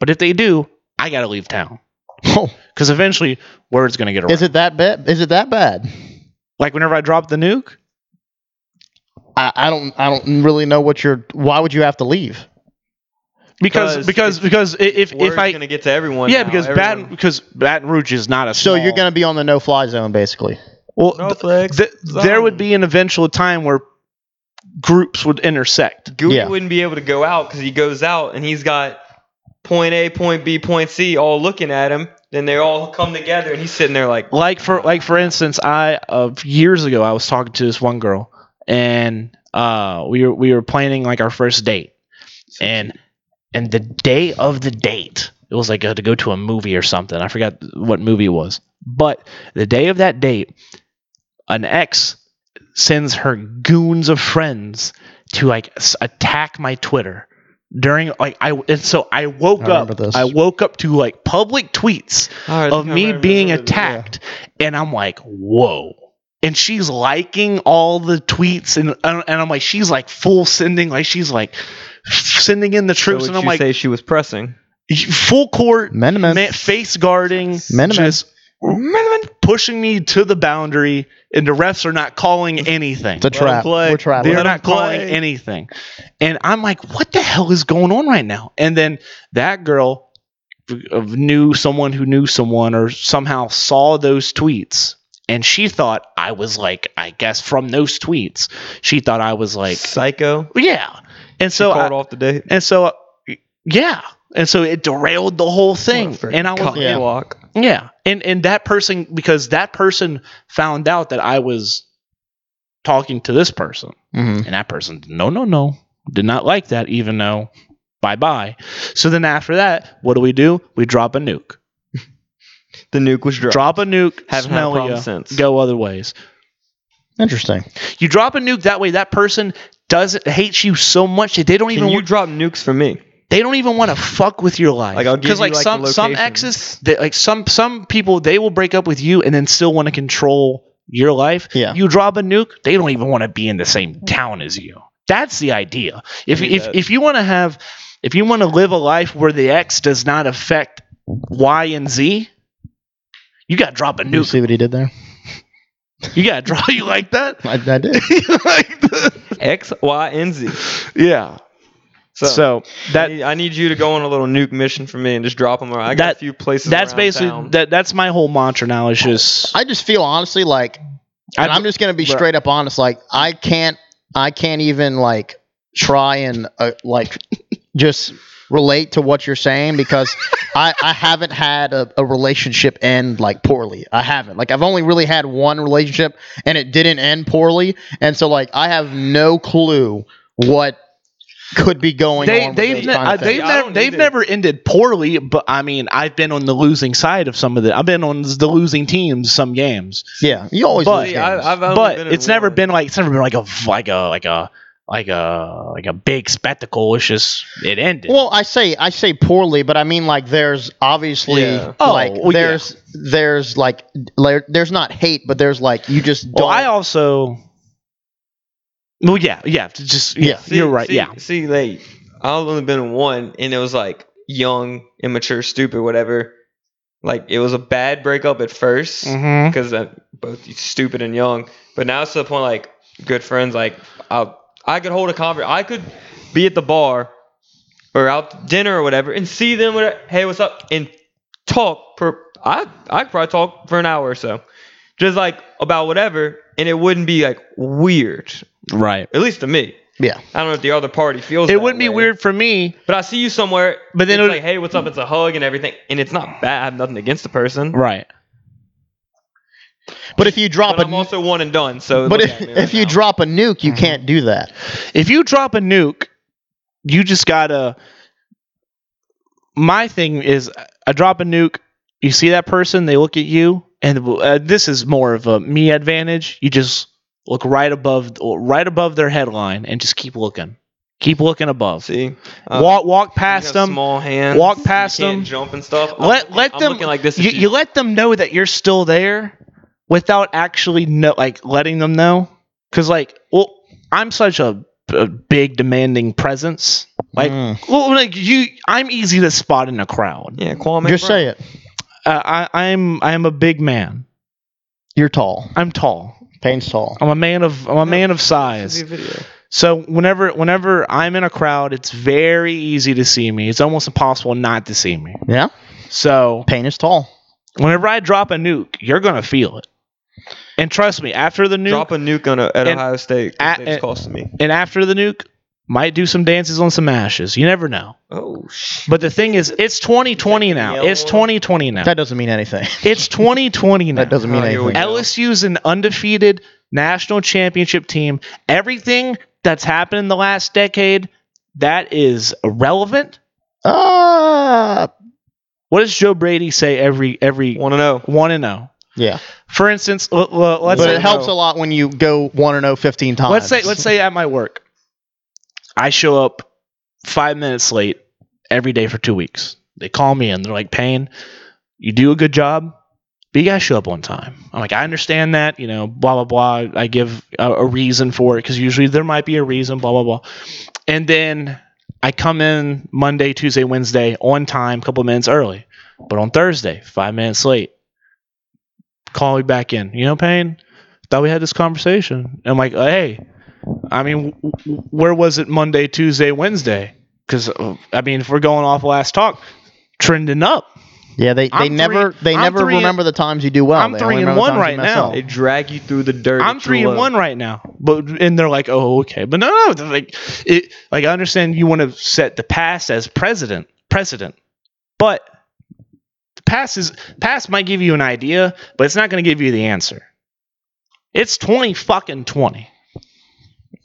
S3: But if they do, I gotta leave town [laughs]
S1: Oh,
S3: because eventually word's gonna get around.
S1: is it that bad? Is it that bad?
S3: like whenever I dropped the nuke,
S1: I, I don't I don't really know what you're. Why would you have to leave?
S3: because because
S2: Because
S3: because i- if if
S2: Word's
S3: I
S2: gonna get to everyone.
S3: yeah
S2: now.
S3: because
S2: Everyone-
S3: Baton because Baton Rouge is not a
S1: So
S3: small,
S1: you're gonna be on the no fly zone basically.
S3: well
S2: No
S3: th-
S2: flex
S3: th- there would
S2: zone.
S3: be an eventual time where groups would intersect.
S2: Goody
S1: Yeah.
S2: wouldn't be able to go out because he goes out and he's got point A, point B, point C all looking at him. Then they all come together and he's sitting there like,
S3: like for like for instance, I of years ago I was talking to this one girl, and uh, we were we were planning like our first date, and and the day of the date, it was like uh, to go to a movie or something. I forgot what movie it was, but the day of that date, an ex sends her goons of friends to like s- attack my Twitter during like I and so I woke
S1: I remember
S3: up
S1: this.
S3: I woke up to like public tweets
S2: "All right,
S3: of
S2: look,
S3: me
S2: I
S3: being
S2: remember this."
S3: attacked and i'm like whoa and she's liking all the tweets and and i'm like she's like full sending like she's like sending in the
S2: So
S3: troops
S2: would
S3: and i'm
S2: you
S3: like
S2: say she was pressing.
S3: full court
S1: Men to men.
S3: ma- face guarding
S1: Men to men.
S3: just pushing me to the boundary and the refs are not calling anything
S1: It's a
S2: him
S1: trap.
S2: play.
S1: We're trapping.
S3: they're
S2: Let 'em
S3: not calling
S2: play.
S3: anything. And I'm like, what the hell is going on right now? And then that girl uh, knew someone who knew someone or somehow saw those tweets. And she thought I was like, I guess from those tweets, she thought I was like,
S2: Psycho.
S3: yeah. And
S2: So
S3: so,
S2: called
S3: I,
S2: off the date.
S3: and so, uh, yeah. And so it derailed the whole thing.
S2: What a
S3: And I was,
S2: cock
S1: Yeah.
S2: block.
S3: yeah, and and that person because that person found out that I was talking to this person,
S1: Mhm.
S3: and that person no no no did not like that even though bye bye. So then after that, what do we do? We drop a nuke.
S2: The nuke was dropped.
S3: Drop a nuke.
S2: Haven't had a
S3: smell
S2: problem
S3: ya,
S2: since.
S3: Go other ways.
S1: Interesting.
S3: You drop a nuke that way. That person doesn't hates you so much that they don't
S2: Can
S3: even
S2: you
S3: want,
S2: drop nukes for me?
S3: they don't even want to fuck with your life.
S2: Like, I'll give you,
S3: like,
S2: like,
S3: some
S2: the
S3: some
S2: location.
S3: exes they, like some some people they will break up with you and then still want to control your life.
S1: Yeah.
S3: You drop a nuke, they don't even want to be in the same town as you. That's the idea. If
S2: I need
S3: if,
S2: that.
S3: if you want to have if you want to live a life where the X does not affect Y and Z, you got to drop a
S1: You
S3: nuke.
S1: see what he did there?
S3: You got to draw you
S2: [laughs]
S3: like that?
S1: I, I
S3: [laughs]
S1: did.
S3: Like the-
S2: [laughs] X, Y, and Z.
S3: yeah.
S2: So,
S3: so
S2: that
S3: that
S2: I need you to go on a little nuke mission for me and just drop them around. I got
S3: That-
S2: a few places.
S3: that's
S2: around
S3: basically
S2: town.
S3: that that's my whole mantra now is just
S1: I just feel honestly like, and
S3: I-
S1: I'm just gonna be
S3: Bro.
S1: straight up honest. Like I can't, I can't even like try and uh, like [laughs] just relate to what you're saying because [laughs] I, I haven't had a, a relationship end like poorly. I haven't. Like I've only really had one relationship and it didn't end poorly. And so like I have no clue what could be going
S3: they
S1: on.
S3: they've
S1: with
S3: ne-
S1: those kind
S3: uh,
S1: of things.
S3: they've,
S2: Yeah, I
S3: never,
S2: don't
S3: they've
S2: either.
S3: never ended poorly, but I mean I've been on the losing side of some of the I've been on the losing teams some games,
S1: yeah, you always
S3: But-
S1: lose
S2: See, I,
S1: games.
S2: have only
S3: but
S2: been in
S3: it's never
S2: one.
S3: been like it's never been like a like a like a like a like a big spectacle. It's just it ended.
S1: Well, I say I say poorly, but I mean like there's obviously
S2: Yeah.
S3: Oh,
S1: like
S3: well, yeah.
S1: there's there's like there, there's not hate, but there's like you just don't.
S3: Well, I also. Well, yeah, yeah, just yeah,
S1: Yeah.
S2: See-
S3: you're right,
S2: see-
S3: yeah.
S2: See, like I've only been in one, and it was like young, immature, stupid, whatever. Like it was a bad breakup at first [laughs]
S3: Mm-hmm.
S2: because both stupid and young. But now it's to the point like good friends. Like I, I could hold a conversation. I could be at the bar or out to dinner or whatever, and see them. Whatever, hey, what's up? And talk for. I I could probably talk for an hour or so, just like about whatever, and it wouldn't be like weird.
S3: Right.
S2: At least to me.
S1: yeah,
S2: I don't know if the other party feels.
S3: It
S2: that
S3: wouldn't be
S2: way,
S3: weird for me,
S2: but I see you somewhere.
S3: But
S2: But then
S3: then
S2: it's
S3: it would-
S2: like, hey, what's up? It's a hug and everything, and it's not bad. I have nothing against the person,
S3: right?
S1: but if you drop
S2: but I'm
S1: a
S2: also one and done. So,
S1: but
S2: look
S1: if,
S2: at me right
S1: if you
S2: now.
S1: drop a nuke,
S3: Mm-hmm.
S1: you can't do that.
S3: If you drop a nuke, you just gotta. My thing is, I drop a nuke. You see that person, they look at you, and uh, this is more of a me advantage. You just look right above, right above their headline, and just keep looking. Keep looking above.
S2: See,
S3: walk walk
S2: Uh, You
S3: past
S2: got
S3: them.
S2: Small hands.
S3: Walk
S2: you
S3: past
S2: can't
S3: them.
S2: Jump and stuff. I'm
S3: let
S2: looking-
S3: let
S2: I'm
S3: them
S2: looking like this.
S3: You,
S2: at
S3: you let them know that you're still there without actually know like letting them know because like well I'm such a, a big demanding presence like
S1: Mm.
S3: well like you I'm easy to spot in a crowd
S2: yeah, Kwame.
S1: Just
S2: Brown.
S1: say it.
S3: uh, I I'm I'm a big man
S1: You're tall.
S3: I'm tall
S1: Payne's tall.
S3: I'm a man of I'm a man of
S2: This
S3: size
S2: is a video.
S3: So whenever whenever I'm in a crowd, it's very easy to see me. It's almost impossible not to see me.
S1: Yeah.
S3: So
S1: Payne is tall.
S3: whenever I drop a nuke, you're gonna feel it. And trust me, after the nuke
S2: Drop a nuke on a, at
S3: And-
S2: Ohio State.
S3: at-
S2: It's
S3: and-
S2: costing me.
S3: and after the nuke, might do some dances on some ashes. You never know.
S2: Oh shit.
S3: But the thing is, it's 2020 now.
S2: Yellow
S3: It's
S2: one?
S3: 2020 now.
S1: That doesn't mean
S3: [laughs]
S1: anything.
S3: It's 2020 now.
S1: That doesn't mean
S2: Oh, here we
S1: anything.
S2: go.
S3: LSU's an undefeated national championship team. Everything that's happened in the last decade that is irrelevant.
S1: Uh,
S3: What does Joe Brady say every every
S2: Want to know?
S3: one and zero?
S1: yeah.
S3: For instance, l- l- let's
S1: but
S3: say,
S1: it helps a lot when you go 1 and 0 15 times.
S3: let's say let's say at my work, I show up five minutes late every day for two weeks. They call me and they're like, "Payne, you do a good job, but you gotta show up on time." I'm like, "I understand that, you know, blah blah blah." I give a, a reason for it because usually there might be a reason, blah blah blah, and then I come in Monday, Tuesday, Wednesday on time, couple minutes early, but on Thursday, five minutes late. Call me back in. You know, Payne. Thought we had this conversation. I'm like, uh, hey, I mean, w- w- where was it Monday, Tuesday, Wednesday? Because I mean, if we're going off last talk, trending up.
S1: Yeah, they, they
S3: I'm
S1: never
S3: three-
S1: they
S3: I'm
S1: never
S3: three and-
S1: remember the times you do well.
S3: I'm
S1: They
S3: three
S1: only
S3: and
S1: remember the
S3: one
S1: times you
S3: right
S1: mess
S3: now.
S1: up.
S2: They drag you through the dirt.
S3: I'm
S2: at your
S3: three and
S2: low.
S3: one right now, but and they're like, oh, okay, but no, no, they're like it, like I understand you want to set the past as president, precedent, but the past is past might give you an idea, but it's not going to give you the answer. It's twenty fucking twenty.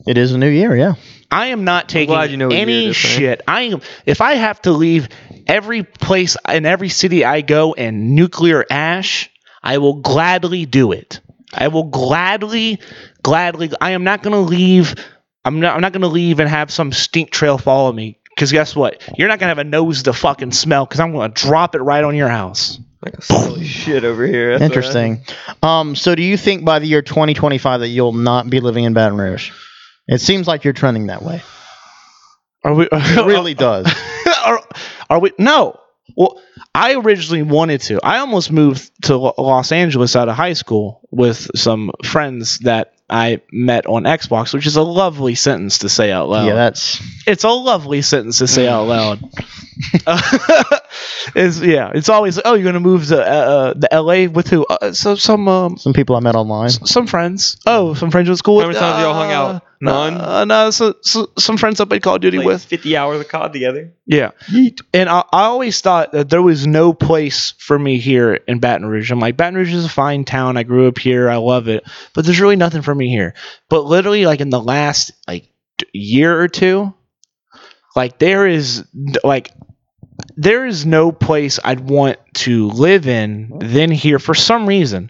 S1: It is a new year, yeah.
S3: I am not taking
S2: glad you know what year it
S3: any
S2: is, man.
S3: shit. I am if I have to leave every place in every city I go in nuclear ash, I will gladly do it. I will gladly, gladly. I am not going to leave. I'm not. I'm not going to leave and have some stink trail follow me. Because guess what? You're not going to have a nose to fucking smell. Because I'm going to drop it right on your house.
S2: Like a silly shit over here. That's what I-
S1: Interesting. Um, so do you think by the year 2025 that you'll not be living in Baton Rouge? It seems like you're trending that way.
S3: Are we?
S2: [laughs]
S1: It really does.
S3: are, are we? No. Well, I originally wanted to. I almost moved to Lo- Los Angeles out of high school with some friends that I met on Xbox, which is a lovely sentence to say out loud.
S1: Yeah, that's
S3: it's a lovely sentence to say out loud. is yeah, it's always oh you're gonna move to uh, uh, the L.A. with who? Uh, so some um,
S1: some people I met online.
S3: s- some friends. Oh, some friends with school. with?
S2: How many times y'all hung out?
S3: Uh,
S2: None?
S3: Uh, no, so, so, some friends I played Call of Duty
S2: Played
S3: with.
S2: 50 hours of COD together.
S3: Yeah. And I, I always thought that there was no place for me here in Baton Rouge. I'm like, Baton Rouge is a fine town. I grew up here. I love it. But there's really nothing for me here. But literally, like, in the last, like, t- year or two, like, there is, like, there is no place I'd want to live in than here for some reason.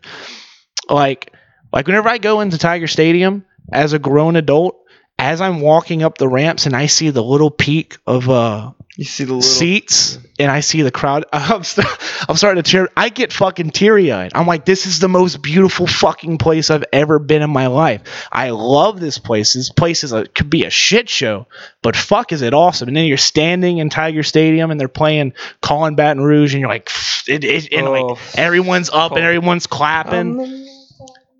S3: Like, like whenever I go into Tiger Stadium as a grown adult, as I'm walking up the ramps and I see the little peak of uh
S2: You see the little.
S3: seats and I see the crowd. [laughs] I'm, st- I'm starting to tear. I get fucking teary eyed. I'm like, this is the most beautiful fucking place I've ever been in my life. I love this place. This place is a could be a shit show, but fuck, is it awesome? And then you're standing in Tiger Stadium and they're playing Colin Baton Rouge, and you're like, it, it, and
S2: Oh.
S3: like everyone's up and everyone's clapping.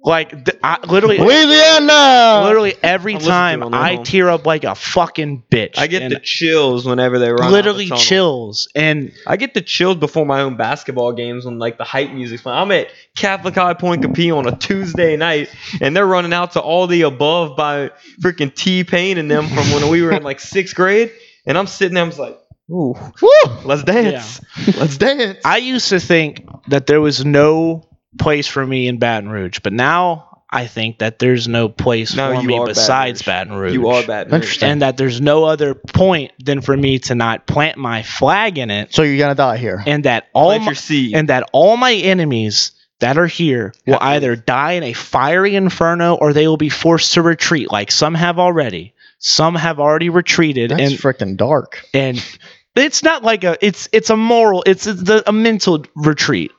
S3: like th- I, literally.
S1: Louisiana.
S3: Literally every
S2: uh, I'm listening to
S3: time
S2: it on the way
S3: I
S2: home.
S3: tear up like a fucking bitch.
S2: I get
S3: And
S2: the chills whenever they run. out the
S3: literally
S2: tunnel.
S3: chills and
S2: I get the chills before my own basketball games when like the hype music's playing. I'm at Catholic High Point Capee on a Tuesday night, and they're running out to all the above by freaking T Pain and them from when we were in like [laughs] sixth grade, and I'm sitting there, I'm just like, ooh,
S1: Woo!
S2: let's dance, let's dance.
S3: I used to think that there was no place for me in Baton Rouge, but now I think that there's no place
S2: No,
S3: for
S2: you
S3: me
S2: are Baton
S3: besides
S2: Rouge.
S3: Baton Rouge.
S2: you are Baton Rouge.
S1: Interesting.
S3: And that there's no other point than for me to not plant my flag in it,
S1: So you're gonna die here.
S3: and that all
S2: Plant
S3: my,
S2: your seed.
S3: and that all my enemies that are here will
S2: Have to
S3: either die in a fiery inferno or they will be forced to retreat, like some have already. Some have already retreated,
S1: That's
S3: and
S1: freaking dark.
S3: and it's not like a it's it's a moral it's it's the, a mental retreat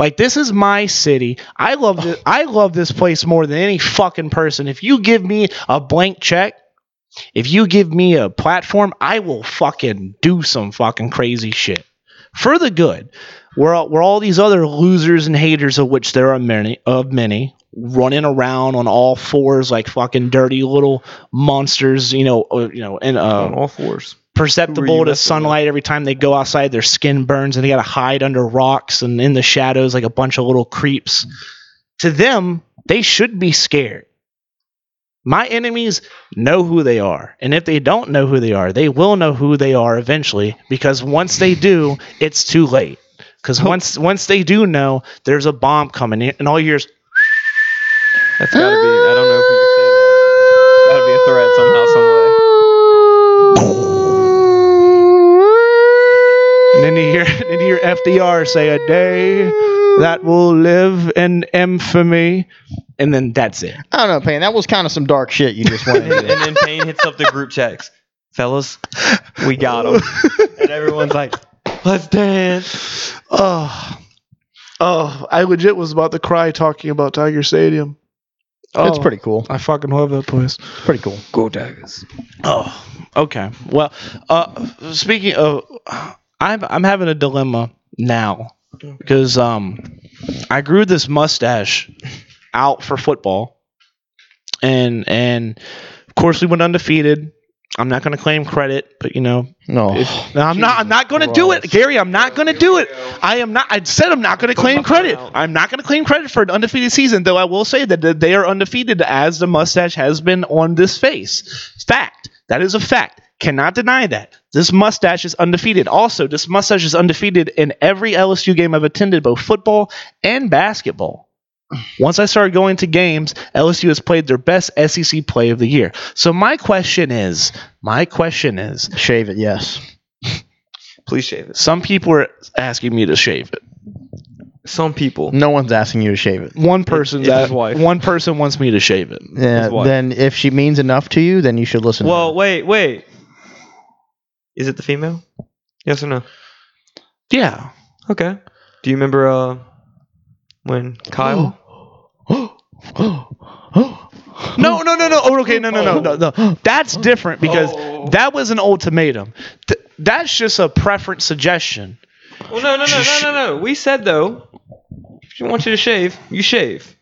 S3: like this is my city i love this i love this place more than any fucking person if you give me a blank check if you give me a platform i will fucking do some fucking crazy shit for the good where, all- where all these other losers and haters of which there are many of many running around on all fours like fucking dirty little monsters you know uh, you know and uh,
S2: on all fours. Who were you
S3: perceptible
S2: messing
S3: to
S2: with?
S3: sunlight every time they go outside. Their skin burns and they got to hide under rocks and in the shadows like a bunch of little creeps. To them, they should be scared. My enemies know who they are. And if they don't know who they are, they will know who they are eventually because once they do, it's too late. Because
S2: Oh.
S3: once once they do know, there's a bomb coming in, and all yours.
S2: That's gotta be. I don't know if you can say that.
S3: [laughs]
S2: It's gotta be a threat somehow, some way.
S3: And then you hear, [laughs] then you hear FDR say, "A day that will live in infamy," and then that's it.
S1: I don't know, Payne. That was kind of some dark shit you
S2: [laughs]
S1: just went
S2: and,
S1: into.
S2: and then Payne hits up the group checks. Fellas, we got
S3: [laughs]
S2: him. and everyone's like, let's dance.
S4: Oh, oh, I legit was about to cry talking about Tiger Stadium.
S1: It's
S2: Oh.
S3: Oh.
S1: pretty cool.
S4: I fucking love that place.
S1: Pretty cool.
S2: Go Tigers.
S3: Oh, okay. Well, uh, speaking of, I'm I'm having a dilemma now because um, I grew this mustache out for football, and and of course we went undefeated. I'm not going to claim credit, but you know,
S1: No.
S3: If- no, I'm not. I'm not going to do it, Gary. I'm not going to do it. I am not. I said I'm not going to claim credit. I'm not going to claim credit for an undefeated season, though. I will say that th- they are undefeated, as the mustache has been on this face. Fact. That is a fact. Cannot deny that. This mustache is undefeated. Also, this mustache is undefeated in every LSU game I've attended, both football and basketball. Once I started going to games, LSU has played their best SEC play of the year. So my question is, my question is,
S1: Shave it, yes.
S2: Please shave it.
S3: some people are asking me to shave it.
S2: Some people.
S1: No one's asking you to shave it.
S3: One person
S2: it's his
S3: that
S2: wife.
S3: one person wants me to shave it.
S1: Yeah,
S2: His wife.
S1: then if she means enough to you, then you should listen.
S2: Well, wait, wait. Is it the female? Yes or no?
S3: Yeah. [gasps]
S2: Okay. Do you remember uh, when Kyle?
S3: Oh. No, no, no, no. Oh, okay, no, no, no, no, no. That's different because
S2: Oh.
S3: that was an ultimatum. Th- that's just a preference suggestion.
S2: Well, no, no, no, no, no, no. We said though, if she wants you to shave, you shave.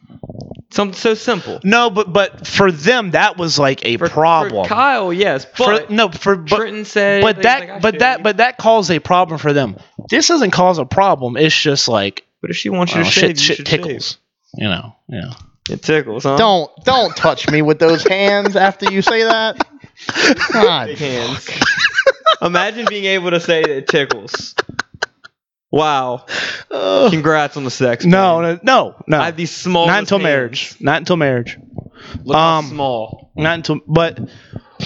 S2: Something so simple.
S3: No, but but for them that was like a
S2: For- for
S3: problem.
S2: Kyle, yes,
S3: For-
S2: but
S3: no, for but,
S2: Trenton said,
S3: but
S2: they was like, I
S3: that but that
S2: shave.
S3: but that caused a problem for them. This doesn't cause a problem. It's just like
S2: But if she wants you
S3: oh,
S2: to shave,
S3: shit,
S2: you
S3: shit
S2: should
S3: tickles. You know, yeah.
S2: shave. It tickles, huh?
S1: don't don't touch me with those hands after you say that. God.
S2: [laughs] Big
S3: [laughs]
S2: hands. Imagine being able to say that it tickles. Wow. Congrats on the sex.
S3: No,
S2: man.
S3: no, no, no.
S2: I have these small.
S3: not until marriage. Not until marriage.
S2: Look how
S3: Um,
S2: small.
S3: Not until. But what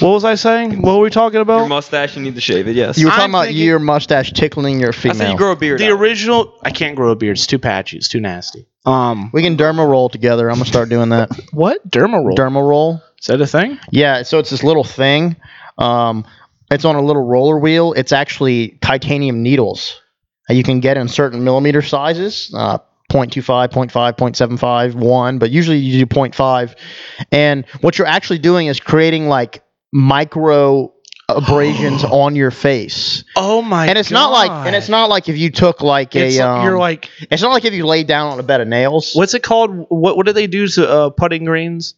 S3: was I saying? What were we talking
S2: Your
S3: about?
S2: mustache, you need to shave it. Yes.
S1: You were
S3: I'm
S1: talking about
S3: thinking-
S1: your mustache tickling your
S2: I
S1: female.
S2: said you grow a beard.
S3: The
S2: out.
S3: original. I can't grow a beard. It's too patchy. It's too nasty. Um,
S1: we can derma roll together. I'm gonna start doing
S2: [laughs]
S1: that.
S3: what derma roll?
S1: derma roll.
S3: Is that a thing?
S1: Yeah, so it's this little thing. Um, it's on a little roller wheel. It's actually titanium needles that you can get in certain millimeter sizes uh, 0.25, 0.5, 0.75, 1, but usually you do 0.5. And what you're actually doing is creating like micro
S3: [gasps]
S1: abrasions on your face.
S3: Oh my!
S1: And it's not like and it's not like if you took like
S3: It's
S1: a
S3: like-
S1: um,
S3: you're like
S1: it's not like if you laid down on a bed of nails.
S3: what's it called? What what do they do to uh, putting greens?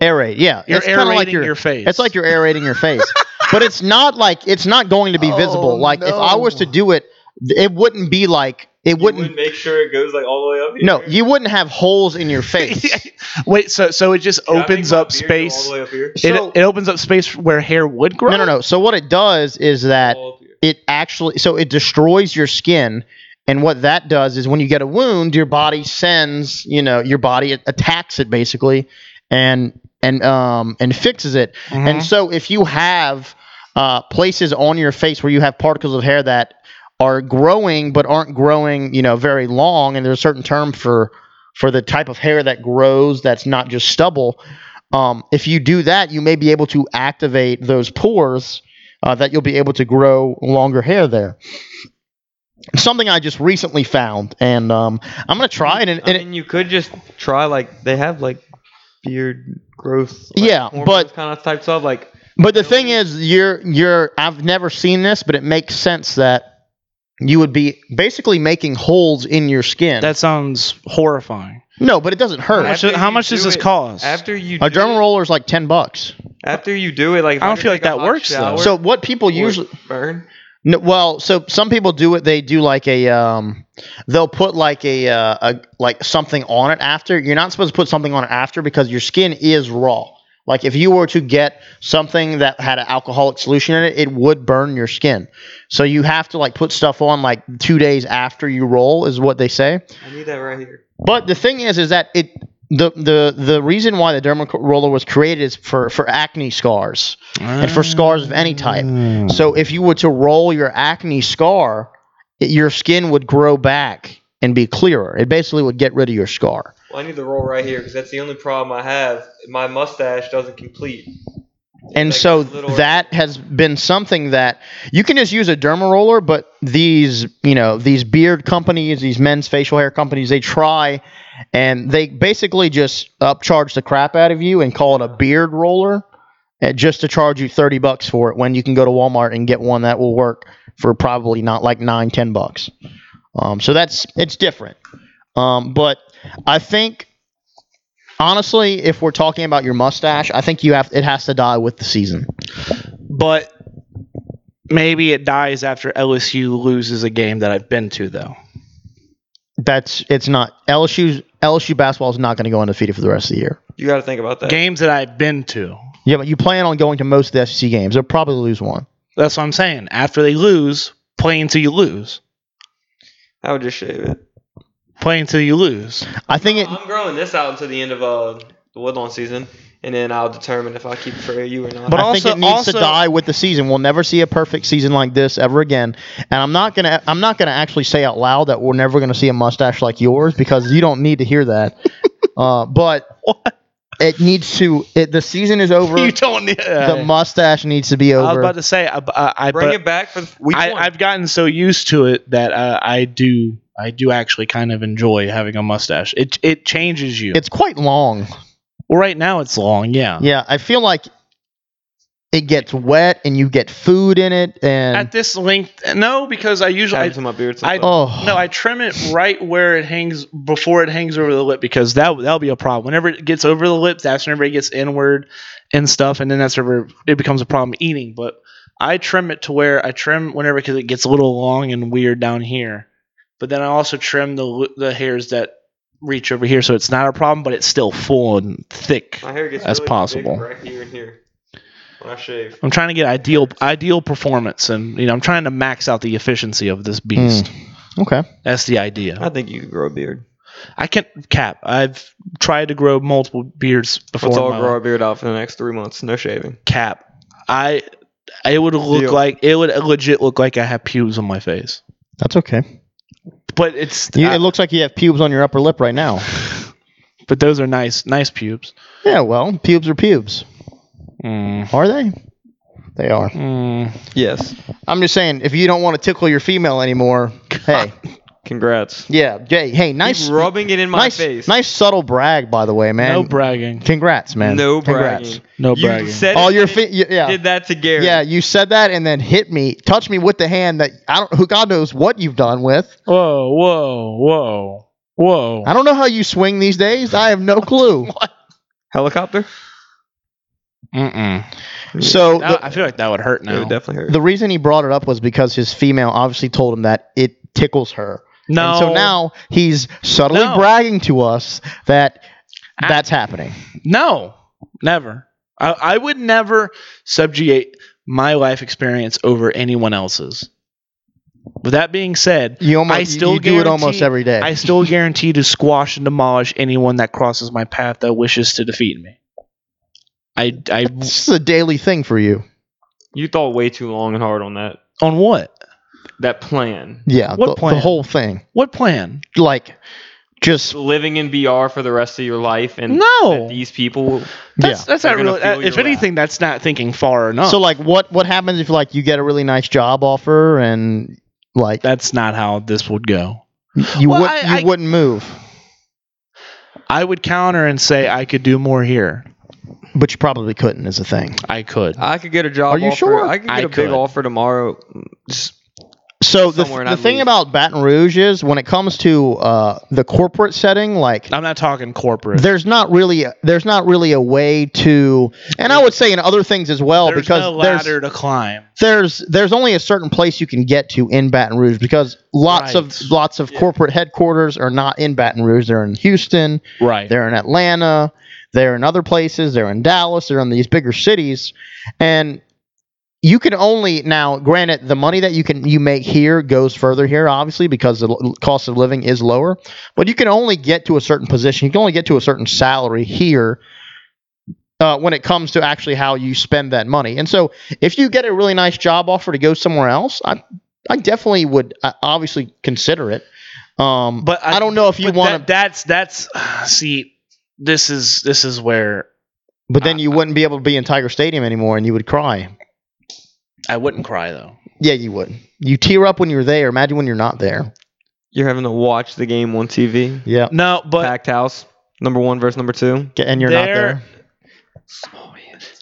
S1: Aerate, yeah.
S3: You're
S1: it's kinda
S3: aerating
S1: like
S3: your,
S1: your
S3: face.
S1: It's like you're aerating your face, but it's not like it's not going to be
S4: Oh,
S1: visible. Like if I was to do it, th- it wouldn't be like it wouldn't.
S2: make sure it goes like all the way up.
S1: no, you wouldn't have holes in your face.
S3: Wait, so so it just opens up space.
S1: So-
S3: it, it opens up space where hair would grow.
S1: no, no, no. So what it does is that it actually so it destroys your skin, and what that does is when you get a wound, your body sends you know your body it attacks it basically, and and um and fixes it.
S3: Mhm.
S1: And so if you have uh, places on your face where you have particles of hair that are growing but aren't growing, you know, very long, and there's a certain term for for the type of hair that grows that's not just stubble. Um, if you do that, you may be able to activate those pores uh, that you'll be able to grow longer hair there. Something I just recently found, and um, I'm gonna try it. And,
S2: I
S1: and
S2: mean, you could just try like they have like beard growth. Like,
S1: Yeah, but-
S2: kind of type stuff like
S1: But the thing is, you're you're. I've never seen this, but it makes sense that you would be basically making holes in your skin.
S3: That sounds horrifying.
S1: no, but it doesn't
S3: How
S1: hurt.
S3: much,
S2: After
S3: how
S2: you
S3: much does
S2: do
S3: this
S2: it-
S3: cost?
S2: after you
S1: A
S2: do
S1: dermal
S2: it-
S1: roller is like ten bucks.
S2: after you do it like if
S3: I don't
S2: you
S3: feel like
S2: take a
S3: that
S2: hot
S3: works, though.
S2: shower
S1: So what people
S2: or
S1: usually
S2: burn
S1: no, well, so some people do it. They do like a um, they'll put like a, uh, a like something on it after. You're not supposed to put something on it after because your skin is raw. Like if you were to get something that had an alcoholic solution in it, it would burn your skin. So you have to like put stuff on like two days after you roll is what they say.
S2: I need that right here.
S1: But the thing is, is that it the the the reason why the dermal roller was created is for for acne scars and for scars of any type.
S3: Mm.
S1: So if you were to roll your acne scar, it- your skin would grow back and be clearer. It basically would get rid of your scar.
S2: Well, I need the roll right here because that's the only problem I have. My mustache doesn't complete.
S1: And
S2: Like
S1: so
S2: this little-
S1: that has been something that you can just use a derma roller, but these, you know, these beard companies, these men's facial hair companies, they try and they basically just upcharge the crap out of you and call it a beard roller uh, just to charge you 30 bucks for it when you can go to Walmart and get one that will work for probably not like nine, 10 bucks. Um, so that's, it's different. Um, but I think honestly, if we're talking about your mustache, I think you have it has to die with the season.
S3: but maybe it dies after LSU loses a game that I've been to, though.
S1: That's it's not LSU's LSU basketball is not going to go undefeated for the rest of the year.
S2: You got to think about that.
S3: Games that I've been to.
S1: Yeah, but you plan on going to most of the SEC games. They'll probably lose one.
S3: That's what I'm saying. After they lose, play until you lose.
S2: I would just shave it.
S3: Play until you lose.
S1: [laughs] I think
S3: Uh,
S1: it.
S2: I'm growing this out until the end of uh, the woodlawn season, and then I'll determine if I keep it for you or not.
S3: But
S1: I
S3: also-
S1: think it needs to
S3: also-
S1: die with the season. We'll never see a perfect season like this ever again. And I'm not gonna I'm not gonna actually say out loud that we're never gonna see a mustache like yours because you don't need to hear
S3: [laughs]
S1: that. uh, but it needs to. It, the season is over.
S3: You don't need
S1: the mustache needs to be
S3: I was
S1: over.
S3: about to say, I, I, I,
S2: bring
S3: but
S2: it back for the week
S3: I,
S2: one.
S3: I've gotten so used to it that uh, I do, I do actually kind of enjoy having a mustache. It, it changes you.
S1: it's quite long.
S3: well, right now it's long, yeah.
S1: Yeah, I feel like it gets wet and you get food in it and
S3: At this length, no, because I usually, I,
S2: Add it to my beard.
S3: I-
S2: sometimes.
S1: oh
S3: No, I trim it right where it hangs before it hangs over the lip because that that'll be a problem. Whenever it gets over the lip, that's whenever it gets inward and stuff, and then that's where it becomes a problem eating. But I trim it to where I trim whenever because it gets a little long and weird down here. But then I also trim the li- the hairs that reach over here, so it's not a problem, but it's still full and thick.
S2: my hair gets
S3: that's
S2: really
S3: possible.
S2: big right here and here when I shave.
S3: I'm trying to get ideal ideal performance, and you know I'm trying to max out the efficiency of this beast.
S1: okay.
S3: That's the idea.
S2: I think you could grow a beard.
S3: I can't cap. I've tried to grow multiple beards before.
S2: Let's all
S3: my
S2: grow our beard out for the next three months. No shaving.
S3: cap. I it would look
S2: Deal.
S3: like it would legit look like I have pubes on my face.
S1: That's okay.
S3: But it's
S1: You,
S3: I-
S1: it looks like you have pubes on your upper lip right now.
S3: but those are nice nice pubes.
S1: Yeah, well, pubes are pubes.
S3: Mm.
S1: Are they? They are.
S3: Mm.
S2: Yes.
S1: I'm just saying if you don't want to tickle your female
S2: [laughs]
S1: anymore, hey.
S2: Congrats.
S1: Yeah, Jay, hey, nice
S2: Keep rubbing it in my
S1: nice
S2: face.
S1: nice subtle brag by the way, man.
S3: No bragging.
S1: Congrats, man.
S2: No
S1: Congrats.
S2: bragging.
S3: No
S2: you
S3: bragging.
S2: said
S1: All
S2: it,
S1: your
S2: and
S1: fe- y- yeah.
S2: did that to Gary.
S1: Yeah, you said that and then hit me, touch me with the hand that I don't who God knows what you've done with.
S3: whoa, whoa, whoa, whoa.
S1: I don't know how you swing these days. I have no
S3: [laughs]
S1: clue.
S2: Helicopter.
S3: Mm-mm.
S1: So
S3: That-
S1: the,
S3: I feel like that would hurt
S2: It
S3: now.
S2: would definitely hurt.
S1: the reason he brought it up was because his female obviously told him that it tickles her.
S3: no.
S1: And so now he's subtly
S3: No.
S1: bragging to us that
S3: I-
S1: that's happening.
S3: No, never. I, I would never subjugate my life experience over anyone else's. With that being said,
S1: You almost
S3: I still
S1: you do it almost
S3: guarantee-
S1: every day.
S2: [laughs]
S3: I still guarantee to squash and demolish anyone that crosses my path that wishes to defeat me. I, I
S1: this is a daily thing for you.
S2: You thought way too long and hard on that.
S3: on what?
S2: That plan.
S1: Yeah,
S3: What
S1: the, the
S3: plan?
S1: whole thing.
S3: What plan?
S1: Like Just
S2: living in BR for the rest of your life and
S1: No.
S2: that these people will
S3: That's, that's
S2: They're
S3: not
S2: gonna
S3: really.
S2: feel
S3: uh, If
S2: your
S3: anything, that's not thinking far
S1: yeah.
S3: enough.
S1: So like, what what happens if like you get a really nice job offer and like
S3: that's not how this would go.
S1: you
S3: Well,
S1: would
S3: I-
S1: you
S3: I-
S1: wouldn't move,
S3: I would counter and say I could do more here.
S1: but you probably couldn't is a thing.
S3: I could.
S2: I could get a job
S1: Are you
S2: offer.
S1: sure?
S2: I could get
S3: I
S2: a
S3: could.
S2: big offer tomorrow.
S1: So the, th-
S2: Somewhere and
S1: the
S2: I'd
S1: thing
S2: leave.
S1: about Baton Rouge is when it comes to uh, the corporate setting, like
S3: I'm not talking corporate.
S1: there's not really a, there's not really a way to, and I would say in other things as well
S3: there's
S1: because
S3: no
S1: there's
S3: ladder to climb.
S1: there's there's only a certain place you can get to in Baton Rouge because lots
S3: Right.
S1: of lots of
S2: Yeah.
S1: corporate headquarters are not in Baton Rouge. They're in Houston.
S3: Right.
S1: They're in Atlanta. They're in other places. They're in Dallas. They're in these bigger cities, and you can only now. Granted, the money that you can you make here goes further here, obviously, because the l- cost of living is lower. But you can only get to a certain position. You can only get to a certain salary here. Uh, when it comes to actually how you spend that money, and so if you get a really nice job offer to go somewhere else, I, I definitely would uh, obviously consider it. Um, but
S3: But
S1: I, don't know if you
S3: but
S1: want to.
S3: that- That's that's. [sighs] See, this is this is where
S1: But
S3: Ah.
S1: then you wouldn't be able to be in Tiger Stadium anymore, and you would cry.
S3: I wouldn't cry though.
S1: Yeah, you would. You tear up when you're there. Imagine when you're not there.
S2: You're having to watch the game on TV.
S1: Yeah,
S3: No, but
S2: Packed house. Number one versus number two.
S1: and you're not
S3: There-
S1: there.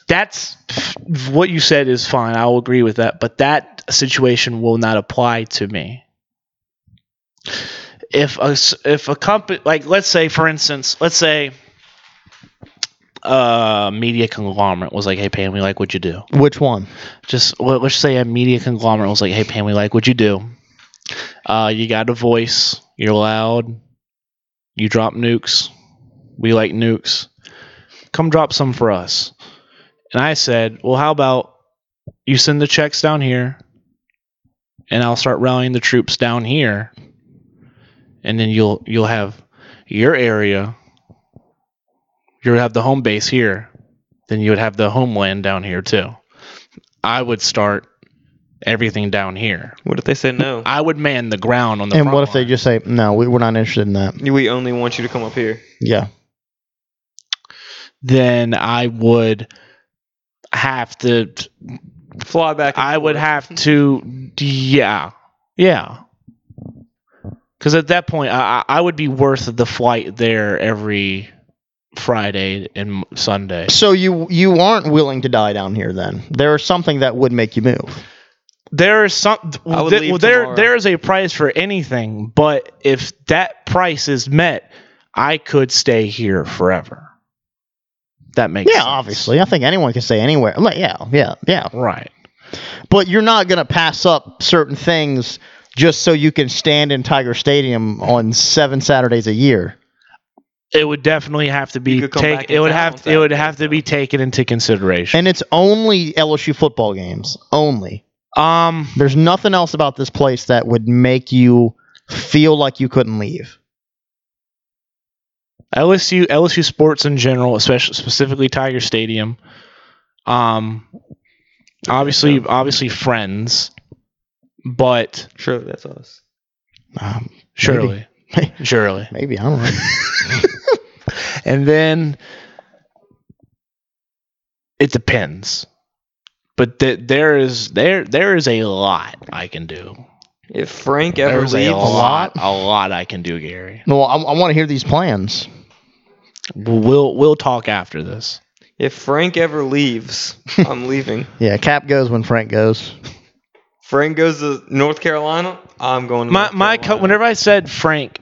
S3: that's [sighs] what you said is fine. I'll agree with that. But that situation will not apply to me. If a s- if a company like let's say for instance let's say a media conglomerate was like hey Pam we like what you do
S1: Which one?
S3: just let- let's say a media conglomerate was like, "Hey, Pam, we like what you do. Uh, you got a voice. You're loud. You drop nukes. We like nukes. Come drop some for us." And I said, "Well, how about you send the checks down here, and I'll start rallying the troops down here, and then you'll you'll have your area. You'll have the home base here." Then you would have the homeland down here too. I would start everything down here.
S2: What if they said
S3: [laughs]
S2: no?
S3: I would man the ground on the.
S1: And
S3: front
S1: what if they
S3: line.
S1: just say, "No, we, we're not interested in that."
S2: We only want you to come up here.
S1: Yeah,
S3: Then I would have to.
S2: Fly back. and
S3: I would
S2: forth.
S3: have to. Yeah, yeah. Because at that point, I, I I would be worth the flight there every Friday and Sunday.
S1: So you you aren't willing to die down here. Then there is something that would make you move.
S3: There is some.
S2: I
S3: Well,
S2: would
S3: th-
S2: leave
S3: well, there
S2: tomorrow.
S3: there is a price for anything, but if that price is met, I could stay here forever. That makes
S1: Yeah,
S3: sense.
S1: obviously. I think anyone can stay anywhere. Like, yeah, yeah, yeah.
S3: right.
S1: But you're not gonna pass up certain things just so you can stand in Tiger Stadium on seven Saturdays a year.
S3: It would definitely have to be
S2: could come
S3: take.
S2: back
S3: It
S2: in
S3: would
S2: town
S3: have
S2: on
S3: it would
S2: Saturday,
S3: have to be
S2: so.
S3: taken into consideration.
S1: And it's only LSU football games. Only.
S3: um,
S1: There's nothing else about this place that would make you feel like you couldn't leave.
S3: LSU LSU sports in general, especially specifically Tiger Stadium. Um, obviously, obviously friends, but
S2: Surely that's us.
S1: Um,
S2: [laughs]
S3: surely, surely.
S1: maybe I don't
S3: [laughs]
S1: know.
S3: And then it depends. But th- there is there there is a lot I can do.
S2: If Frank ever
S3: There's
S2: leaves,
S3: a lot, a lot I can do, Gary.
S1: No, I, I want to hear these plans.
S3: We'll we'll talk after this.
S2: if Frank ever
S3: [laughs]
S2: leaves, I'm leaving.
S1: Yeah, Cap goes when Frank goes.
S2: Frank goes to North Carolina. I'm going. To
S3: My
S2: North
S3: my co-
S2: Carolina.
S3: whenever I said Frank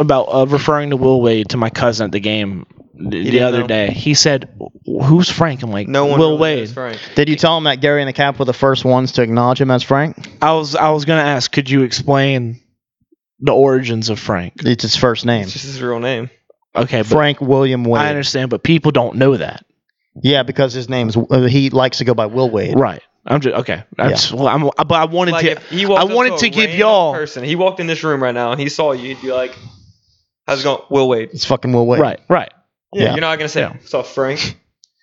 S3: about uh, referring to Will Wade to my cousin at the game th- the
S2: didn't
S3: other
S2: know?
S3: day, he said, "Who's Frank?" I'm like,
S2: no one
S3: Will
S2: really knows
S3: Wade."
S2: Frank.
S1: Did you tell him that Gary and the Cap were the first ones to acknowledge him as Frank?
S3: I was I was gonna ask, could you explain the origins of Frank?
S1: It's his first name,
S2: It's just his real name.
S3: Okay, but
S1: Frank William
S3: I
S1: Wade.
S3: understand, but people don't know that.
S1: Yeah, because his name's uh, he likes to go by Will Wade.
S3: Right. I'm just okay. I
S1: Yeah.
S3: just, well, I'm, uh, but I wanted
S2: Like
S3: to.
S2: if he walked up
S3: I wanted to
S2: a
S3: give
S2: random
S3: y'all-
S2: person. He walked in this room right now and he saw you. He'd be like, "How's it going, Will Wade?"
S1: It's fucking Will Wade.
S3: Right. Right.
S1: Yeah.
S2: You're not gonna say,
S3: Yeah.
S2: "What's up, Frank?"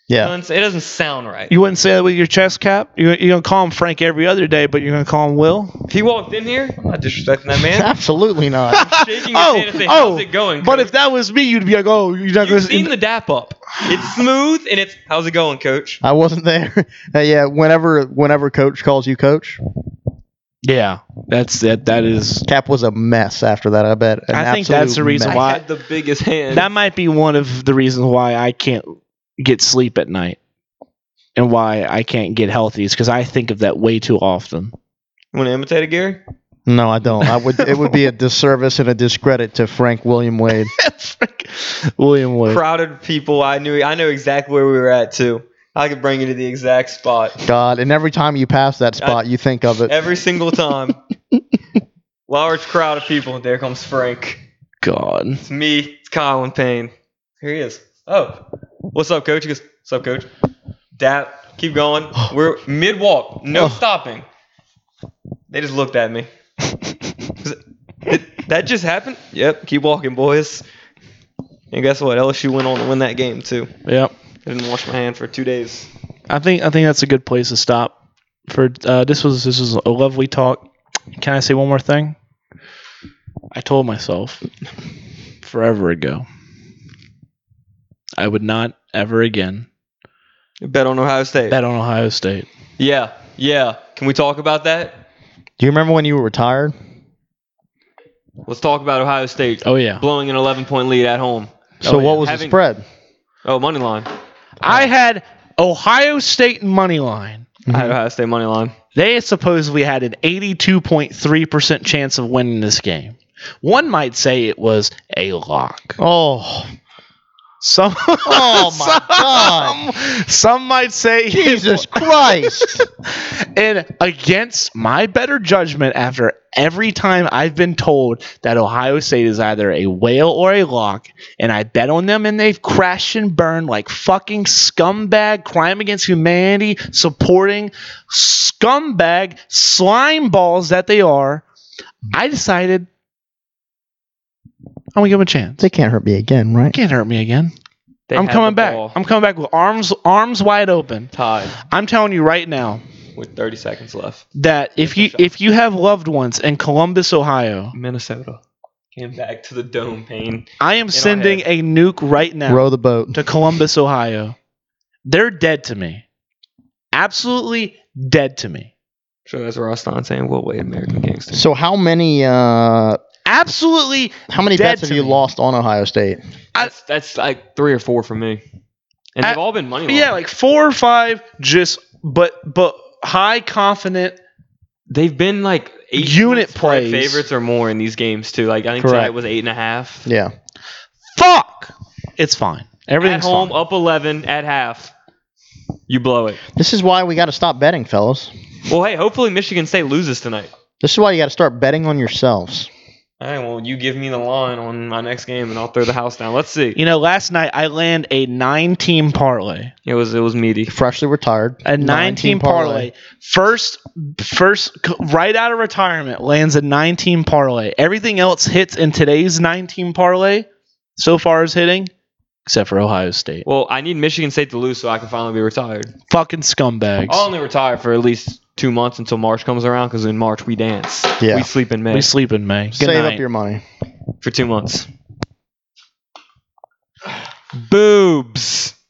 S1: Yeah.
S2: It doesn't sound right.
S3: You wouldn't say that with your chest cap. You're, you're gonna call him Frank every other day, but you're gonna call him Will.
S2: If he walked in here, I'm not disrespecting that
S3: [laughs]
S2: man.
S1: Absolutely not.
S2: Shaking his
S3: Oh,
S2: hand and saying,
S3: oh,
S2: how's it going?
S3: But
S2: coach?"
S3: if that was me, you'd be like, "Oh, you're not
S2: You've
S3: gonna."
S2: seen the dap up. It's smooth and it's how's it going, coach?
S1: I wasn't there. Uh, yeah, whenever whenever coach calls you coach,
S3: [laughs] yeah, that's that. That is.
S1: Cap was a mess after that, I bet. An
S3: I think that's
S1: absolute
S3: the reason
S1: mess.
S3: why-
S2: I had the biggest hand.
S3: That might be one of the reasons why I can't get sleep at night, and why I can't get healthy is because I think of that way too often. [laughs]
S2: Want to imitate it, Gary?
S1: No, I don't. I would it would be
S3: [laughs]
S1: a disservice and a discredit to Frank William Wade.
S3: Frank- William Wood.
S2: Crowded people. I knew. I know exactly where we were at too. I could bring you to the exact spot.
S1: God, and every time you pass that spot, you think of it.
S2: every single [laughs] time. Large crowd of people. There comes Frank.
S3: God.
S2: It's me. It's Colin Payne. Here he is. Oh, what's up, coach? He goes, what's up, coach? Dap. Keep [gasps] going. We're mid walk. No stopping. They just looked [laughs] at me. Was it- Did that just happened? Yep. Keep walking, boys. And guess what? LSU went on to win that game too.
S3: Yep.
S2: I didn't wash my hand for two days.
S3: I think I think that's a good place to stop. For uh, this was this was a lovely talk. Can I say one more thing? I told myself forever ago I would not ever again
S2: Bet on Ohio State.
S3: bet on Ohio State.
S2: Yeah. Yeah. Can we talk about that?
S1: Do you remember when you were retired?
S2: Let's talk about Ohio State
S3: Oh yeah,
S2: blowing an 11 point lead at home.
S1: So
S3: yeah.
S1: what was
S2: Having-
S1: the spread?
S2: Oh, money line.
S3: Mm-hmm. I had Ohio State money line.
S2: I had Ohio State money line.
S3: They supposedly had an 82.3% chance of winning this game. One might say it was a lock.
S1: Oh,
S3: Some,
S1: Oh,
S3: [laughs]
S1: my God.
S3: some, some might say
S1: [laughs]
S3: it [laughs]
S1: Jesus Christ!
S3: and against my better judgment, after every time I've been told that Ohio State is either a whale or a lock, and I bet on them and they've crashed and burned like fucking scumbag, crime against humanity, supporting scumbag, slime balls that they are, I decided I'm going to give them a chance.
S1: They can't hurt me again, right?
S3: Can't hurt me again.
S2: They
S3: I'm
S2: had
S3: coming
S2: the
S3: back.
S2: ball
S3: I'm coming back with arms arms wide open.
S2: tied
S3: I'm telling you right now,
S2: with 30 seconds left.
S3: that if you if you have loved ones in Columbus, Ohio,
S2: Minnesota came back to the dome pain.
S3: I am sending a nuke right now
S1: Row the boat.
S3: to Columbus, Ohio. They're dead to me. Absolutely dead to me.
S2: Sure, that's Ross Don saying, "We'll wait, American gangster."
S1: So how many uh
S3: Absolutely
S1: how many
S3: Dead
S1: bets
S3: to
S1: have you
S3: me.
S1: lost on Ohio State?
S2: That's, that's like three or four for me, and
S3: I-
S2: they've all been money line.
S3: yeah, like four or five just but but high confident
S2: they've been like eight
S3: Unit
S2: point spread
S3: plays.
S2: favorites or more in these games too. Like I think
S1: Correct.
S2: tonight was eight and a half.
S1: Yeah.
S3: fuck. It's fine.
S2: At
S3: Everything's
S2: home,
S3: fine.
S2: up 11 at half. You blow it.
S1: This is why we got to stop betting, fellas.
S2: Well, hey, hopefully Michigan State loses tonight.
S1: This is why you got to start betting on yourselves.
S2: All right, well, you give me the line on my next game, and I'll throw the house down. Let's see.
S3: You know, last night I land a nine team parlay.
S2: It was it was meaty.
S1: Freshly retired.
S3: a 19
S1: 19
S3: parlay. First, first, c- right out of retirement, lands a 19 parlay. Everything else hits in today's 19 parlay. So far is hitting, except for Ohio State.
S2: Well, I need Michigan State to lose so I can finally be retired.
S3: Fucking scumbags.
S2: I'll only retire for at least two months until March comes around because in March we dance.
S1: Yeah.
S2: We sleep in May
S3: we sleep in May. Good
S1: Save
S3: night.
S1: up your money.
S2: for two months. [sighs] Boobs.